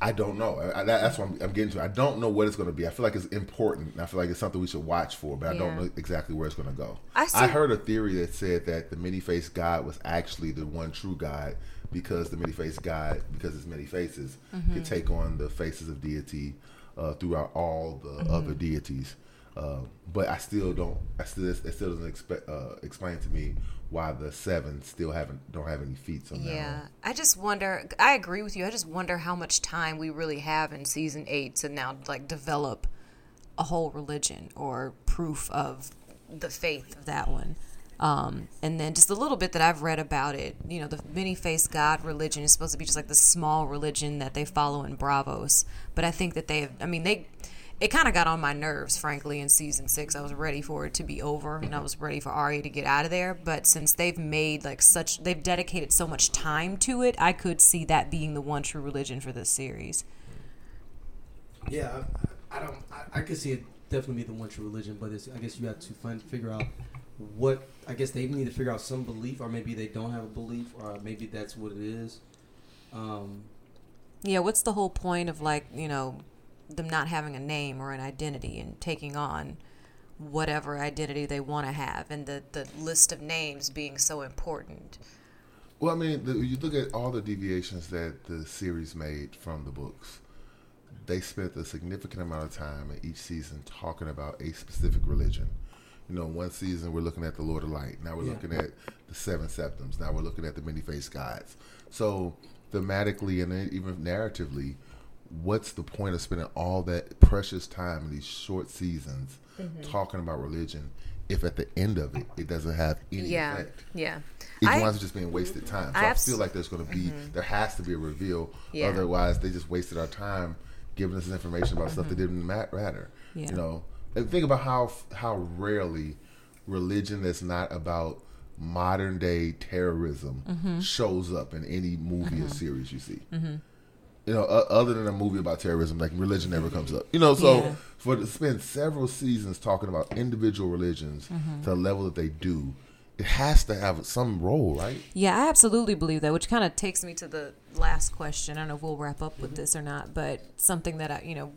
S2: I don't know. I, I, that- that's what I'm, I'm getting to. I don't know what it's going to be. I feel like it's important. and I feel like it's something we should watch for, but I don't
S3: Yeah.
S2: know exactly where it's going to go.
S3: I
S2: I,
S3: see-
S2: heard a theory that said that the many faced God was actually the one true God because the many faced God, because his many faces,
S3: Mm-hmm.
S2: can take on the faces of deity uh, throughout all the
S3: Mm-hmm.
S2: other deities. Uh, but I still don't. I still. It still doesn't expect, uh, explain to me why the seven still haven't don't have any feet somehow.
S3: Yeah, I just wonder. I agree with you. I just wonder how much time we really have in season eight to now like develop a whole religion or proof of the faith of that one. Um, and then just a little bit that I've read about it, you know, the many faced God religion is supposed to be just like the small religion that they follow in Bravos. But I think that they have, I mean, they, it kind of got on my nerves, frankly, in season six. I was ready for it to be over and I was ready for Arya to get out of there. But since they've made like such, they've dedicated so much time to it, I could see that being the one true religion for this series.
S1: Yeah, I, I don't. I, I could see it definitely be the one true religion, but it's, I guess you have to find figure out what. I guess they need to figure out some belief, or maybe they don't have a belief, or maybe that's what it is. Um,
S3: Yeah, what's the whole point of like, you know, them not having a name or an identity and taking on whatever identity they want to have and the, the list of names being so important?
S2: Well, I mean, the, you look at all the deviations that the series made from the books. They spent a significant amount of time in each season talking about a specific religion. You know, one season we're looking at the Lord of Light. Now we're
S1: Yeah.
S2: looking at the Seven Septums. Now we're looking at the Many Faced Gods. So thematically and then even narratively, what's the point of spending all that precious time in these short seasons talking about religion if at the end of it it doesn't have any
S3: Yeah.
S2: effect?
S3: Yeah.
S2: It
S3: I-
S2: winds up just being wasted time. So
S3: I
S2: I,
S3: abs- Mm-hmm.
S2: feel like there's going to be, there has to be a reveal.
S3: Yeah.
S2: Otherwise, they just wasted our time giving us information about stuff that didn't ma- matter.
S3: Mm-hmm. Yeah.
S2: You know, and think about how how rarely religion that's not about modern day terrorism
S3: Mm-hmm.
S2: shows up in any movie
S3: Uh-huh.
S2: or series you see. You know, o other than a movie about terrorism, like religion never comes up. You know, so
S3: Yeah.
S2: for to spend several seasons talking about individual religions
S3: Mm-hmm.
S2: to the level that they do, it has to have some role, right?
S3: Yeah, I absolutely believe that, which kind of takes me to the last question. I don't know if we'll wrap up with this or not, but something that I, you know,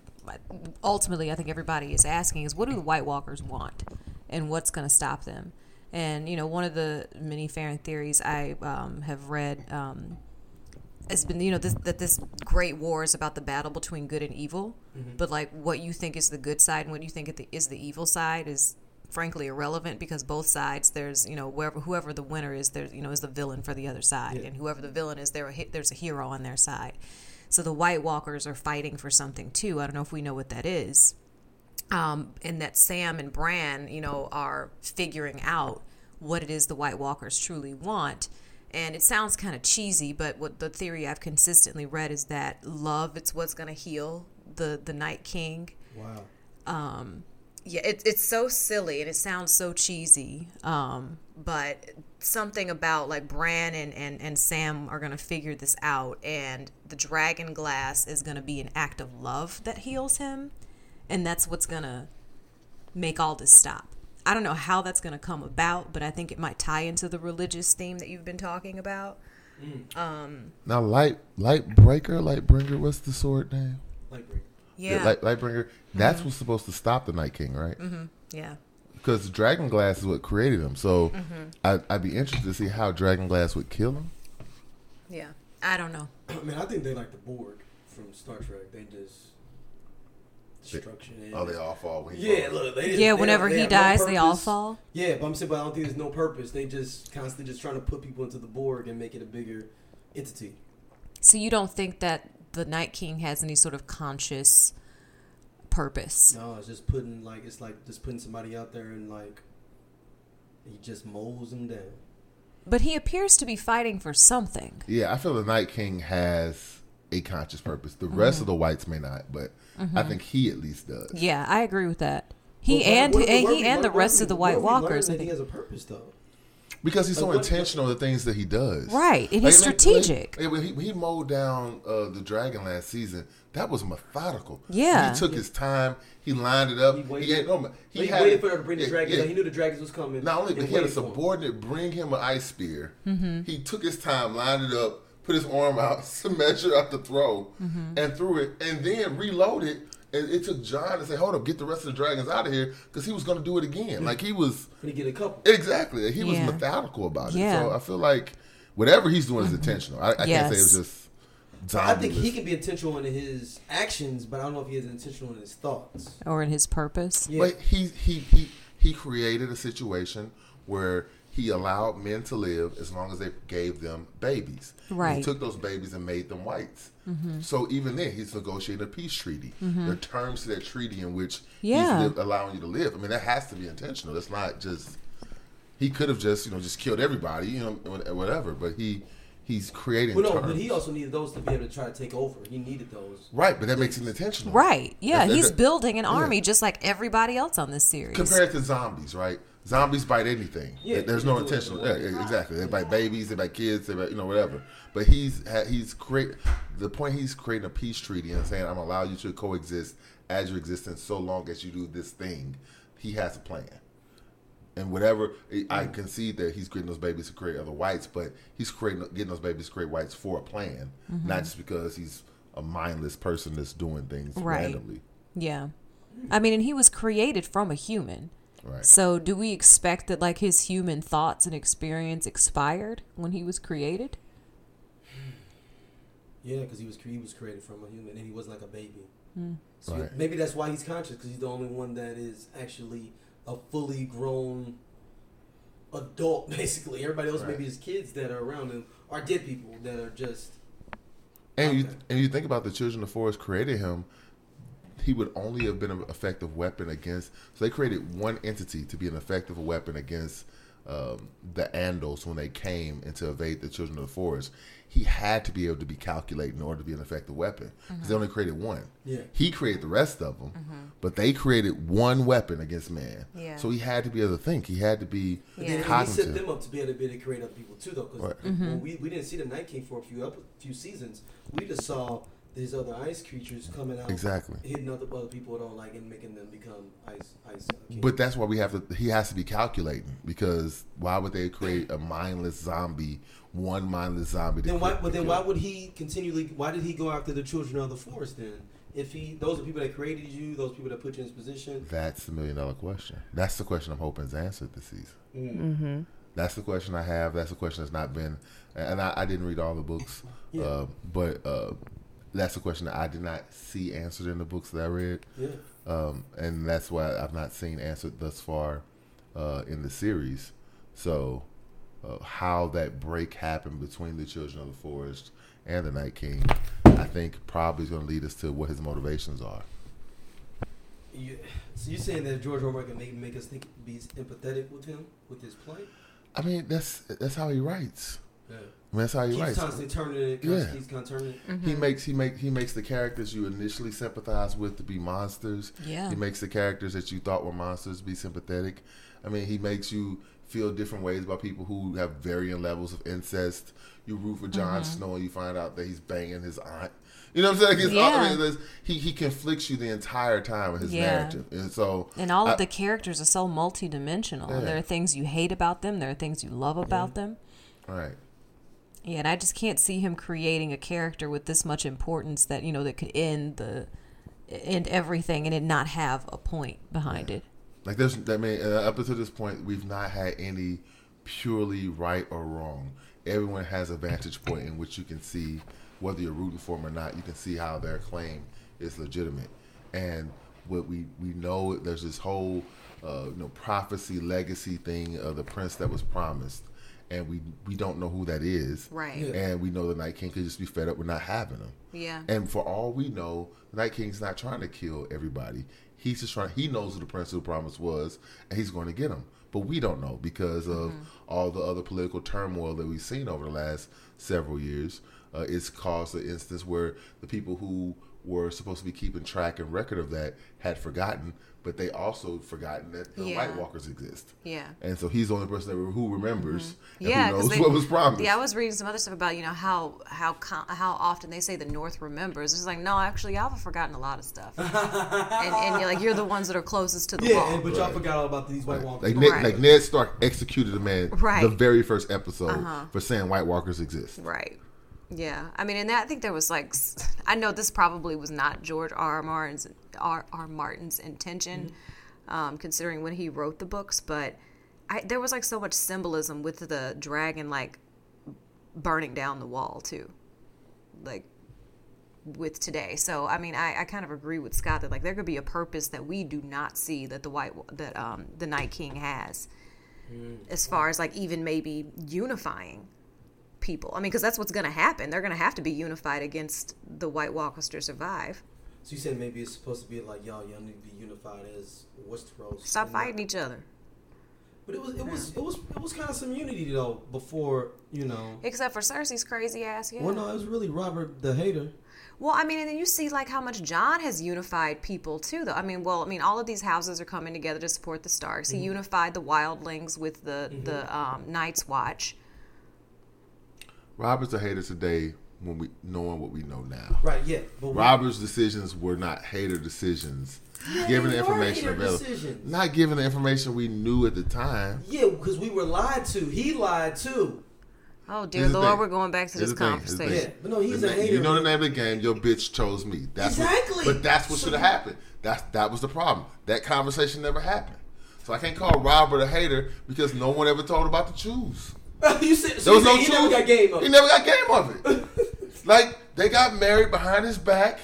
S3: ultimately I think everybody is asking is what do the White Walkers want and what's going to stop them? And, you know, one of the many Farron theories I um, have read um, has been, you know, this, that this great war is about the battle between good and evil, but like what you think is the good side and what you think is the- is the evil side is frankly irrelevant because both sides there's you know wherever whoever the winner is there you know is the villain for the other side and whoever the villain is there are hi- there's a hero on their side so the white walkers are fighting for something too i don't know if we know what that is um, and that Sam and Bran, you know, are figuring out what it is the White Walkers truly want. And it sounds kind of cheesy, but what the theory I've consistently read is that love it's what's going to heal the the Night King.
S1: wow.
S3: Yeah, it, it's so silly and it sounds so cheesy. Um, but something about like Bran and, and, and Sam are going to figure this out, and the dragon glass is going to be an act of love that heals him. And that's what's going to make all this stop. I don't know how that's going to come about, but I think it might tie into the religious theme that you've been talking about. Um,
S2: Now, light light breaker, light bringer. What's the sword name?
S1: Lightbreaker.
S3: Yeah. Mm-hmm.
S2: light, Lightbringer. That's what's supposed to stop the Night King, right?
S3: yeah. Mm-hmm.
S2: Because Dragon Glass is what created him. So I, I'd be interested to see how Dragon Glass would kill him.
S3: Yeah. I don't know.
S1: I mean, I think they like the Borg from Star Trek. They just destruction. and-
S2: oh, all fall. when he
S1: Yeah,
S2: falls.
S1: look. They just,
S3: Yeah,
S1: they
S3: whenever
S1: don't- they
S3: he
S1: have no
S3: dies, they all
S1: purpose.
S3: fall.
S1: Yeah, but I'm saying, but I don't think there's no purpose. They just constantly just trying to put people into the Borg and make it a bigger entity.
S3: So you don't think that the Night King has any sort of conscious purpose?
S1: No, it's just putting like it's like just putting somebody out there and like he just molds them down.
S3: But he appears to be fighting for something.
S2: Yeah, I feel the Night King has a conscious purpose.
S3: Mm-hmm.
S2: The rest of the whites may not, but I think he at least does.
S3: Mm-hmm. Yeah, I agree with that.
S1: But
S3: He
S1: what-
S3: and
S1: what if-
S3: and
S1: what if
S3: he
S1: we-
S3: and the
S1: what if
S3: rest
S1: we-
S3: of the
S1: what if
S3: White
S1: we learn
S3: Walkers. I
S1: That he
S3: think.
S1: has a purpose though.
S2: Because he's so
S1: Like, what-
S2: intentional in the things that he does.
S3: Right, and he's
S2: Like, like,
S3: strategic.
S2: Like, when he, when he mowed down uh, the dragon last season, that was methodical.
S3: Yeah.
S2: He took his time, he lined it up.
S1: He
S2: He,
S1: waited-
S2: had, no,
S1: He,
S2: he
S1: like,
S2: had
S1: waited for her to bring the
S2: yeah,
S1: dragons.
S2: yeah.
S1: Like, he knew the dragons was coming.
S2: Not only
S1: and
S2: did he had a
S1: waited for 'em.
S2: subordinate bring him an ice spear,
S3: Mm-hmm.
S2: he took his time, lined it up, put his arm out [laughs] to measure out the throw,
S3: Mm-hmm.
S2: and threw it, and then reloaded. And it took John to say, "Hold up, get the rest of the dragons out of here," because he was going to do it again. Like he was
S1: But he get a couple.
S2: exactly, he was
S3: Yeah.
S2: methodical about it.
S3: Yeah.
S2: So I feel like whatever he's doing is intentional. I, I can't say
S7: Yes.
S2: it's just.
S1: I think he
S2: zombie-less.
S1: can be intentional in his actions, but I don't know if he is intentional in his thoughts.
S7: or in his purpose.
S1: Yeah.
S2: But he he he he created a situation where he allowed men to live as long as they gave them babies. And He
S7: Right. Mm-hmm.
S2: took those babies and made them whites. So even then, he's negotiating a peace treaty. There are terms to that treaty in which
S7: Yeah.
S2: he's lived, allowing you to live. I mean, that has to be intentional. It's not just he could have just you know just killed everybody you know wha- whatever. But he he's creating
S1: Well, no,
S2: terms.
S1: but he also needed those to be able to try to take over. He needed those.
S2: right, but that makes it intentional.
S7: Right. Yeah,
S2: That's-
S7: he's
S2: that's-
S7: building an
S2: yeah.
S7: army just like everybody else on this series.
S2: Compared to zombies, right? Zombies bite anything.
S1: Yeah,
S2: There's
S1: they
S2: no
S1: do it.
S2: intentional. Yeah, yeah, exactly. They bite babies. They bite kids. They bite you know whatever. But he's ha- he's create the point. He's creating a peace treaty and saying, "I'm gonna allow you to coexist as your existence, so long as you do this thing." He has a plan, and whatever I
S1: Mm.
S2: concede that he's creating those babies to create other whites, but he's creating getting those babies to create whites for a plan,
S1: Mm-hmm.
S2: not just because he's a mindless person that's doing things
S7: Right.
S2: randomly.
S7: Yeah. I mean, and he was created from a human.
S2: Right.
S7: So do we expect that like his human thoughts and experience expired when he was created?
S1: Yeah, because he was cre- he was created from a human, and he was like a baby. So
S2: Right.
S1: maybe that's why he's conscious, because he's the only one that is actually a fully grown adult, [laughs] basically. Everybody else,
S2: Right.
S1: maybe is kids that are around him, are dead people that are just.
S2: And you
S1: Okay.
S2: and you think about the children of the forest created him, he would only have been an effective weapon against. So they created one entity to be an effective weapon against um, the Andals when they came and to evade the children of the forest. He had to be able to be calculated in order to be an effective weapon 'cause they only created one.
S1: Yeah.
S2: He created the rest of them, but they created one weapon against man.
S3: Yeah.
S2: So he had to be able to think. He had to be
S1: But then he set
S2: cognitive.
S1: them up to be able to, be able to create other people too, though, because
S2: Right.
S1: we, we didn't see the Night King for a few up, few seasons. We just saw these other ice creatures coming out,
S2: Exactly.
S1: hitting other other people at all, like and making them become ice ice. Uh, kings.
S2: But that's why we have to. He has to be calculating because why would they create a mindless zombie? One mindless zombie. to
S1: Then why?
S2: kill-
S1: But
S2: to
S1: then
S2: kill?
S1: why would he continually? Why did he go after the children of the forest? Then, if he, those are people that created you, those people that put you in this position.
S2: That's the million dollar question. That's the question I'm hoping is answered this season. That's the question I have. That's the question that's not been. And I, I didn't read all the books,
S1: Yeah.
S2: uh, but uh, that's the question that I did not see answered in the books that I read,
S1: Yeah,
S2: um, and that's why I've not seen answered thus far uh, in the series. So, uh, how that break happened between the Children of the Forest and the Night King, I think probably is going to lead us to what his motivations are.
S1: you, so you're saying that George Orwell can make, make us think, be empathetic with him, with his plight.
S2: I mean, that's that's how he writes.
S1: Yeah.
S2: I mean, that's how he
S1: Keeps
S2: writes.
S1: constantly turning it.
S2: Yeah.
S1: Keeps constantly turning it.
S6: Mm-hmm.
S2: He makes he make he makes the characters you initially sympathize with to be monsters.
S7: Yeah.
S2: He makes the characters that you thought were monsters be sympathetic. I mean, he makes you feel different ways about people who have varying levels of incest. You root for Jon
S7: Mm-hmm.
S2: Snow and you find out that he's banging his aunt. You know what I'm saying? It's all- I mean,
S7: Yeah.
S2: it's- he he conflicts you the entire time with his
S7: Yeah.
S2: narrative, and so
S7: And all
S2: I-
S7: of the characters are so multidimensional.
S2: Yeah.
S7: There are things you hate about them, there are things you love about them.
S2: all right.
S7: Yeah, and I just can't see him creating a character with this much importance that, you know, that could end the end everything and it not have a point behind it.
S2: Like there's, I mean, uh, up until this point, we've not had any purely right or wrong. Everyone has a vantage point in which you can see whether you're rooting for them or not. You can see how their claim is legitimate, and what we we know there's this whole uh, you know prophecy legacy thing of the prince that was promised, and we we don't know who that is.
S3: Right.
S2: And we know the Night King could just be fed up with not having them.
S3: Yeah.
S2: And for all we know, the Night King's not trying to kill everybody. He's just trying. He knows who the Prince of the Promise was, and he's going to get him. But we don't know because of
S3: Mm-hmm.
S2: all the other political turmoil that we've seen over the last several years. Uh, it's caused an instance where the people who were supposed to be keeping track and record of that had forgotten, but they also forgotten that the
S3: Yeah.
S2: White Walkers exist.
S3: Yeah.
S2: And so he's the only person that who remembers and
S3: Mm-hmm. Yeah,
S2: who
S3: 'cause
S2: knows
S3: they-
S2: what was promised.
S3: Yeah, I was reading some other stuff about you know how how com- how often they say the North remembers. It's like no, actually, y'all have forgotten a lot of stuff, and, and you're like you're the ones that are closest to the
S1: Yeah,
S3: wall.
S1: and, but y'all all forgot all about these White Walkers.
S2: Like Ned,
S3: Right.
S2: like Ned Stark executed a man
S3: Right.
S2: the very first episode for saying White Walkers exist.
S3: Right. Yeah. I mean, and that, I think there was like, s- I know this probably was not George R. R. Martin's, R. R. Martin's intention, um, considering when he wrote the books, but I, there was like so much symbolism with the dragon, like
S7: burning down the wall too, like with today. So I mean, I, I kind of agree with Scott that like there could be a purpose that we do not see that the white that um, the Night King has,
S1: Mm-hmm.
S7: as far as like even maybe unifying people. I mean, because that's what's going to happen. They're going to have to be unified against the White Walkers to survive.
S1: So you said maybe it's supposed to be like y'all, y'all need to be unified as Westeros.
S7: Stop
S1: And
S7: fighting
S1: not-
S7: each other.
S1: But it was it was it was it was kind of some unity though before you know.
S7: Except for Cersei's crazy ass. Yeah.
S1: Well, no, it was really Robert the Hater.
S7: Well, I mean, and then you see like how much John has unified people too, though. I mean, well, I mean, all of these houses are coming together to support the Starks.
S2: Mm-hmm.
S7: He unified the Wildlings with the the um, Night's Watch.
S2: Robert's a hater today when we knowing what we know now.
S1: Right. Yeah. But we-
S2: Robert's decisions were not hater decisions. Given the
S1: they were
S2: information
S1: hater
S2: available,
S1: decisions.
S2: not given the information we knew at the time.
S1: Yeah, because we were lied to. He lied too. [laughs]
S7: Oh dear
S2: Here's the
S7: Lord,
S2: thing.
S7: we're going back to
S2: Here's
S7: this
S2: the thing. Here's the
S7: conversation.
S1: Yeah, but no, he's
S2: The
S1: a
S2: na-
S1: hater.
S2: You know the name of the game. Your bitch chose me. That's
S1: Exactly.
S2: What, but that's what
S1: So-
S2: should have happened. That's that was the problem. That conversation never happened. So I can't call Robert a hater because no one ever told about the choose.
S1: you said so you
S2: There was no
S1: said he
S2: choose.
S1: never got game up.
S2: He never got game
S1: [laughs]
S2: of it. like they got married behind his back.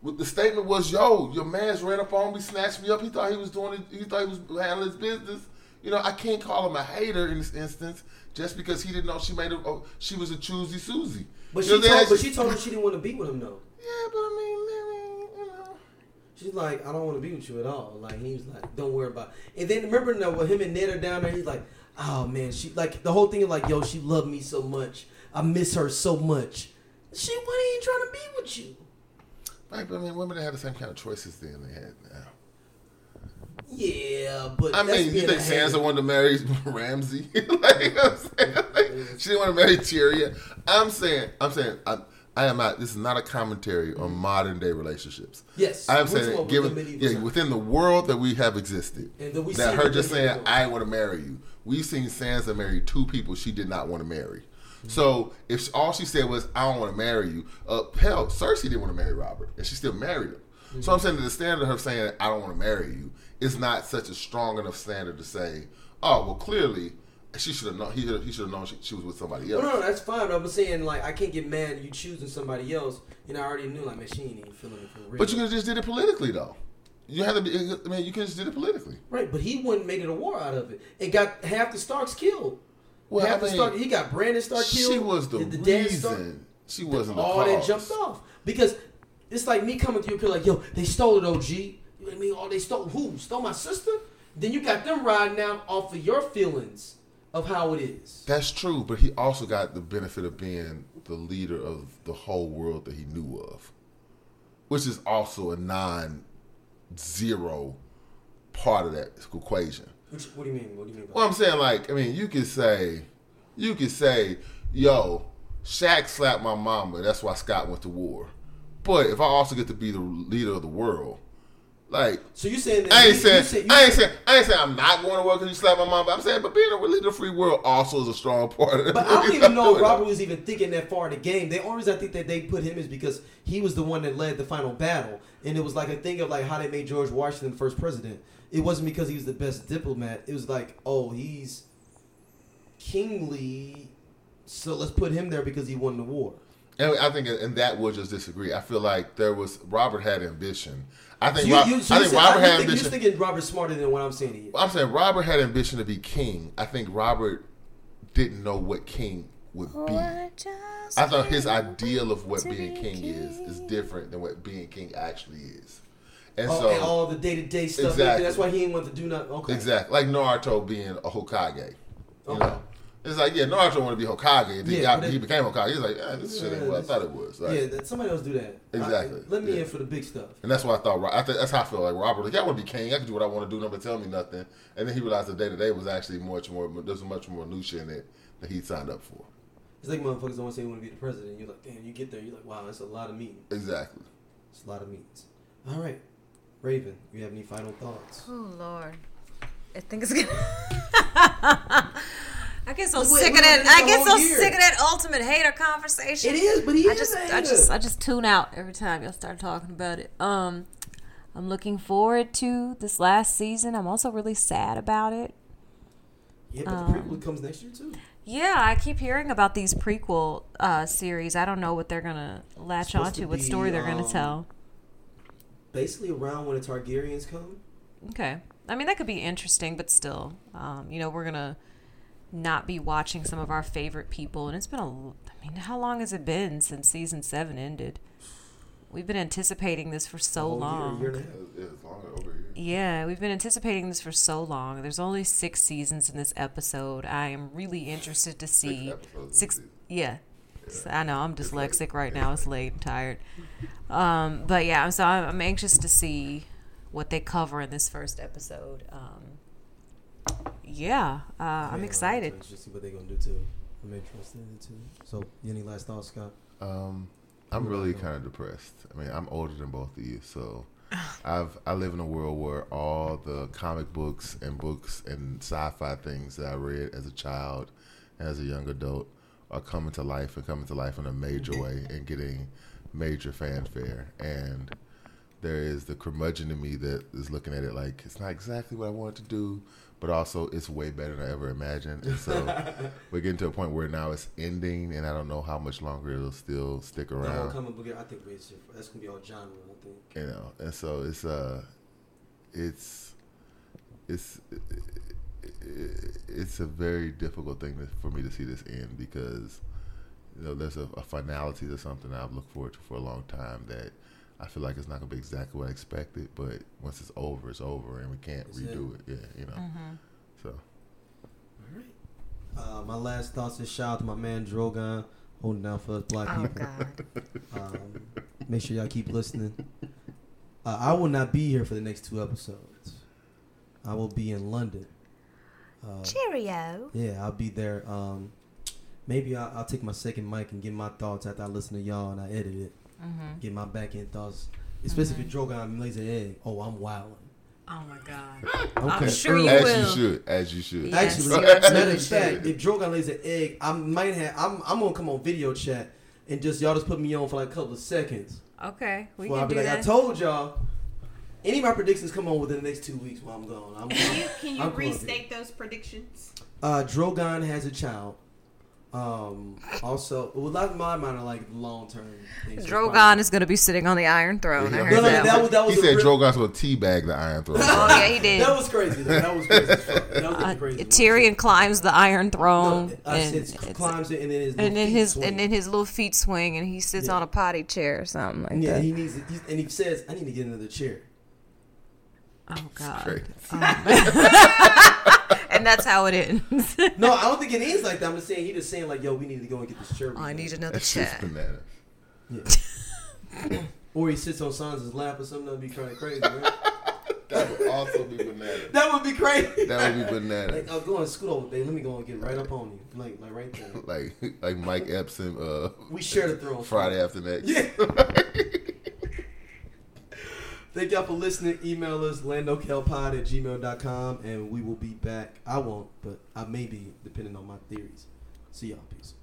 S2: With the statement was, "Yo, your man's ran up on me, snatched me up. He thought he was doing it. He thought he was handling his business." You know, I can't call him a hater in this instance just because he didn't know she made a. Oh, she was a choosy Susie.
S1: But she
S2: You know, they
S1: told,
S2: actually-
S1: but she told him she didn't want to be with him though.
S2: yeah, but I mean, I mean, you know.
S1: She's like, I don't want to be with you at all. Like he was like, don't worry about. It. And then remember now when him and Ned are down there, he's like, oh man, she like the whole thing is like, yo, she loved me so much. I miss her so much. She why ain't trying to be with you?
S2: Right, but I mean, women had the same kind of choices then they had now.
S1: Yeah, but
S2: I
S1: that's
S2: mean, you
S1: being
S2: think
S1: a hater.
S2: [laughs] Sansa wanted to marry Ramsey? [laughs] like, you know what I'm saying? Like, [laughs] she didn't want to marry Tyrion. I'm saying, I'm saying, I, I am not. This is not a commentary on modern day relationships.
S1: Yes.
S2: I am
S1: Which
S2: saying,
S1: one
S2: that
S1: was
S2: given
S1: the medieval
S2: yeah,
S1: time?
S2: within the world that we have existed,
S1: And that we
S2: that
S1: see
S2: her
S1: in
S2: just
S1: the
S2: saying,
S1: medieval.
S2: "I want to marry you." We've seen Sansa marry two people she did not want to marry.
S1: Mm-hmm.
S2: So if all she said was, "I don't want to marry you," uh, hell, Cersei didn't want to marry Robert, and she still married him. So
S1: Mm-hmm.
S2: I'm saying that the standard of her saying, "I don't want to marry you," is not such a strong enough standard to say, "Oh, well, clearly." She should have known. He should have known she, she was with somebody else.
S1: No, no, that's fine. But I'm saying like I can't get mad at you choosing somebody else, and I already knew like man, she ain't even feeling it for real.
S2: But you could have just did it politically, though. You had to be. I mean, you could have just did it politically.
S1: right, but he wouldn't made it a war out of it, and got half the Starks killed.
S2: Well,
S1: half
S2: I mean,
S1: the Stark, he got Brandon Stark killed.
S2: She was the,
S1: dad Stark-
S2: reason. She wasn't the
S1: all that
S2: cause.
S1: jumped off because it's like me coming to you, like, yo, they stole it, OG. You know what I mean? All they stole who stole my sister? Then you got them riding out off of your feelings of how it is.
S2: That's true, but he also got the benefit of being the leader of the whole world that he knew of, which is also a non-zero part of that equation.
S1: Which, what do you mean? What do you mean? By
S2: Well, I'm saying like, I mean, you could say, you could say, yo, Shaq slapped my mama. That's why Scott went to war. But if I also get to be the leader of the world, like
S1: that? so you saying that?
S2: I ain't
S1: you-
S2: saying,
S1: you said- you
S2: I ain't saying, I ain't saying I'm not going to work because you slapped my mom. But I'm saying, but being a leader of the free world also is a strong part of it.
S1: But I don't even
S2: [laughs]
S1: know if Robert was even thinking that far in the game. The only reason I think that they put him is because he was the one that led the final battle, and it was like a thing of like how they made George Washington the first president. It wasn't because he was the best diplomat. It was like, oh, he's kingly, so let's put him there because he won the war.
S2: And I think, and that would just disagree. I feel like there was Robert had ambition. I
S1: So
S2: think,
S1: you,
S2: Rob-
S1: you, so
S2: I
S1: you
S2: think
S1: said-
S2: Robert
S1: you
S2: had
S1: think-
S2: ambition.
S1: You're thinking Robert's smarter than what I'm saying to you.
S2: I'm saying Robert had ambition to be king. I think Robert didn't know what king would be. I thought his ideal of what being king is is different than what being king actually is. And
S1: Oh,
S2: so
S1: and all the day to day stuff.
S2: Exactly.
S1: That's why he didn't want to do nothing. Okay.
S2: Exactly. Like Naruto being a Hokage. You
S1: Okay.
S2: know? It's like, yeah, Naruto wanted to be Hokage. And then he,
S1: Yeah,
S2: got-
S1: but it-
S2: he became Hokage. He's like, eh, this shit ain't what I thought it was. Like,
S1: Yeah, that, somebody else do that. I-
S2: Exactly.
S1: let me
S2: Yeah.
S1: in for the big stuff.
S2: And that's what I thought. Ro- I think that's how I feel like Robert. Like, yeah, I want to be king. I can do what I want to do. Nobody tell me nothing. And then he realized the day to day was actually much more, there's much more minutia in it that he signed up for.
S1: It's like motherfuckers don't say you want to be the president. You're like, damn, you get there. You're like, wow, that's a lot of meetings.
S2: Exactly.
S1: It's a lot of meetings. All right, Raven, you have any final thoughts?
S3: Oh Lord,
S7: I think it's gonna. [laughs] I get so
S1: Look, we-
S7: sick
S1: we
S7: of that.
S1: did
S7: I
S1: the
S7: get
S1: whole
S7: so
S1: year.
S7: sick of that ultimate hater conversation.
S1: It is, but he
S7: I
S1: is
S7: just,
S1: a
S7: I
S1: hater.
S7: just, I just tune out every time y'all start talking about it. Um, I'm looking forward to this last season. I'm also really sad about it. um,
S1: yeah, but the prequel comes next year too.
S3: Yeah, I keep hearing about these prequel uh, series. I don't know what they're gonna latch
S1: Supposed
S3: onto,
S1: to
S3: what
S1: be,
S3: story they're gonna
S1: um,
S3: tell.
S1: Basically, around when the Targaryens come.
S3: Okay, I mean that could be interesting, but still, um, you know, we're gonna not be watching some of our favorite people, and it's been a. l- I mean, how long has it been since season seven ended? We've been anticipating this for so
S1: whole year,
S3: long.
S1: year and a half.
S2: It- It's longer over here.
S3: Yeah, we've been anticipating this for so long. There's only six seasons in this episode. I am really interested to see
S2: episodes in
S3: six.
S2: season.
S3: Yeah, S- I know I'm
S2: late.
S3: dyslexic right now. It's late. I'm tired. Um, but yeah, I'm- so I'm, I'm anxious to see what they cover in this first episode. Um, yeah, uh, I'm excited.
S1: I'm interested to see what they're gonna do too. I'm interested in it too. So, any last thoughts, Scott?
S2: Um, I'm really kind of depressed. I mean, I'm older than both of you, so [laughs] I've I live in a world where all the comic books and books and sci-fi things that I read as a child, as a young adult, are coming to life and coming to life in a major way and getting major fanfare. And there is the curmudgeon in me that is looking at it like it's not exactly what I wanted to do, but also it's way better than I ever imagined.
S1: [laughs]
S2: And so [laughs] we're getting to a point where now it's ending, and I don't know how much longer it'll still stick
S1: The whole
S2: around
S1: comic book, I think it's just- that's gonna be all genre. I think.
S2: you know and so it's uh it's it's it's a very difficult thing to, for me to see this end because you know there's a, a finality to something that I've looked forward to for a long time that I feel like it's not gonna be exactly what I expected but once it's over it's over and we can't
S1: That's it.
S2: redo it. yeah you know
S3: Mm. Mm-hmm.
S2: so
S1: Uh, my last thoughts is shout out to my man Drogon holding down for us black
S3: Oh
S1: people.
S2: [laughs]
S3: God.
S1: Um, make sure y'all keep listening. Uh, I will not be here for the next two episodes. I will be in London. Uh,
S8: Cheerio.
S1: yeah, I'll be there. Um, maybe I'll, I'll take my second mic and get my thoughts after I listen to y'all and I edit it.
S3: Mm-hmm.
S1: Get my back end thoughts, especially if Drogon lays an egg. Oh, I'm wilding.
S3: Oh my God.
S1: Okay.
S3: sure you
S2: as
S3: will.
S2: you should as you should
S3: Yeah. Yes,
S1: Actually,
S3: you're
S1: matter
S2: [laughs] absolutely
S1: of fact,
S2: right.
S1: if Drogon lays an egg, I might have. I'm, I'm gonna come on video chat and just y'all just put me on for like a couple of seconds.
S3: Okay, we
S1: Well, I'll
S3: can
S1: be
S3: do
S1: like, I
S3: that.
S1: told y'all. Any of my predictions come on within the next two weeks while I'm gone. I'm
S5: Can
S1: gone.
S5: you, can you
S1: I'm going to.
S5: restate those predictions?
S1: Uh, Drogon has a child. Um, also, well, a lot of my mind are like long term.
S3: Drogon is going to be sitting on the Iron Throne. I
S2: Yeah.
S3: heard
S1: No, no,
S3: that.
S1: that
S3: one.
S1: was- that was
S2: he
S1: a
S2: said
S1: real-
S2: Drogon's gonna teabag the Iron [laughs] Throne
S3: Oh yeah, he did.
S1: That was crazy. Though. That was crazy. as fuck. That was
S3: Uh,
S1: the craziest one.
S3: Tyrion climbs the Iron
S1: No,
S3: Throne,
S1: I
S3: and,
S1: said it's
S3: it's-
S1: climbs it and then his
S3: and
S1: little
S3: then
S1: feet
S3: his
S1: swing.
S3: and then his little feet swing, and he sits
S1: Yeah.
S3: on a potty chair or something like
S1: yeah,
S3: that.
S1: he needs he, and he says, "I need to get another chair."
S3: oh God! Um,
S2: Great.
S3: [laughs] And that's how it ends.
S1: No, I don't think it is like that. I'm just saying he just saying like, "Yo, we need to go and get this chair."
S3: Oh, I need another
S2: that's just
S3: chair.
S2: bananas
S1: Or he sits on Sansa's lap or something. That'd be kind of crazy. Right? [laughs]
S2: that would also be bananas
S1: that would be crazy.
S2: that would be bananas
S1: Like,
S2: [laughs]
S1: I'll go and scoot over, babe. Let me go and get right up on you. Like, like right there.
S2: like like Mike Epps and uh,
S1: We share the throne.
S2: Friday after next.
S1: Yeah. Thank y'all for listening. Email us, landokelpod at gmail.com, and we will be back. I won't, but I may be, depending on my theories. See y'all. Peace.